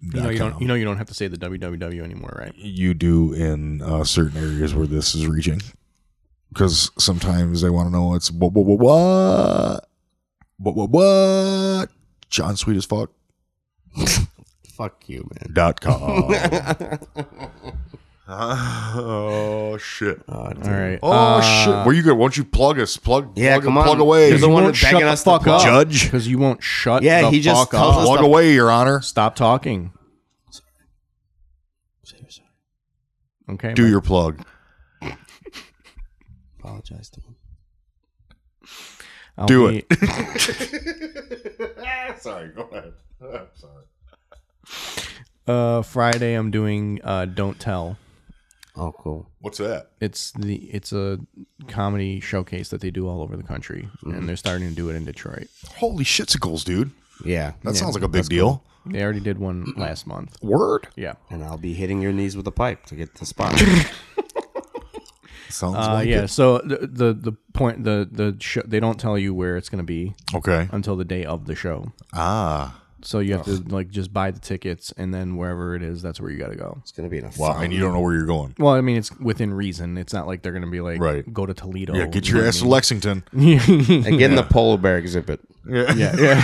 Speaker 3: You know you don't. You know you don't have to say the www anymore, right?
Speaker 4: you do in uh, certain areas where this is reaching. Because sometimes they want to know it's what, what, what, what, what, what, what, John Sweet as fuck
Speaker 2: Fuck you, man.
Speaker 4: dot com. oh, shit.
Speaker 2: Oh,
Speaker 3: All right. Uh,
Speaker 4: Oh, shit. Where you go? Why don't you plug us? Plug,
Speaker 2: Yeah,
Speaker 4: plug,
Speaker 2: come on.
Speaker 4: plug away.
Speaker 2: You're the one
Speaker 3: won't
Speaker 2: begging
Speaker 3: shut the
Speaker 2: us
Speaker 3: fuck
Speaker 2: to plug.
Speaker 3: up.
Speaker 4: Judge.
Speaker 3: Because you won't shut.
Speaker 2: Yeah,
Speaker 3: the
Speaker 2: he just
Speaker 3: fuck
Speaker 2: tells
Speaker 3: up.
Speaker 2: us-
Speaker 4: Plug away, Your Honor.
Speaker 3: Stop talking. Okay.
Speaker 4: Do your plug.
Speaker 2: Apologize to him.
Speaker 3: I'll
Speaker 4: do
Speaker 3: be-
Speaker 4: sorry, go ahead. I'm sorry.
Speaker 3: Uh, Friday, I'm doing uh, "Don't Tell."
Speaker 2: Oh, cool.
Speaker 4: What's that?
Speaker 3: It's the it's a comedy showcase that they do all over the country, and they're starting to do it in Detroit.
Speaker 4: Holy shitsicles, dude.
Speaker 2: Yeah,
Speaker 4: That sounds like a big deal.
Speaker 3: They already did one last month.
Speaker 4: Word.
Speaker 3: Yeah.
Speaker 2: and I'll be hitting your knees with a pipe to get the spot.
Speaker 4: Sounds
Speaker 3: Uh,
Speaker 4: like
Speaker 3: yeah.
Speaker 4: it.
Speaker 3: So the, the the point the the show they don't tell you where it's gonna be
Speaker 4: Okay.
Speaker 3: until the day of the show.
Speaker 4: Ah.
Speaker 3: So you have to like just buy the tickets, and then wherever it is, that's where you got to go.
Speaker 2: It's gonna be in a
Speaker 4: Wow.
Speaker 2: fountain.
Speaker 4: And you don't know where you're going.
Speaker 3: Well, I mean, it's within reason. It's not like they're gonna be like,
Speaker 4: Right.
Speaker 3: go to Toledo.
Speaker 4: Yeah, get your ass to Lexington.
Speaker 3: yeah,
Speaker 2: and get in the polar bear exhibit.
Speaker 3: yeah.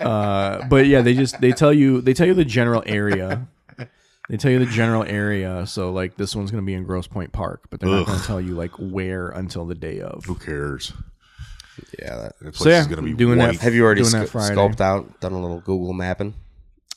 Speaker 3: uh, but yeah, they just they tell you they tell you the general area. They tell you the general area. So like this one's gonna be in Gross Point Park, but they're not gonna tell you like where until the day of.
Speaker 4: Who cares?
Speaker 2: Yeah, that,
Speaker 4: That place
Speaker 3: So yeah,
Speaker 4: is gonna be
Speaker 3: doing that
Speaker 4: white.
Speaker 2: Have you already
Speaker 3: Doing
Speaker 2: sc-
Speaker 3: that Friday.
Speaker 2: scoped out, done a little Google mapping?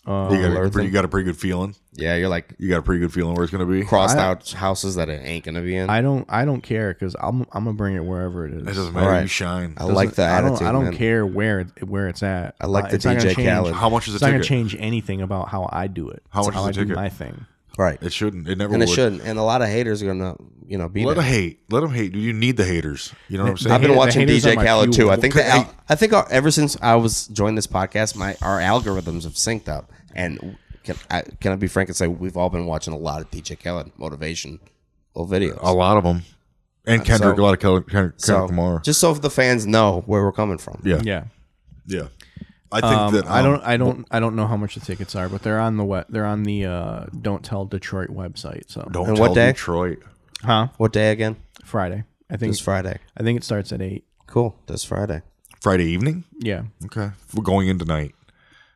Speaker 4: you, got a,
Speaker 2: Alert
Speaker 4: pretty,
Speaker 2: thing?
Speaker 4: you got a pretty good feeling.
Speaker 2: Yeah, you're like
Speaker 4: You got a pretty good feeling where it's gonna be. It
Speaker 2: crossed out houses that it ain't gonna be in. I,
Speaker 3: I don't I don't care because I'm I'm gonna bring it wherever it is.
Speaker 4: doesn't matter.
Speaker 2: right.
Speaker 4: You shine.
Speaker 2: like the
Speaker 3: I
Speaker 2: attitude.
Speaker 3: don't, I don't
Speaker 2: man.
Speaker 3: care where it, where it's at.
Speaker 2: I
Speaker 3: Uh,
Speaker 2: like the
Speaker 3: it's not gonna
Speaker 2: DJ
Speaker 3: change-
Speaker 2: Khaled.
Speaker 4: How much is
Speaker 3: It's
Speaker 4: the
Speaker 3: not gonna
Speaker 4: ticket?
Speaker 3: change anything about how I do it.
Speaker 4: How
Speaker 3: It's
Speaker 4: much is
Speaker 3: how
Speaker 4: the
Speaker 3: I do
Speaker 4: ticket?
Speaker 3: my thing.
Speaker 2: Right,
Speaker 4: It shouldn't. It never
Speaker 2: and
Speaker 4: would.
Speaker 2: it shouldn't. And a lot of haters are gonna, you know, be
Speaker 4: Let
Speaker 2: there.
Speaker 4: them hate. Let them hate. Do you need the haters? You know what I'm saying?
Speaker 2: I've been
Speaker 3: hate- the
Speaker 2: watching
Speaker 3: haters are
Speaker 2: DJ
Speaker 3: my
Speaker 2: Khaled
Speaker 3: fuel.
Speaker 2: too. I think
Speaker 4: Okay,
Speaker 2: the al-
Speaker 4: hey.
Speaker 2: I think our, ever since I was joined this podcast, my our algorithms have synced up. And can I can I be frank and say we've all been watching a lot of DJ Khaled motivational videos.
Speaker 4: a lot of them. And Kendrick,
Speaker 2: Uh, so-
Speaker 4: a lot of Kendrick, Kendrick
Speaker 2: so
Speaker 4: Lamar.
Speaker 2: just so the fans know where we're coming from.
Speaker 4: yeah, yeah,
Speaker 3: Yeah.
Speaker 4: I think
Speaker 3: Um,
Speaker 4: that
Speaker 3: I
Speaker 4: um,
Speaker 3: don't I don't I don't know how much the tickets are, but they're on the web they're on the uh, Don't Tell Detroit website. So
Speaker 4: Don't
Speaker 2: And
Speaker 4: tell
Speaker 2: what day?
Speaker 4: Detroit.
Speaker 3: huh?
Speaker 2: What day again?
Speaker 3: Friday. I think
Speaker 2: This Friday.
Speaker 3: I think it starts at eight.
Speaker 2: Cool. This Friday.
Speaker 4: Friday evening.
Speaker 3: Yeah.
Speaker 4: Okay, we're going in tonight.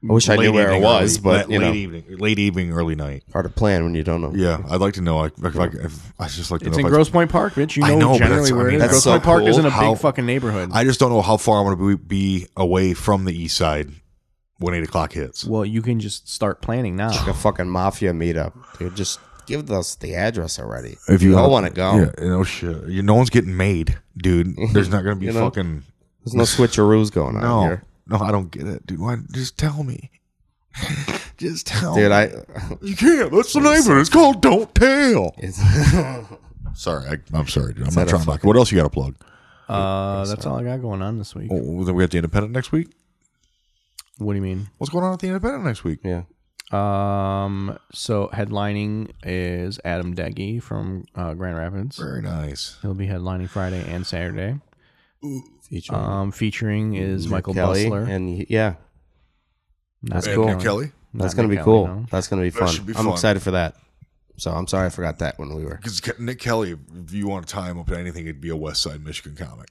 Speaker 2: I wish I knew where it
Speaker 4: evening,
Speaker 2: was,
Speaker 4: early-
Speaker 2: but
Speaker 4: late,
Speaker 2: you know,
Speaker 4: evening, late evening, early night.
Speaker 2: part of plan when you don't know.
Speaker 4: Yeah, I'd like to know. I, if I, if, I just like to
Speaker 3: It's
Speaker 4: know.
Speaker 3: in
Speaker 4: if I-
Speaker 3: Gross Point Park, bitch. You
Speaker 4: I
Speaker 3: know,
Speaker 4: know, but that's-
Speaker 3: generally
Speaker 4: I
Speaker 3: where
Speaker 4: mean,
Speaker 3: it is.
Speaker 2: that's
Speaker 3: Gross
Speaker 2: so
Speaker 3: Point Park
Speaker 4: cool
Speaker 3: is in a
Speaker 4: how-
Speaker 3: big fucking neighborhood.
Speaker 4: I just don't know how far I'm going to be, be away from the east side when eight o'clock hits.
Speaker 3: well, you can just start planning now.
Speaker 2: Like a fucking mafia meetup. Dude, just give us the address already.
Speaker 4: If you
Speaker 2: We all
Speaker 4: have-
Speaker 2: want to go.
Speaker 4: Yeah, no shit. You, no one's getting made, dude. There's not going to be
Speaker 2: You know?
Speaker 4: fucking
Speaker 2: There's no switcheroos going on
Speaker 4: no,
Speaker 2: here.
Speaker 4: no. I don't get it, dude. Why? Just tell me. just tell
Speaker 2: Dude,
Speaker 4: me.
Speaker 2: I
Speaker 4: you can't. That's the name of it. It's called Don't Tell.
Speaker 2: it's,
Speaker 4: Sorry, I, I'm sorry, dude. I'm
Speaker 2: that
Speaker 4: not
Speaker 2: a
Speaker 4: trying to. What else you got to plug?
Speaker 3: Uh, that's all I got going on this week.
Speaker 4: Oh, then we have the Independent next week.
Speaker 3: What do you mean?
Speaker 4: What's going on at the Independent next week?
Speaker 2: yeah.
Speaker 3: Um, so headlining is Adam Deggy from uh, Grand Rapids.
Speaker 4: Very nice.
Speaker 3: He'll be headlining Friday and Saturday.
Speaker 2: Featuring
Speaker 3: Um, featuring is Michael
Speaker 2: Kelly
Speaker 3: Bustler.
Speaker 2: and he- yeah,
Speaker 3: Not-
Speaker 2: That's cool.
Speaker 4: Nick Kelly.
Speaker 2: that's
Speaker 3: Nick
Speaker 2: gonna be
Speaker 3: Kelly,
Speaker 2: cool.
Speaker 3: no.
Speaker 2: That's gonna be fun.
Speaker 4: should be
Speaker 2: I'm
Speaker 4: fun.
Speaker 2: excited for that. So I'm sorry I forgot that when we were.
Speaker 4: Because Nick Kelly, if you want to tie him up to anything, it'd be a West Side Michigan comic.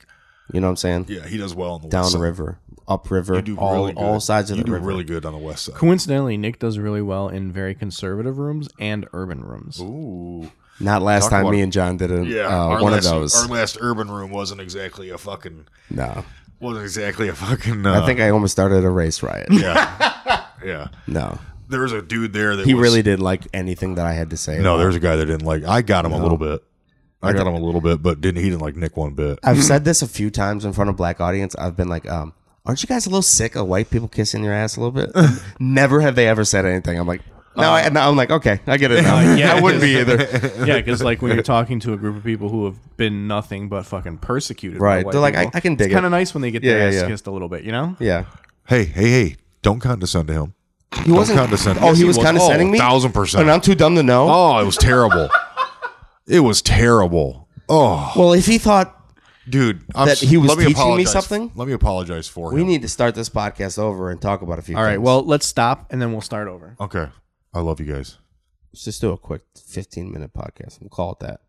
Speaker 2: You know what I'm saying?
Speaker 4: Yeah, he does well on the West Side.
Speaker 2: Downriver, upriver,
Speaker 4: You do
Speaker 2: all
Speaker 4: really good.
Speaker 2: all sides of
Speaker 4: you
Speaker 2: the
Speaker 4: do
Speaker 2: river.
Speaker 4: really good on the West Side.
Speaker 3: Coincidentally, Nick does really well in very conservative rooms and urban rooms.
Speaker 4: Ooh.
Speaker 2: Not last
Speaker 4: Talk
Speaker 2: time
Speaker 4: about
Speaker 2: me
Speaker 4: it.
Speaker 2: and John did a,
Speaker 4: Yeah,
Speaker 2: uh,
Speaker 4: our
Speaker 2: one
Speaker 4: last,
Speaker 2: of those.
Speaker 4: Our Uh, last urban room wasn't exactly a fucking.
Speaker 2: no,
Speaker 4: Wasn't exactly a fucking. Uh,
Speaker 2: I think I almost started a race riot.
Speaker 4: Yeah. yeah.
Speaker 2: No,
Speaker 4: There was a dude there that
Speaker 2: he
Speaker 4: was-
Speaker 2: really didn't like anything that I had to say.
Speaker 4: No,
Speaker 2: about-
Speaker 4: there's a guy that didn't like. I got him a little bit. I got him a little bit, but didn't he didn't like Nick one bit.
Speaker 3: Mm.
Speaker 2: I've said this a few times in front of black audience. I've been like, um, aren't you guys a little sick of white people kissing your ass a little bit? Never have they ever said anything. I'm like, no, I, no I'm like, okay, I get it now.
Speaker 3: Um, yeah,
Speaker 2: I wouldn't be
Speaker 3: it
Speaker 2: either.
Speaker 3: yeah, because like when you're talking to a group of people who have been nothing but fucking persecuted, by
Speaker 2: Right.
Speaker 3: white
Speaker 2: They're like, I-
Speaker 3: people,
Speaker 2: I can dig
Speaker 3: It's kind
Speaker 2: it.
Speaker 3: of nice when they get
Speaker 2: Yeah,
Speaker 3: their
Speaker 2: yeah,
Speaker 3: ass
Speaker 2: yeah.
Speaker 3: kissed a little bit, you know?
Speaker 2: Yeah.
Speaker 4: Hey, hey, hey! Don't condescend to him.
Speaker 2: He wasn't
Speaker 4: condescending.
Speaker 2: Oh,
Speaker 4: Yes,
Speaker 2: he
Speaker 4: he
Speaker 2: was
Speaker 4: was.
Speaker 2: condescending
Speaker 4: Oh,
Speaker 2: me.
Speaker 4: 1000%.
Speaker 2: And I'm too dumb to know.
Speaker 4: Oh, it was terrible. it was terrible. Oh,
Speaker 2: Well, if he thought
Speaker 4: dude, I'm
Speaker 2: That
Speaker 4: s-
Speaker 2: he was
Speaker 4: let me
Speaker 2: teaching me
Speaker 4: apologize.
Speaker 2: something?
Speaker 4: Let me apologize for
Speaker 2: we
Speaker 4: him.
Speaker 2: need to start this podcast over and talk about a few.
Speaker 3: All right,
Speaker 2: things.
Speaker 3: well, let's stop and then we'll start over.
Speaker 4: okay, I love you guys.
Speaker 2: let's just do a quick 15 minute podcast. We'll call it that.